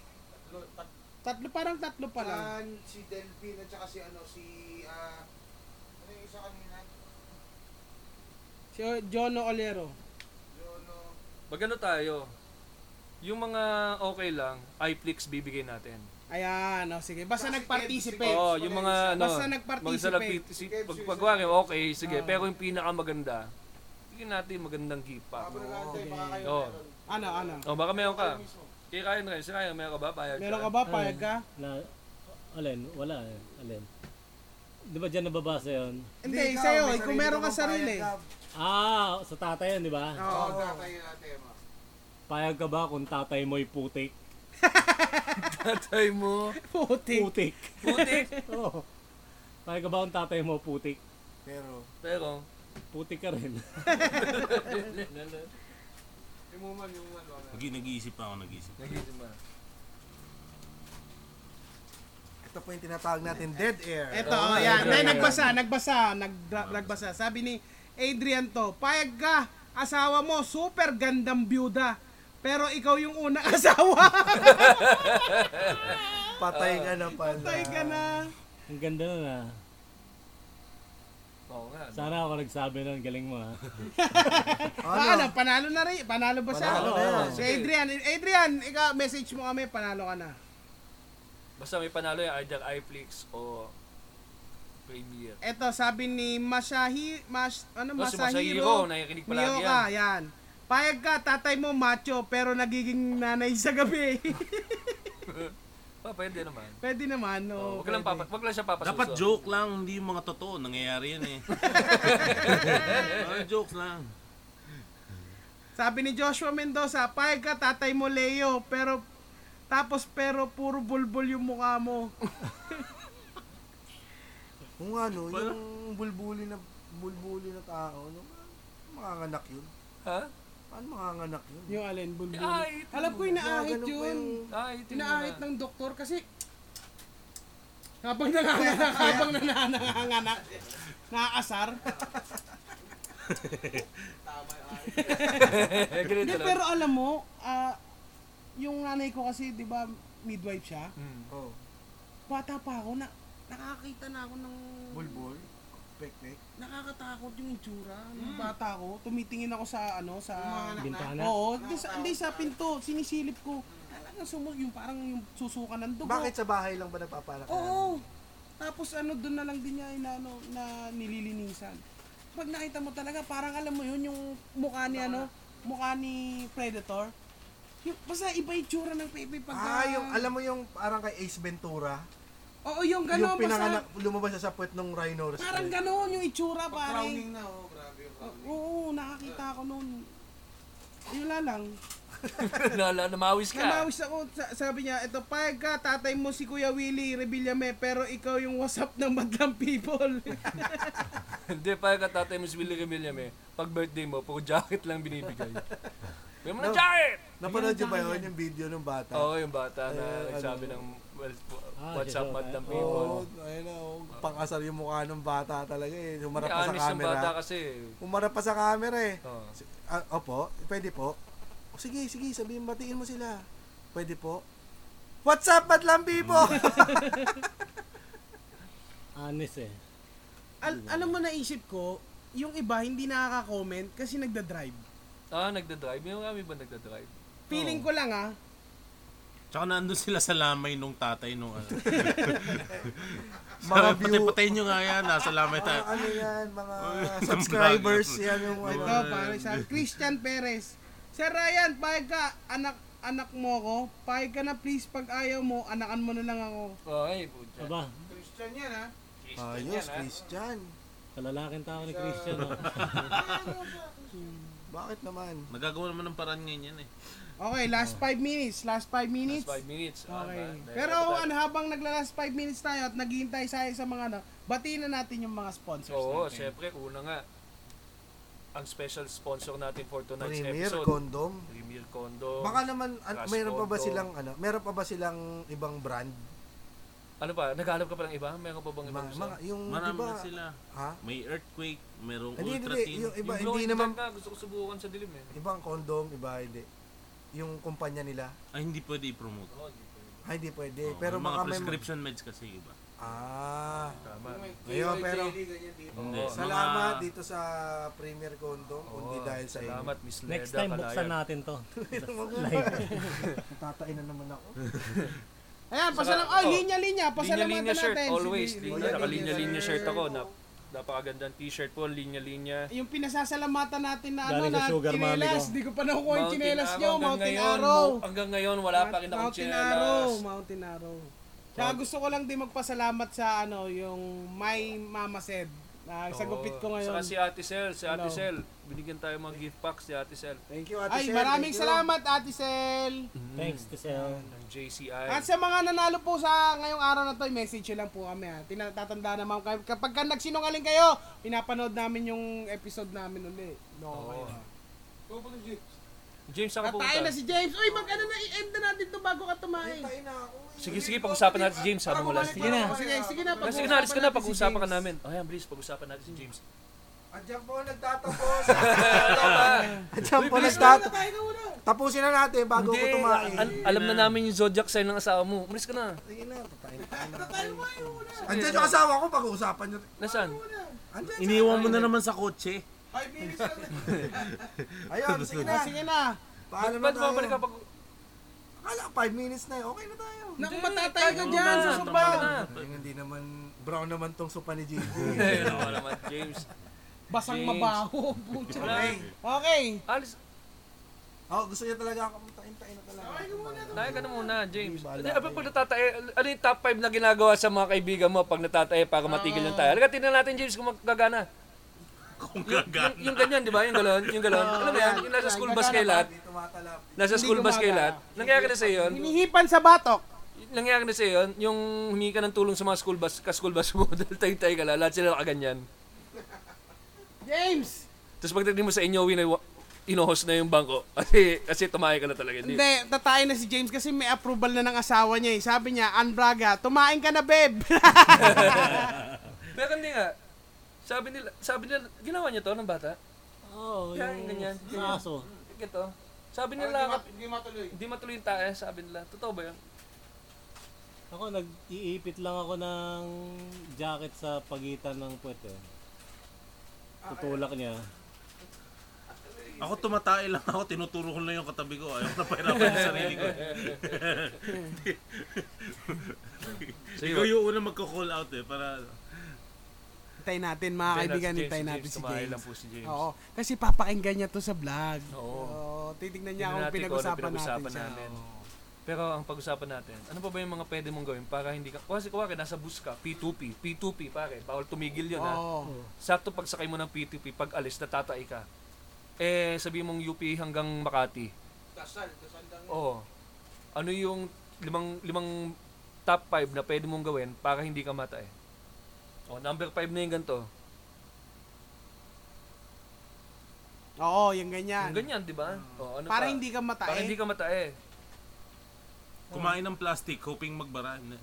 S6: Ano, tat-
S2: tatlo, parang tatlo pala.
S6: Jan, si Delphin, at saka si ano, si, ah, ano yung isa kanina?
S2: Si Jono Olero.
S6: Jono.
S5: Magano tayo? Yung mga okay lang, iFlix bibigay natin.
S2: Ayan, oh, sige. Basta nag-participate.
S5: Oo, yung mga ano,
S2: Basta nag-participate.
S5: magsalapit- si, pag, pagwari, okay, sige.
S2: Ah.
S5: Pero yung pinakamaganda, bigyan natin magandang gift pack.
S6: Habang nag-aantay, baka kayo
S5: Oo.
S6: meron.
S2: Ano, ano?
S5: Oh, baka meron ka. Kay Ryan Ryan, si Ryan, meron ka ba? Payag
S2: Meron ka ba? Payag ka?
S4: Na, alin? Wala eh. Alin? Di ba dyan nababasa yun?
S2: Hindi,
S3: ikaw,
S2: sa'yo.
S3: may
S2: eh, Kung meron ka
S3: kang
S2: sarili.
S3: payag ka.
S4: Ah, sa tatay yun, di ba?
S6: Oo, tatay na tema.
S4: Payag ka ba kung tatay mo'y putik?
S5: Tatay mo.
S2: [LAUGHS] Putik.
S4: Putik.
S5: Putik.
S4: [LAUGHS] Oo. Payag ka ba kung tatay mo putik?
S3: Pero,
S5: Pero,
S4: Putik ka rin. [LAUGHS]
S6: Yung woman, yung ano, ano.
S7: Nag- Nag-iisip pa ako, nag-iisip.
S5: nagiging ba?
S3: Ito po yung tinatawag natin dead air.
S2: Eto, oh, yan. Nay, nagbasa, nagbasa, nagdra- nagbasa. Sabi ni Adrian to, payag ka, asawa mo, super gandang byuda. Pero ikaw yung unang [LAUGHS] asawa.
S3: Patay ka na pala.
S2: Patay ka na.
S4: Ang ganda ah. na na.
S5: Oo nga. no?
S4: Sana ako nagsabi nun, galing mo ha.
S2: Paano? Ah, ano, Panalo na rin. Panalo ba siya?
S3: Ano? Panalo na yan.
S2: Si Adrian, Adrian, ikaw, message mo kami, panalo ka na.
S5: Basta may panalo yung either iFlix o Premiere.
S2: Eto, sabi ni Masahi, Mas, ano,
S5: Tapos yung
S2: Masahiro.
S5: Masahiro, nakikinig palagi
S2: Mio ka,
S5: yan.
S2: yan. Payag ka, tatay mo macho, pero nagiging nanay sa gabi. [LAUGHS]
S5: Pa, pwede naman.
S2: pwede naman, no?
S5: Oh, wag lang
S2: pwede.
S5: papa, wag lang siya papasuso.
S7: Dapat joke lang, hindi yung mga totoo. Nangyayari yan eh. [LAUGHS] Mga jokes lang.
S2: Sabi ni Joshua Mendoza, payag ka, tatay mo Leo, pero tapos pero puro bulbul yung mukha mo.
S3: Kung ano, yung bulbuli na bulbuli na tao, no? Makanganak yun.
S5: Ha? [LAUGHS]
S3: Paano makanganak yun?
S2: Yung alin, bulbul.
S5: Ay, ito.
S2: Alam ko inaahit
S3: Gaganon pa
S2: yun.
S5: Ay, ito.
S2: Inaahit ng doktor kasi habang nanganganak, habang nanganganak, naaasar. Hindi, pero alam mo, ah, yung nanay ko kasi, di ba, midwife siya,
S3: Oh,
S2: bata pa ako, na, nakakita na ako ng...
S3: bulbul, pekpek.
S2: nakakatakot yung itsura ng bata ko. Tumitingin ako sa ano, sa
S4: Bintana?
S2: Oo, hindi sa, hindi sa pinto, sinisilip ko. Talagang sumog yung parang yung susuka ng dugo.
S3: Bakit sa bahay lang ba nagpapalak?
S2: Oo. Tapos ano doon na lang din niya inano na nililinisan. Pag nakita mo talaga parang alam mo yun yung mukha ni ano, mukha ni Predator. Yung, basta iba yung tsura ng Pepe pag
S3: Ah, yung, alam mo yung parang kay Ace Ventura?
S2: Oo, yung
S3: yung
S2: gano'n
S3: pinanganak,
S2: basta
S3: lumabas siya sa puwet ng rhinoceros.
S2: parang gano'n yung itsura pare.
S6: Crowning na, oh, grabe yung crowning.
S2: Oo, nakakita ko noon. Yun na lang.
S5: Nala, namawis ka.
S2: Namawis ako. Sa- sabi niya, ito payag ka, tatay mo si Kuya Willie Revillame, pero ikaw yung WhatsApp ng Madlang People.
S5: Hindi, parang katatay mo si Willie Camilla eh. Pag birthday mo, puro jacket lang binibigay. Bigyan mo ng jacket!
S3: Napanood niyo ba yun yung video ng bata?
S5: Oo, yung
S3: Eh,
S5: bata na nagsabi ng well, what's up,
S4: siya daw,
S5: madam
S4: eh.
S5: people.
S3: ano? Oo, ayun na, oh, pang-asar yung mukha ng bata talaga eh. Humarap
S5: Hindi,
S3: pa sa
S5: honest ng bata
S3: camera.
S5: kasi. eh.
S3: Humarap pa sa camera eh.
S5: Oo.
S3: Ah, opo, pwede po. O, sige, sige, sabihin, batiin mo sila. Pwede po. What's up, Madlang People?
S4: [LAUGHS]
S3: [LAUGHS]
S4: Honest eh.
S2: [LAUGHS] Al- alam mo, naisip ko, yung iba hindi nakaka-comment kasi nagda-drive.
S5: Ah, nagda-drive. Yung kami ba nagda-drive?
S2: Feeling ko lang ah.
S7: Tsaka nandun sila sa lamay nung tatay nung ano.
S3: mga
S7: Mga
S3: view,
S7: Pati-patayin nyo nga yan, nasa lamay
S3: mga
S7: tayo.
S3: ano yan, mga subscribers, yan yung ano.
S2: Ito, pare, [LAUGHS] sa Christian Perez. Sir Ryan, payag ka, anak anak mo ko. Payag ka na please pag ayaw mo, anakan mo na lang ako.
S5: Ay, puta.
S4: Aba,
S6: Christian yan, ah. ha?
S3: ano. Ayos,
S5: ah.
S3: Christian.
S4: kalalaking tao ni Christian. [LAUGHS] ah.
S3: Bakit naman?
S7: Nagagawa naman ng paraan ngayon yan eh.
S2: Okay, last 5 minutes. Oh. Last 5 minutes.
S5: Five minutes. Ah,
S2: Okay.
S5: ba- dahil
S2: Pero
S5: dapat-
S2: ano, habang nagla-last 5 minutes tayo at naghihintay tayo sa mga ano, batiin na natin yung mga sponsors
S5: Oo,
S2: natin.
S5: syempre, una nga. Ang special sponsor natin for tonight's
S3: Premier,
S5: episode.
S3: condom.
S5: Premier Condo.
S3: Baka naman, an-
S5: Gas
S3: mayroon pa ba
S5: condom.
S3: silang, ano, mayroon pa ba silang ibang brand?
S5: Ano pa? Naghanap ka pa ng iba? Meron pa bang ibang
S3: Mga,
S5: gusto?
S3: mga yung, di
S7: Marami
S3: ba?
S7: na sila.
S3: Ha?
S7: May earthquake,
S3: Oh,
S7: merong
S3: diba? Hindi,
S7: ultra
S3: hindi,
S7: thin.
S3: yung iba,
S5: Yung
S3: hindi
S5: glow in the
S3: naman,
S5: dark nga, gusto ko subukan sa dilim eh.
S3: ibang condom, iba hindi. Yung kumpanya nila,
S7: Ay, hindi pwede i-promote.
S3: ay hindi pwede.
S7: Oh,
S3: Eh, pero
S7: yung
S3: baka
S7: mga
S3: may,
S7: prescription meds kasi iba.
S3: ah,
S5: Tama.
S3: Ayun, pero-
S6: Jelly, ganyan dito.
S7: Hindi. mga-
S3: Salamat dito sa Premier Condom, kundi
S5: Oo,
S3: dahil sa [LAUGHS]
S5: Salamat, Miss Leda.
S4: Next time,
S5: Kalayan.
S4: buksan natin [LAUGHS] to.
S3: inyo. Tatain na naman ako.
S2: Ayan, pasalam.
S5: Saka-
S2: Oh,
S5: oh,
S2: linya-linya. Pasalamatan
S5: Linya-linya shirt,
S2: natin. si
S5: always.
S2: Lin-
S5: Linya,
S3: Linya-linya
S5: Nakalinya-linya shirt ako. Nap napakagandang t-shirt po, linya-linya.
S2: Yung pinasasalamatan natin na ano
S4: Galing sa
S2: na
S4: sugar mommy
S2: chinelas.
S4: ko.
S2: Di ko pa nakukuha yung chinelas nyo.
S5: hanggang
S2: Mountain
S5: ngayon,
S2: Arrow.
S5: mo- Hanggang ngayon, wala pa rin akong
S2: Mountain Arrow.
S5: chinelas.
S2: Mountain Arrow. Kaya gusto ko lang din magpasalamat sa ano, yung My Mama Said. Na sagumpit ko ngayon.
S5: Saka si Ate Sel, si Ate
S2: Hello.
S5: Sel. Binigyan tayo mga gift packs si Ate Sel.
S3: Thank you, Ate
S2: Ay,
S3: Sel.
S2: maraming
S3: Thank you. [LAUGHS]
S2: salamat, Ate Sel.
S4: Thanks to Sel.
S5: Ng JCI.
S2: At sa mga nanalo po sa ngayong araw na to, message nyo lang po kami ha. Tinatatanda naman kayo. Kapag ka nagsinungaling kayo, pinapanood namin yung episode namin ulit. No,
S5: Oo.
S2: kayo.
S6: Go, Blue Jays.
S5: James, saan ka
S2: Tayo na
S5: pupunta?
S2: si James. Uy, mag ano na, i-end na natin to bago ka tumain.
S3: Tayo na ako. eh.
S5: Sige, sige, pag-usapan natin si James habang wala si
S2: Sige na.
S6: eh,
S2: Sige,
S6: ah.
S2: sige na.
S5: Kasi inalis ka Ah, na,
S2: natin si
S5: pag-usapan ka
S2: James.
S5: namin. Oh, yan, please, pag-usapan natin si James.
S3: At dyan po
S2: [LAUGHS]
S3: nagtatapos. At dyan po nagtatapos.
S2: Tayo na muna.
S3: Tapusin na natin bago ko tumain.
S5: al- alam na namin yung zodiac sign ng asawa mo. Umalis ka na.
S3: Sige na, tatayin tayo. Andiyan yung asawa ko, pag-uusapan nyo.
S5: Nasaan?
S3: Andiyan.
S9: Iniwan mo na naman sa kotse.
S6: Five minutes lang.
S3: [LAUGHS] Ayun, sige na.
S2: Sige na.
S3: Paalam na Ano
S5: Ba't
S3: tayo.
S5: babalik ka pag...
S3: Akala, 5 minutes na eh. Okay na tayo.
S2: Naku, matatay ka dyan.
S5: na,
S2: Susubang.
S5: tama na.
S3: Ayun, hindi naman, brown naman tong sopa ni JJ.
S5: Eh, ano ka naman, James.
S2: Basang
S5: James.
S2: mabaho. Pucha.
S5: Wala.
S2: Okay.
S5: Alis,
S3: oh, gusto niya talaga ako putain-tain na talaga.
S5: tayo ka na muna, James. Hindi, abang
S3: eh.
S5: pag natatae, ano yung top 5 na ginagawa sa mga kaibigan mo pag natatae para matigil
S3: Ah.
S5: yung tayo? Halika, tingnan natin, James, kung magagana.
S7: Kung
S5: Yung,
S7: gagana.
S5: yung ganyan, di ba? Yung galon, yung galon.
S3: Ah,
S5: Alam mo yan, yung nasa school bus kayo lahat.
S3: Hindi tumatalap.
S5: Nasa school bus kayo lahat. Nangyayari na sa'yo yun.
S2: Hinihipan sa batok.
S5: Nangyayari na sa'yo yun, yung humingi ka ng tulong sa mga school bus, ka-school bus [LAUGHS] mo, dahil tayo-tayo ka lang, lahat sila nakaganyan.
S2: James!
S5: Tapos pagdating mo sa inyo, win, inohost na yung bangko. Kasi, kasi tumayo ka na talaga. Hindi.
S2: Hindi, tatay na si James kasi may approval na ng asawa niya eh. Sabi niya, Anbraga, tumain ka na, babe!
S5: Pero hindi nga, sabi nila, sabi nila, ginawa niya to ng bata?
S4: Oo,
S5: Kaya yung ganyan.
S4: Oh, sa aso.
S5: Ganito. Sabi
S6: Hindi
S5: nila,
S6: ma- Hindi matuloy.
S5: hindi matuloy yung tae, sabi nila. Totoo ba yun?
S4: Ako, nag-iipit lang ako ng jacket sa pagitan ng puwet eh. Tutulak niya.
S9: Ako tumatae lang ako, tinuturo ko lang yung katabi ko. Ayaw ko na pahirapan yung sarili ko. Ikaw yung unang magko-call out eh, para...
S2: Itay natin, mga kaibigan, itay natin si
S5: Kumain lang
S2: James.
S5: po si James.
S2: Oo, kasi papakinggan niya to sa vlog.
S5: Oo.
S2: Oo, titignan
S5: Tingnan
S2: niya kung
S5: natin
S2: pinag-usapan
S5: kung ano
S2: natin
S5: pinag-usapan
S2: siya.
S5: natin.
S2: Oo.
S5: Pero ang pag-usapan natin, ano pa ba yung mga pwede mong gawin para hindi ka... Kasi kawaki, nasa bus ka, P2P, P2P, pare. Bawal tumigil yun, ha?
S2: Oo.
S5: Sakto pagsakay mo ng P2P, pag alis, natatay ka. Eh, sabi mong UP hanggang Makati.
S6: Dasal. Dasal lang.
S5: Oo. Ano yung limang, limang top 5 na pwede mong gawin para hindi ka matay? O, number 5 na yung ganito.
S2: Oo, yung ganyan.
S5: Yung ganyan, di ba? O, ano
S2: Para
S5: pa?
S2: hindi ka matae.
S5: Para hindi ka matay.
S9: Kumain ng plastic, hoping magbara.
S5: Eh.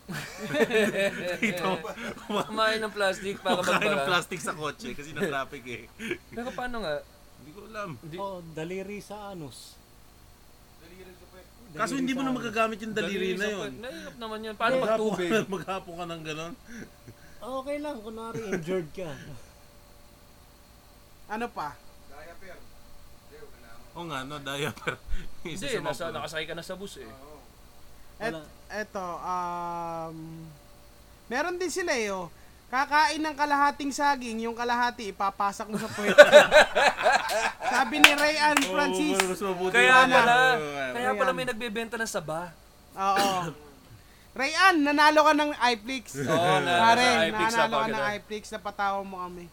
S9: Dito,
S5: [LAUGHS]
S9: kumain
S5: Kumain ng plastic para
S9: ng
S5: magbara.
S9: plastic sa kotse kasi na traffic eh.
S5: Pero paano nga?
S9: Hindi ko alam.
S5: Di-
S4: Oo, Oh, daliri sa anus.
S9: Kaso hindi mo na magagamit yung daliri na
S5: sa-
S9: yun.
S5: Nahirap naman yun. Paano pag
S9: Maghapo
S7: [LAUGHS]
S5: tubig?
S9: ka, maghapo ka ng ganon.
S4: Ah, Okay lang, kunwari injured ka.
S2: Ano pa?
S9: O nga, no, diaper. [LAUGHS] Isa sa mga
S5: Hindi, nasa,
S9: pala.
S5: nakasakay ka na sa bus eh.
S2: Et,
S4: Wala.
S2: eto, um, meron din sila eh, oh. Kakain ng kalahating saging, yung kalahati ipapasak mo sa
S5: [LAUGHS]
S2: puwet. Sabi ni Rayan Francis.
S9: Mas mabuti
S5: Kaya
S9: yung-
S5: pala,
S9: Oo,
S5: kaya pala may nagbebenta ng saba.
S2: Oo. Rayan, nanalo ka ng iFlix.
S5: [LAUGHS] Oo, na-
S2: Pare,
S5: na iFlix na
S2: nanalo ka
S5: pagod
S2: ng
S5: na.
S2: iFlix, napatawa mo kami.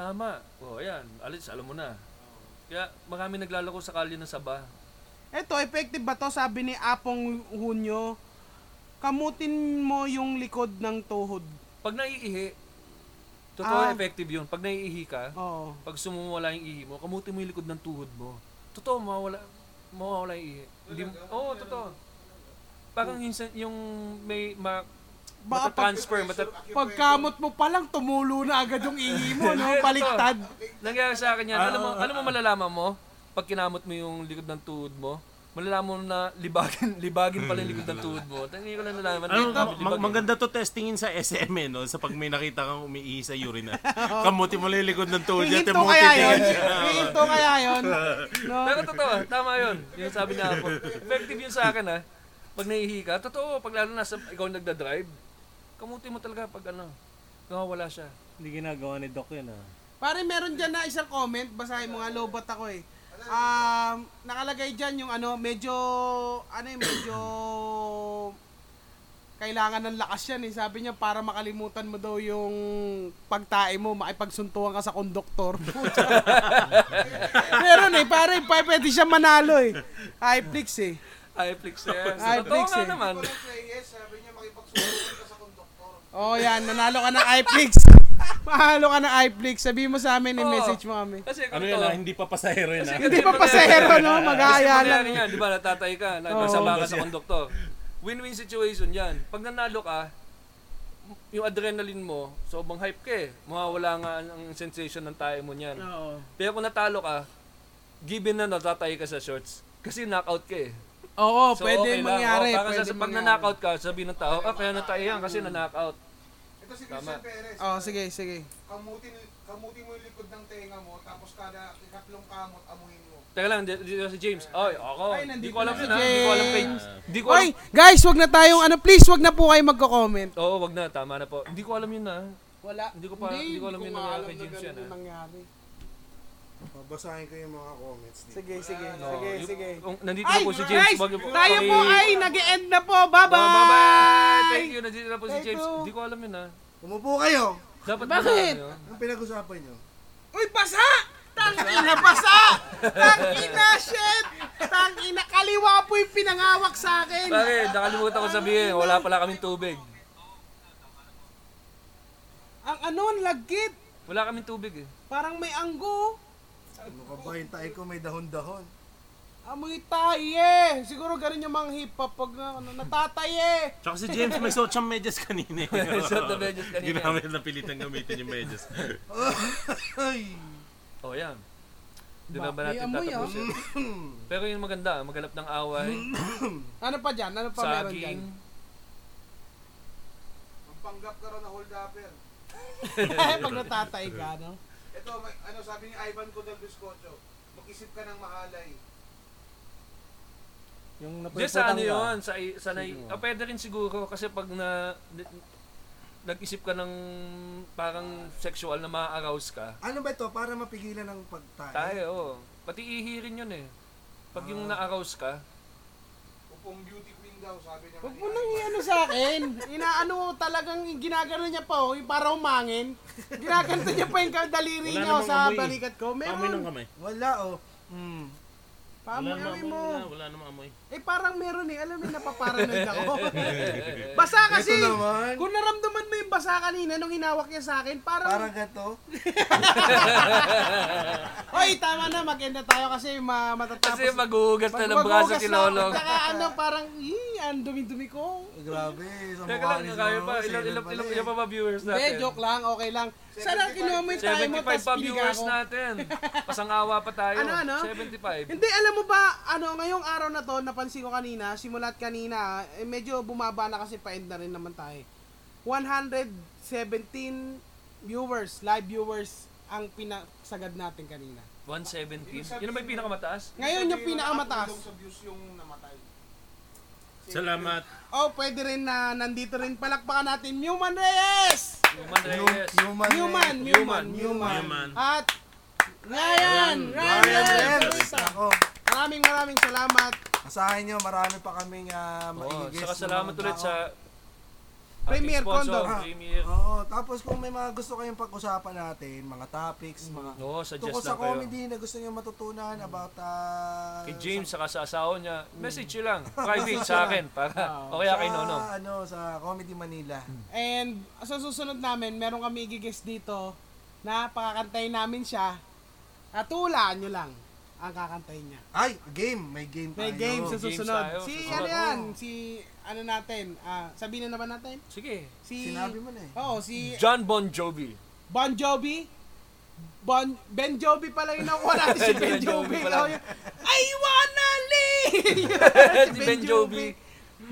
S5: Tama. O, oh, ayan. Alis, alam mo na. Kaya marami naglalako sa kalye ng saba.
S2: Eto, effective ba to? Sabi ni Apong Hunyo, kamutin mo yung likod ng tuhod.
S5: Pag naiihi, totoo
S2: Ah.
S5: effective yun. Pag naiihi ka,
S2: Oo.
S5: pag sumuwala yung ihi mo, kamutin mo yung likod ng tuhod mo. Totoo, mawawala, mawawala yung ihi. Hindi, oo, totoo. Parang yung, sa- yung may ma,
S2: Baka pag-
S5: transfer mata,
S2: Pagkamot mo palang, tumulo na agad yung ihi mo,
S5: [LAUGHS]
S2: no?
S5: Yes,
S2: Baliktad.
S5: Nangyari sa akin yan.
S9: Ah.
S5: Alam mo, alam mo malalaman mo, pag kinamot mo yung likod ng tuhod mo, malalaman mo na libagin, [LAUGHS] libagin pala yung likod ng tuhod mo. Hindi ko lang nalaman.
S9: Hmm. Ano,
S5: Dito,
S9: mag-
S5: libagin.
S9: maganda to testingin sa SM eh, no? Sa pag may nakita kang umiihi sa urina. Kamuti mo lang yung likod ng tuhod niya,
S2: Hihinto
S9: temuti
S2: kaya
S9: niya.
S2: yun? Hihinto kaya yun? No?
S5: Pero totoo, tama
S4: [LAUGHS]
S5: yun. Yung sabi na ako. Effective yun sa akin ha. Pag nahihi ka, totoo, pag lalo na sa, ikaw ang nagda-drive, kamuti mo talaga pag ano, nawawala siya.
S4: Hindi ginagawa ni Doc yun ah.
S2: Pare, meron dyan na isang comment. Basahin mo nga, lobot ako eh. Um, nakalagay dyan yung ano, medyo, ano eh, medyo, kailangan ng lakas yan eh. Sabi niya, para makalimutan mo daw yung pagtae mo, makipagsuntuhan ka sa konduktor. [LAUGHS] meron eh, pare, pa- pwede siya manalo eh. Iflix eh.
S5: Iflix yan.
S2: Ay,
S5: Totoo
S2: flex,
S5: nga
S2: eh.
S5: naman.
S6: Yes, sabi niya makipagsusunod ka sa konduktor.
S2: Oh, yan. Nanalo ka ng [LAUGHS] iFlix. Mahalo ka ng iFlix. Sabi mo sa amin, i-message mo kami.
S5: Kasi kung
S4: Ano
S5: ito,
S4: yun ah, hindi pa pasahero yun ah.
S2: Hindi pa pasahero, no? Mag-aaya
S5: Kaya
S2: lang.
S5: lang yan, di ba, natatay ka, nagsama ka sa konduktor. Win-win situation yan. Pag nanalo ka, yung adrenaline mo, sobrang hype ka eh. Mawawala nga ang sensation ng tayo mo niyan.
S2: Oo.
S5: Pero kung natalo ka, given na natatay ka sa shorts, kasi knockout ka eh.
S2: Oo,
S5: So,
S2: pwede
S5: okay lang.
S2: mangyari.
S5: Oh, parang
S2: pwede
S5: sa, pag
S2: mangyari.
S5: na-knockout ka, sabi ng tao, ah, kaya natay yan kasi na-knockout.
S6: Ito si Christian Perez.
S2: Oo, Oh, sige, sige.
S6: Kamutin, kamutin mo yung likod ng tenga mo, tapos kada ikatlong kamot, amuhin mo.
S5: Teka lang, di- dito si James. Ay, ako.
S2: Ay,
S5: Di
S2: nandito
S5: ko alam
S2: na si
S5: yun ah. Di ko alam kay...
S2: James.
S5: Di ko alam.
S2: Oy, guys, wag na tayong ano, please, wag na po kayo magko-comment.
S5: Oo, wag na. Tama na po. Hindi ko alam yun ah.
S2: Wala.
S5: Hindi ko pa- hindi ko alam yung
S2: nga
S5: nangyari kay
S2: na
S5: James yan,
S2: ganun
S5: ah.
S2: nangyari.
S3: Babasahin ko yung mga comments dito.
S2: Sige, sige,
S5: Oo,
S2: sige,
S5: yung-
S2: sige.
S5: Kung nandito
S2: Ay,
S5: na po si James.
S2: guys,
S5: wag niyo
S2: tayo po
S5: sorry.
S2: ay nag-e-end na po.
S5: Oh, Bye-bye!
S2: Bye-bye!
S5: Thank you. Nandito na po si
S2: Thank
S5: James.
S2: you.
S5: Hindi ko alam yun ah.
S3: Umupo kayo.
S5: Dapat oh.
S2: Bakit?
S5: na-
S3: Anong pinag-usapan nyo?
S2: Uy, basa! Tangina, basa! Tangina, shit! Tangina, kaliwa po yung pinangawak sa akin.
S5: Bakit? Nakalimutan ko sabihin. Wala pala kaming tubig.
S2: Ang ano, ang lagkit.
S5: Wala kaming tubig eh. [LAUGHS]
S2: Parang may anggo.
S3: Mukha ba yung tayo ko may dahon-dahon?
S2: Amoy taye. Siguro ganun yung mga hip hop pag ano, natataye.
S9: Tsaka si James, may suot siyang medyas kanina. eh. [LAUGHS]
S5: Suot na medyas kanina.
S9: Ginamit na pilitan gamitin yung medyas.
S3: Ay!
S5: Oh, yan. Doon na ba
S2: Ba- may
S5: natin
S2: amoy, ah.
S5: tatapusin? [LAUGHS] Pero yung maganda, magalap ng
S2: [LAUGHS]
S5: away,
S2: Ano pa dyan? Ano pa meron dyan?
S5: saging,
S6: Magpanggap ka raw na hold upper.
S2: [LAUGHS] pag natatay ka, no?
S6: Ito, may, ano sabi ni Ivan Codal Biscocho, mag-isip ka ng mahalay.
S4: Yung
S5: Di sa
S4: napuputang
S5: ano
S4: ka.
S5: yun, sa, sa na, ah, pwede rin siguro kasi pag na, nag-isip ka ng parang sexual na ma-arouse ka,
S3: Ano ba ito? Para mapigilan ng pagtayo?
S5: tayo, oo. pati ihi rin yun eh. Pag yung
S3: Ah.
S5: na-arouse ka,
S6: Upong beauty queen daw, sabi niya.
S2: Huwag mo nang iano sa akin. Inaano talagang ginagano niya pa oh, yung para umangin. Ginaganto niya pa yung daliri
S9: Wala
S2: niya oh,
S9: namang
S2: sa
S9: amoy.
S2: balikat ko.
S9: Amoy ng
S2: Meron.
S9: kamay.
S3: Wala oh.
S9: Wala
S2: Pamoy
S9: namang
S2: amoy
S9: amoy.
S2: mo.
S9: Wala, wala namang amoy.
S2: Eh parang meron eh. Alam mo, napaparanoid ako. basa kasi.
S3: Ito naman.
S2: Kung naramdaman mo yung basa kanina nung hinawak niya sa akin, parang,
S3: Parang ganito.
S2: Hoy, tama na, mag-end na tayo kasi ma- matatapos.
S5: kasi maghuhugas na ng braso
S2: maghuhugas
S5: si
S2: na ako,
S5: Lolo.
S2: Tsaka ano, parang, ii, ang dumi-dumi ko.
S3: Grabe. Sa
S5: Teka
S3: mukha
S5: lang,
S3: ni
S5: kaya pa,
S3: Lolo,
S5: ilang,
S3: sinin
S5: ilang,
S3: pala
S5: ilang,
S3: eh.
S5: ilang pa ba viewers
S2: Hindi,
S5: natin?
S2: joke lang, okay lang. Sana kinuha mo yung time mo,
S5: 75
S2: tapos
S5: pa
S2: pinig
S5: viewers
S2: ako. [LAUGHS]
S5: natin. Pasangawa pa tayo.
S2: Ano, ano?
S5: 75.
S2: Hindi, alam mo ba, ano, ngayong araw na to, napansin ko kanina, simulat kanina, eh, medyo bumaba na kasi pa-end na rin naman tayo. 117 viewers, live viewers, ang pinasagad natin kanina.
S5: 117. Yun ang may pinakamataas?
S2: Ngayon yung pinakamataas.
S6: Sa views yung namatay.
S9: Salamat.
S2: Oh, pwede rin na nandito rin palakpakan natin Newman Reyes!
S5: Human Reyes.
S3: Human.
S2: Newman, Newman, Newman.
S9: Newman.
S2: At Ryan, Ryan,
S3: Ryan
S2: Ryan.
S3: Lenz. Ako.
S2: Maraming maraming salamat.
S3: Asahin nyo, marami pa kaming uh,
S5: Oo,
S3: maigis.
S5: Oh, saka salamat
S3: mga
S5: ulit sa ating
S2: Premier
S5: sponsor,
S2: Condor.
S3: Ah,
S5: Premier.
S3: Oo, tapos kung may mga gusto kayong pag-usapan natin, mga topics, mga
S5: Oo, Mm. suggest
S3: tungkol sa
S5: Oh, lang kayo.
S3: comedy na gusto nyo matutunan about ah,
S5: Kay James, saka sa asawa niya, message nyo lang. Private sa akin. Para, o kaya
S3: sa,
S5: kay Nono.
S3: sa, ano, sa Comedy Manila.
S2: And sa susunod namin, meron kami igigis dito na pakakantayin namin siya. At tulaan nyo lang ang kakantayin niya.
S3: Ay, game, may game
S2: May
S3: tayo.
S2: game sa
S5: Games
S2: susunod.
S5: tayo,
S2: si
S5: susunod.
S2: ano yan? Si ano natin? Ah, sabihin na naman natin?
S5: Sige.
S2: Si,
S3: Sinabi mo na eh.
S2: Oo, si
S5: John Bon Jovi.
S2: Bon Jovi. Bon, ben Jovi pala yun nakuha natin si Ben
S5: Ben Jovi
S2: Jovi.
S5: pala.
S2: Oh, yun. I wanna live!
S5: Si Ben Jovi.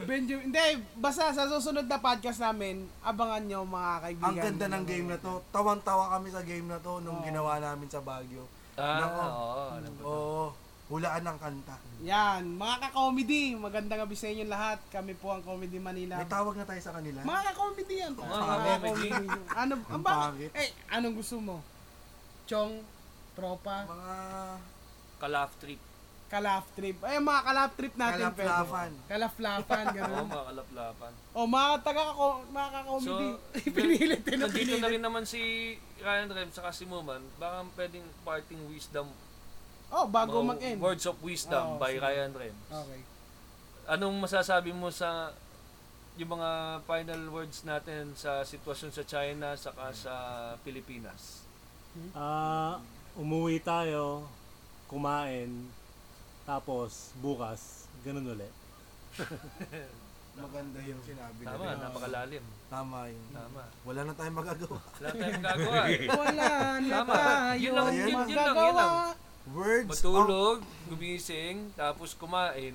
S2: Ben Jovi. Hindi, basta sa susunod na podcast namin, abangan nyo mga kaibigan.
S3: Ang ganda ng game na to. Tawang-tawa kami sa game na to nung ginawa namin sa Baguio.
S5: Ah,
S3: Nako.
S5: oo. alam ko.
S3: Oo, hulaan ng kanta.
S2: Yan, mga ka-comedy. Magandang gabi sa inyo lahat. Kami po ang Comedy Manila.
S3: May tawag na tayo sa kanila.
S2: Mga ka-comedy yan. po.
S5: Mga
S2: Mga
S5: ka-comedy.
S2: ka-comedy. Ano, ang
S3: Ang
S2: bakit?
S3: pangit.
S2: Eh, anong gusto mo? Chong, tropa,
S3: mga
S5: Kalaf trip.
S2: kalaf trip. Ay, mga kalaf trip natin. pwede.
S3: kalaflafan.
S2: Kalaflapan,
S5: Oo,
S2: ganun.
S5: mga kalaplapan.
S2: O, mga taga ko, mga ka-comedy.
S5: So,
S2: [LAUGHS] pinilit eh,
S5: Nandito
S2: napinilit.
S5: na rin naman si Ryan Rev saka si Moman. Baka pwedeng parting wisdom.
S2: Oh, bago
S5: mga
S2: mag-end.
S5: Words of
S2: Oo,
S5: Wisdom by
S2: sige.
S5: Ryan Rev.
S2: Okay.
S5: Anong masasabi mo sa yung mga final words natin sa sitwasyon sa China saka sa Pilipinas.
S4: Ah, umuwi tayo, kumain, tapos bukas, ganun ulit.
S3: Maganda yung sinabi na
S5: Tama,
S3: rin.
S5: napakalalim.
S3: Tama yun.
S5: Tama.
S3: Wala na tayong
S5: [LAUGHS]
S3: magagawa.
S5: Wala tayong gagawa. eh.
S2: Wala
S5: [LAUGHS]
S2: na
S5: Tama. Yun
S2: tayo
S5: lang, yun, yun lang, yun
S2: magagawa.
S5: lang.
S3: Words. of-
S5: Matulog, gumising, tapos kumain.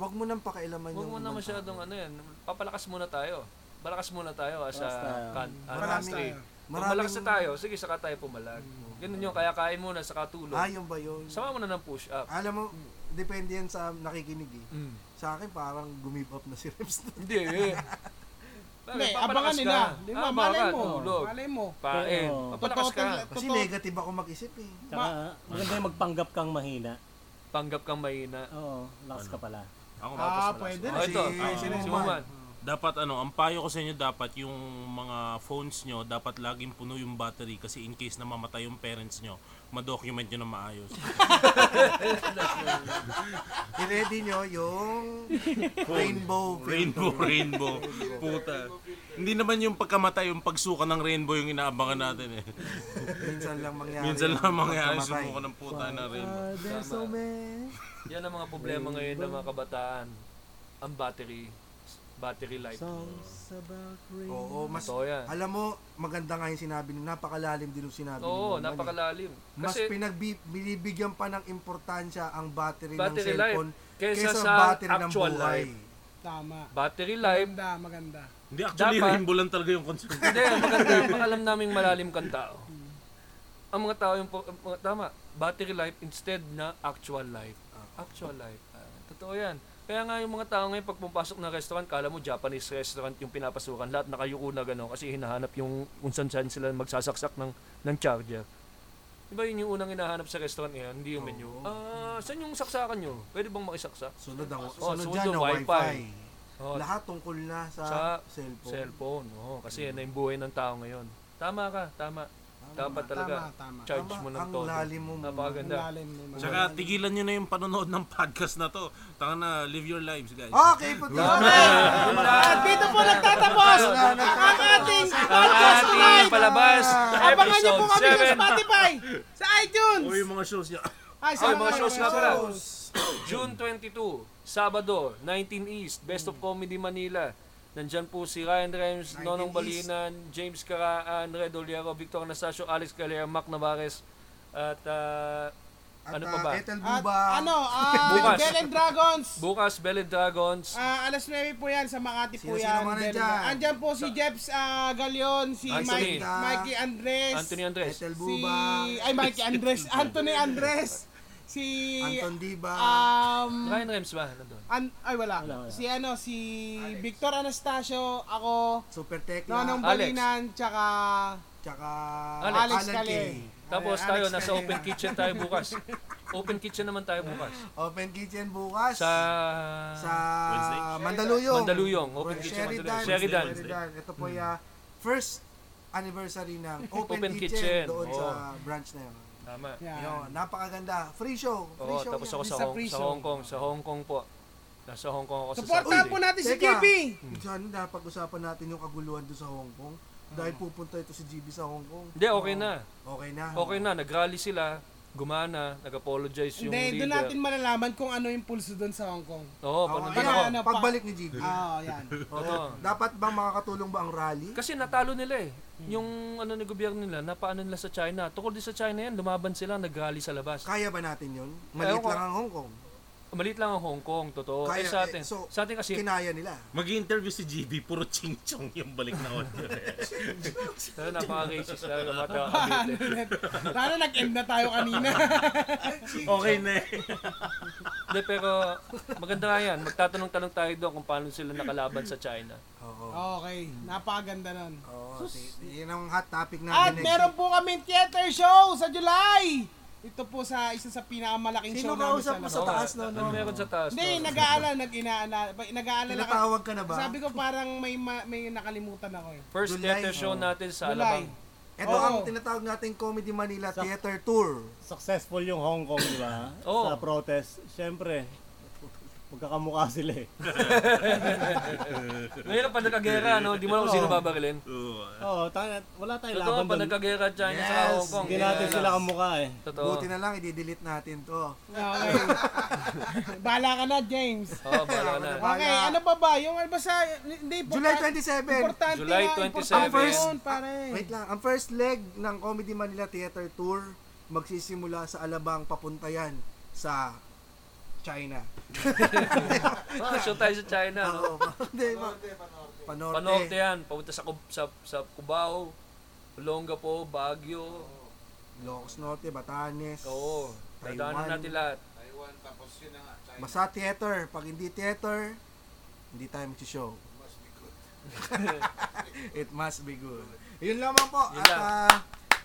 S3: Huwag mo nang pakailaman
S5: Huwag
S3: yung
S5: mo na
S3: ibang
S5: masyadong
S3: tao.
S5: ano yan. Papalakas muna tayo. Balakas muna tayo as a
S4: Balakas tayo.
S5: kan, ah, as a
S3: Maraming-
S5: country. Pag
S3: maraming-
S5: malakas na tayo, sige, saka tayo pumalag. Ganun yun, kaya kain muna, saka tulog.
S3: Ah, yun ba yun?
S5: Sama mo na ng push-up.
S3: Alam mo, depende yan sa nakikinig eh.
S5: Mm.
S3: Sa akin parang gumib up na si [LAUGHS] Reps.
S2: [LAUGHS]
S5: Hindi.
S2: Hindi, abangan nila. Di
S5: Ah,
S2: ba? Malay mo.
S5: Tulog.
S2: Malay mo.
S5: Oh, Pain.
S4: Oo.
S5: Papalakas ka.
S2: Totoo-
S3: Kasi
S2: totoo-
S3: negative ako mag-isip eh.
S4: Tsaka, maganda yung magpanggap kang mahina.
S5: Panggap kang mahina.
S4: Oo, lakas ka pala.
S7: Ako
S2: Ah,
S7: mapas na
S2: pwede
S7: lang.
S2: na.
S5: Oh, ito.
S3: si-
S5: si
S3: si
S5: Muman.
S7: Dapat ano, ang payo ko sa inyo dapat yung mga phones nyo, dapat laging puno yung battery kasi in case na mamatay yung parents nyo, ma-document nyo na maayos.
S3: I-ready nyo
S5: [LAUGHS]
S3: yung rainbow.
S7: [LAUGHS] Rainbow, rainbow. Puta. Hindi naman yung pagkamatay, yung pagsuka ng rainbow yung inaabangan [LAUGHS] natin eh.
S3: Minsan lang mangyari.
S7: Minsan lang mangyari
S3: Pagkamatay.
S7: sumuka ng puta na rainbow.
S3: Ah, there's so many.
S5: Yan ang mga problema ngayon ng mga kabataan. Ang battery. Battery life.
S3: Oo, mas,
S5: Totoo yan.
S3: alam mo, maganda nga yung sinabi nyo. Napakalalim din yung sinabi
S5: Oo,
S3: naman eh.
S5: napakalalim.
S3: Mas
S5: Kasi
S3: pinagbi- binibigyan pa ng importansya ang battery, ng
S5: Battery life
S3: cellphone
S5: kaysa
S3: kaysa,
S5: sa
S3: battery ng
S5: actual
S3: buhay.
S5: life.
S2: Tama.
S5: battery life.
S2: Maganda, maganda.
S7: Hindi, actually,
S5: Dapat-
S7: rainbow lang talaga yung concern.
S5: Hindi, maganda. Pag alam naming malalim kang tao. Ang mga tao yung... po- ang mga- Tama. Battery life instead na actual life. Actual life. Ah, totoo yan. Kaya nga yung mga tao ngayon pag pumapasok ng restaurant, kala mo Japanese restaurant yung pinapasukan. Lahat nakayuko na gano'n kasi hinahanap yung kung saan saan sila magsasaksak ng, ng charger. Diba yun yung unang hinahanap sa restaurant ngayon? Hindi yung menu. Ah, saan yung saksakan nyo? Pwede bang makisaksak?
S3: Sunod ang
S5: Oh,
S3: sunod
S5: sunod
S3: dyan
S5: yung
S3: ang
S5: wifi.
S3: wifi.
S5: Oh,
S3: Lahat tungkol na sa,
S5: Sa
S3: cellphone.
S5: cellphone. Oo, kasi yan na yung buhay ng tao ngayon. Tama ka, tama. Dapat talaga
S2: Tama, tama.
S5: charge
S3: Tama,
S5: mo ng
S3: ang
S5: todo.
S3: lalim mo.
S5: Napakaganda.
S2: Malalim mo. Malalim.
S7: Tsaka tigilan nyo na yung panonood ng podcast na to. Tanga na, live your lives guys.
S3: Okay, puti.
S2: At dito po nagtatapos ang ating podcast
S5: Ating
S2: tonight.
S5: palabas,
S2: Abangan niyo po
S5: episode
S2: kami sa
S5: 7.
S2: Spotify, sa iTunes.
S7: O yung mga shows niya.
S2: Ay,
S5: Ay, mga shows nga pala.
S2: shows.
S5: June 22, Sabado, 19 East, Best of Comedy Manila. Nandyan po si Ryan Rems, Nonong Balinan, James Caraan, Red Oliero, Victor Anastasio, Alex Galera, Mac Navarez, at ah,
S3: At ano
S5: ano pa ba?
S3: Ethel
S2: At uh,
S3: Buba.
S2: ano, ah,
S5: Bukas.
S2: Bell and Dragons.
S5: bukas Bell and Dragons,
S2: Ah, alas 9 po yan sa Makati po
S3: Sino-sino
S2: yan.
S3: mga
S2: Bell and
S3: nandyan?
S2: Dragons. Andyan po si Jeps ah, Galion, si
S5: Anthony.
S2: Mike, Mikey Andres.
S5: Anthony Andres,
S3: Ethel
S2: si
S3: Buba.
S2: ay Mikey
S3: [LAUGHS]
S2: Andres, Anthony Andres, si
S3: Anton Diba.
S2: um
S5: Ryan Rems ba? Nandun.
S2: an, ay wala.
S4: Wala, wala.
S2: Si ano si Victor Anastasio, ako,
S3: Super Tekla.
S2: Nonong
S5: Alex.
S2: Balinan, tsaka
S3: Tsaka
S5: Alex.
S2: Alex
S3: Alan
S2: Kale.
S3: Kay.
S5: Tapos
S2: Alex
S5: tayo,
S2: Kale.
S5: nasa open kitchen tayo bukas. open kitchen naman tayo bukas.
S3: Open Kitchen bukas.
S5: Sa...
S3: sa
S7: Wednesday?
S3: Mandaluyong.
S5: Mandaluyong, open
S3: Or
S5: kitchen
S3: Sheridan.
S5: Mandaluyong.
S3: Sheridan.
S5: Sheridan.
S3: Ito po yung uh, first anniversary ng Open,
S5: Open
S3: kitchen,
S5: Kitchen, Oh.
S3: doon
S5: oo.
S3: sa branch na yun.
S5: Tama.
S2: Yan.
S3: Yun, napakaganda. Free show. Free
S5: Oo,
S3: show
S5: Oh, tapos
S3: yan.
S5: ako sa
S2: Sa
S5: Hong,
S2: free
S5: sa
S2: show.
S5: Hong Kong. Sa Hong Kong po. Nasa Hong Kong ako sa
S2: Supportahan
S5: Saturday.
S2: po natin si
S3: Teka.
S2: JP.
S3: Diyan, napag-usapan natin yung kaguluhan doon sa Hong Kong. Dahil
S5: Hmm.
S3: pupunta ito si GB sa Hong Kong.
S5: Hindi, okay na.
S3: Okay na.
S5: Okay na, nag-rally sila. Gumana, nag-apologize yung
S2: Hindi, doon
S5: leader.
S2: natin malalaman kung ano yung pulso doon sa Hong Kong.
S3: Oh,
S5: Oo, panundan
S2: ayan,
S5: ako.
S2: ano, pa-
S3: pagbalik ni GB.
S2: Oo, yan. [LAUGHS]
S5: Oo.
S3: Dapat ba makakatulong ba ang rally?
S5: Kasi natalo nila eh. Yung ano ni gobyerno nila, napaano nila sa China. Tukol din sa China yan, lumaban sila, nag-rally sa labas.
S3: Kaya ba natin yun? Maliit
S5: Ewan ko.
S3: lang ang Hong Kong.
S5: Malit lang ang Hong Kong, totoo.
S3: Kaya,
S5: eh, sa
S3: eh,
S5: atin,
S3: so,
S5: sa atin kasi,
S3: Kinaya nila.
S7: mag interview si GB, puro ching-chong yung balik na [LAUGHS] audio.
S5: Pero napaka-racist lalo na mga taga-Cavite.
S2: Lalo nag-end na tayo
S3: [LAUGHS]
S2: kanina.
S7: okay na eh.
S5: Hindi, pero maganda nga yan. Magtatanong-tanong tayo doon kung paano sila nakalaban sa China.
S3: Oo.
S2: Oh, Okay, napakaganda nun.
S3: Oo, si- yun ang hot topic natin.
S2: At
S3: next
S2: meron po kami theater show sa July. Ito po sa isa sa pinakamalaking
S3: Sino
S2: show namin
S3: kausap mo
S2: sa labas.
S3: Sa taas
S5: na,
S3: na,
S5: no? Ano Meron sa taas.
S2: Hindi,
S5: no?
S2: nag-aalala, nag-inaalala, nag-aalala ka.
S3: Tinatawag ka na ba?
S2: Sabi ko parang may ma- may nakalimutan ako eh.
S5: First
S3: July.
S5: theater show natin sa
S2: July.
S5: Alabang.
S3: Ito
S2: Oo.
S3: ang tinatawag nating Comedy Manila Theater Tour.
S4: Successful yung Hong Kong, di ba?
S5: Oo.
S4: Sa protest. Siyempre, Magkakamukha sila eh.
S5: Ngayon ang panagkagera, no? Di mo alam kung sino babarilin.
S4: Oo, tanga, wala tayong
S5: Totoo,
S4: laban doon.
S5: panagkagera China sa
S3: Yes,
S5: Hong Kong.
S4: Hindi natin
S5: Yeah.
S4: sila kamukha eh.
S5: Totoo.
S3: Buti na lang, i-delete natin to.
S2: Okay.
S3: [LAUGHS]
S2: Bala ka na, James.
S5: Oo, oh, bahala ka na.
S2: Okay,
S3: Bala.
S2: ano pa ba? Yung ano ba sa... Hindi,
S3: July 27.
S2: important- Importante
S5: July
S2: nga,
S5: 27.
S2: Importante
S3: First-
S2: yun, pare.
S6: eh.
S3: Wait lang, ang first leg ng Comedy Manila Theater Tour magsisimula sa Alabang papunta yan sa
S6: [LAUGHS]
S3: China.
S5: Ah, show tayo sa China,
S3: Oo,
S5: no?
S3: hindi ma-
S6: Panorte, panorte.
S3: Panorte.
S5: Panorte yan, papunta sa, Cub- sa, sa Cubao, Olongapo, Baguio.
S3: Ilocos Norte, Batanes.
S5: Oo,
S3: Taiwan.
S5: dadaanan natin lahat.
S6: Taiwan, tapos yun na nga, China.
S3: Basta theater. Pag hindi theater, hindi tayo mag-show.
S6: Must be good.
S3: [LAUGHS] It must be good. Yun lamang po.
S5: Yun
S3: At
S5: lang.
S3: ah,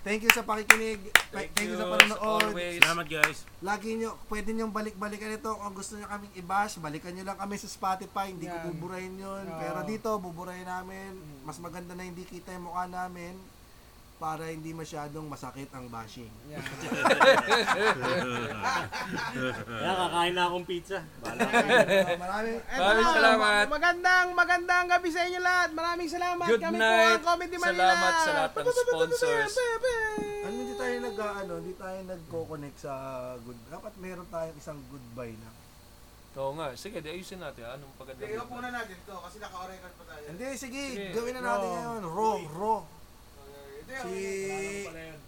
S3: thank you sa pakikinig. Thank, thank you, sa
S5: as
S3: panonood.
S5: always.
S9: Salamat guys.
S3: Lagi nyo, pwede nyo balik-balikan ito. Kung gusto nyo kaming i-bash, balikan nyo lang kami sa Spotify. Hindi
S2: Yan.
S3: ko buburahin yun.
S2: Oo.
S3: Pero dito, buburahin namin. Mas maganda na hindi kita yung mukha namin para hindi masyadong masakit ang bashing.
S2: Yeah.
S4: Kaya kakain na akong pizza. Bahala ka.
S3: So, marami,
S2: Eto
S5: Maraming
S2: na,
S5: salamat.
S2: ma- Magandang, magandang gabi sa inyo lahat. Maraming salamat.
S5: Good
S2: Kami po
S5: night.
S2: ang Comedy Manila.
S5: Salamat sa lahat ng sponsors.
S3: ano, hindi tayo nag ano, hindi tayo nagko-connect sa good. Dapat meron tayong isang goodbye na.
S5: Oo nga, sige, di ayusin natin. Anong paganda?
S6: Hindi, iwan muna natin to kasi naka-record pa tayo.
S3: Hindi, sige,
S5: Sige.
S3: gawin na natin ngayon. Raw, raw.
S6: Hindi,
S3: Si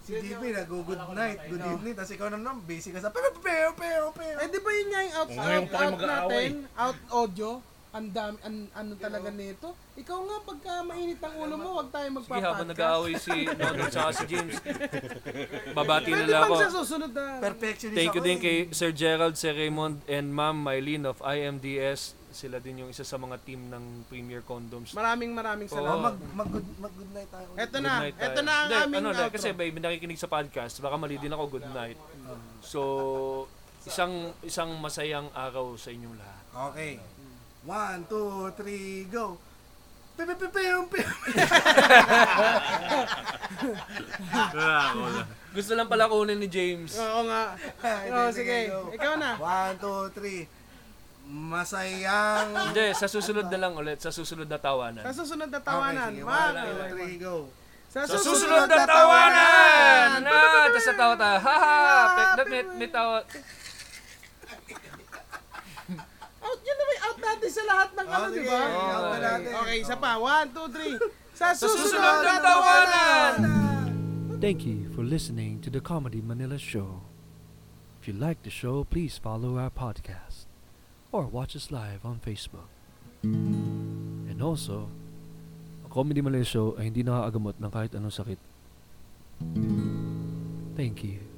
S3: si
S6: Yun
S3: DP nag-go good night, good evening, tapos ikaw naman busy ka sa pero pero pero pero.
S2: Eh di ba yun nga yung out,
S7: ngayon
S2: out,
S7: tayo
S2: out
S7: mag-aaway.
S2: natin? Out audio? Ang dami, an- ano talaga nito? Ikaw nga, pagka mainit ang ulo mo, huwag tayo
S5: Sige, habang
S2: magpapodcast.
S5: nag-aaway
S2: [LAUGHS]
S5: si Nono at si James, babati na
S2: Pwede
S5: lang
S2: bang
S5: ako.
S2: sa susunod na?
S3: Perfectionist
S5: Thank you
S3: ako
S5: din
S3: eh.
S5: kay Sir Gerald, Sir Raymond, and Ma'am Mylene of IMDS. Sila din yung isa sa mga team ng Premier Condoms.
S2: Maraming maraming
S5: Oo.
S3: Ah,
S2: salamat.
S3: Mag mag good mag good night tayo. ulit.
S2: Eto na,
S5: Good night
S2: eto
S5: tayo.
S2: na ang
S5: Hindi,
S2: aming
S5: ano, dahil
S2: outro.
S5: Kasi babe, nakikinig sa podcast, baka mali din ako, good night. So, isang isang masayang araw sa inyong lahat.
S3: Okay. One, two, three, go. Pe pe pe pe- pe.
S5: Gusto lang pala kunin ni James.
S2: Oo nga. Oo, Oh, sige. Ikaw na.
S3: One, two, three. Masayang
S5: Hindi, sa susunod na lang ulit, sa susunud na tawanan.
S2: Sa susunod na tawanan.
S3: Okay, sige.
S2: Ma'am.
S3: One, two, three, go.
S2: Sa
S5: Sa
S2: susunod
S5: susunod na tawanan! Na, tas natawa tayo. Ha ha! Pe- na- May, may tawa.
S2: Out, yun na may out natin sa lahat ng ano, di
S3: sige.
S2: ba?
S3: Out na natin.
S2: Okay, isa pa. One, two, three. Sa
S5: Susunod
S2: susunod
S5: na
S2: na
S5: tawanan!
S1: [LAUGHS] Thank you for listening to the Comedy Manila Show. If you like the show, please follow our podcast or watch us live on Facebook. And also, ang Comedy Manila Show ay hindi nakakagamot ng kahit anong sakit. Thank you.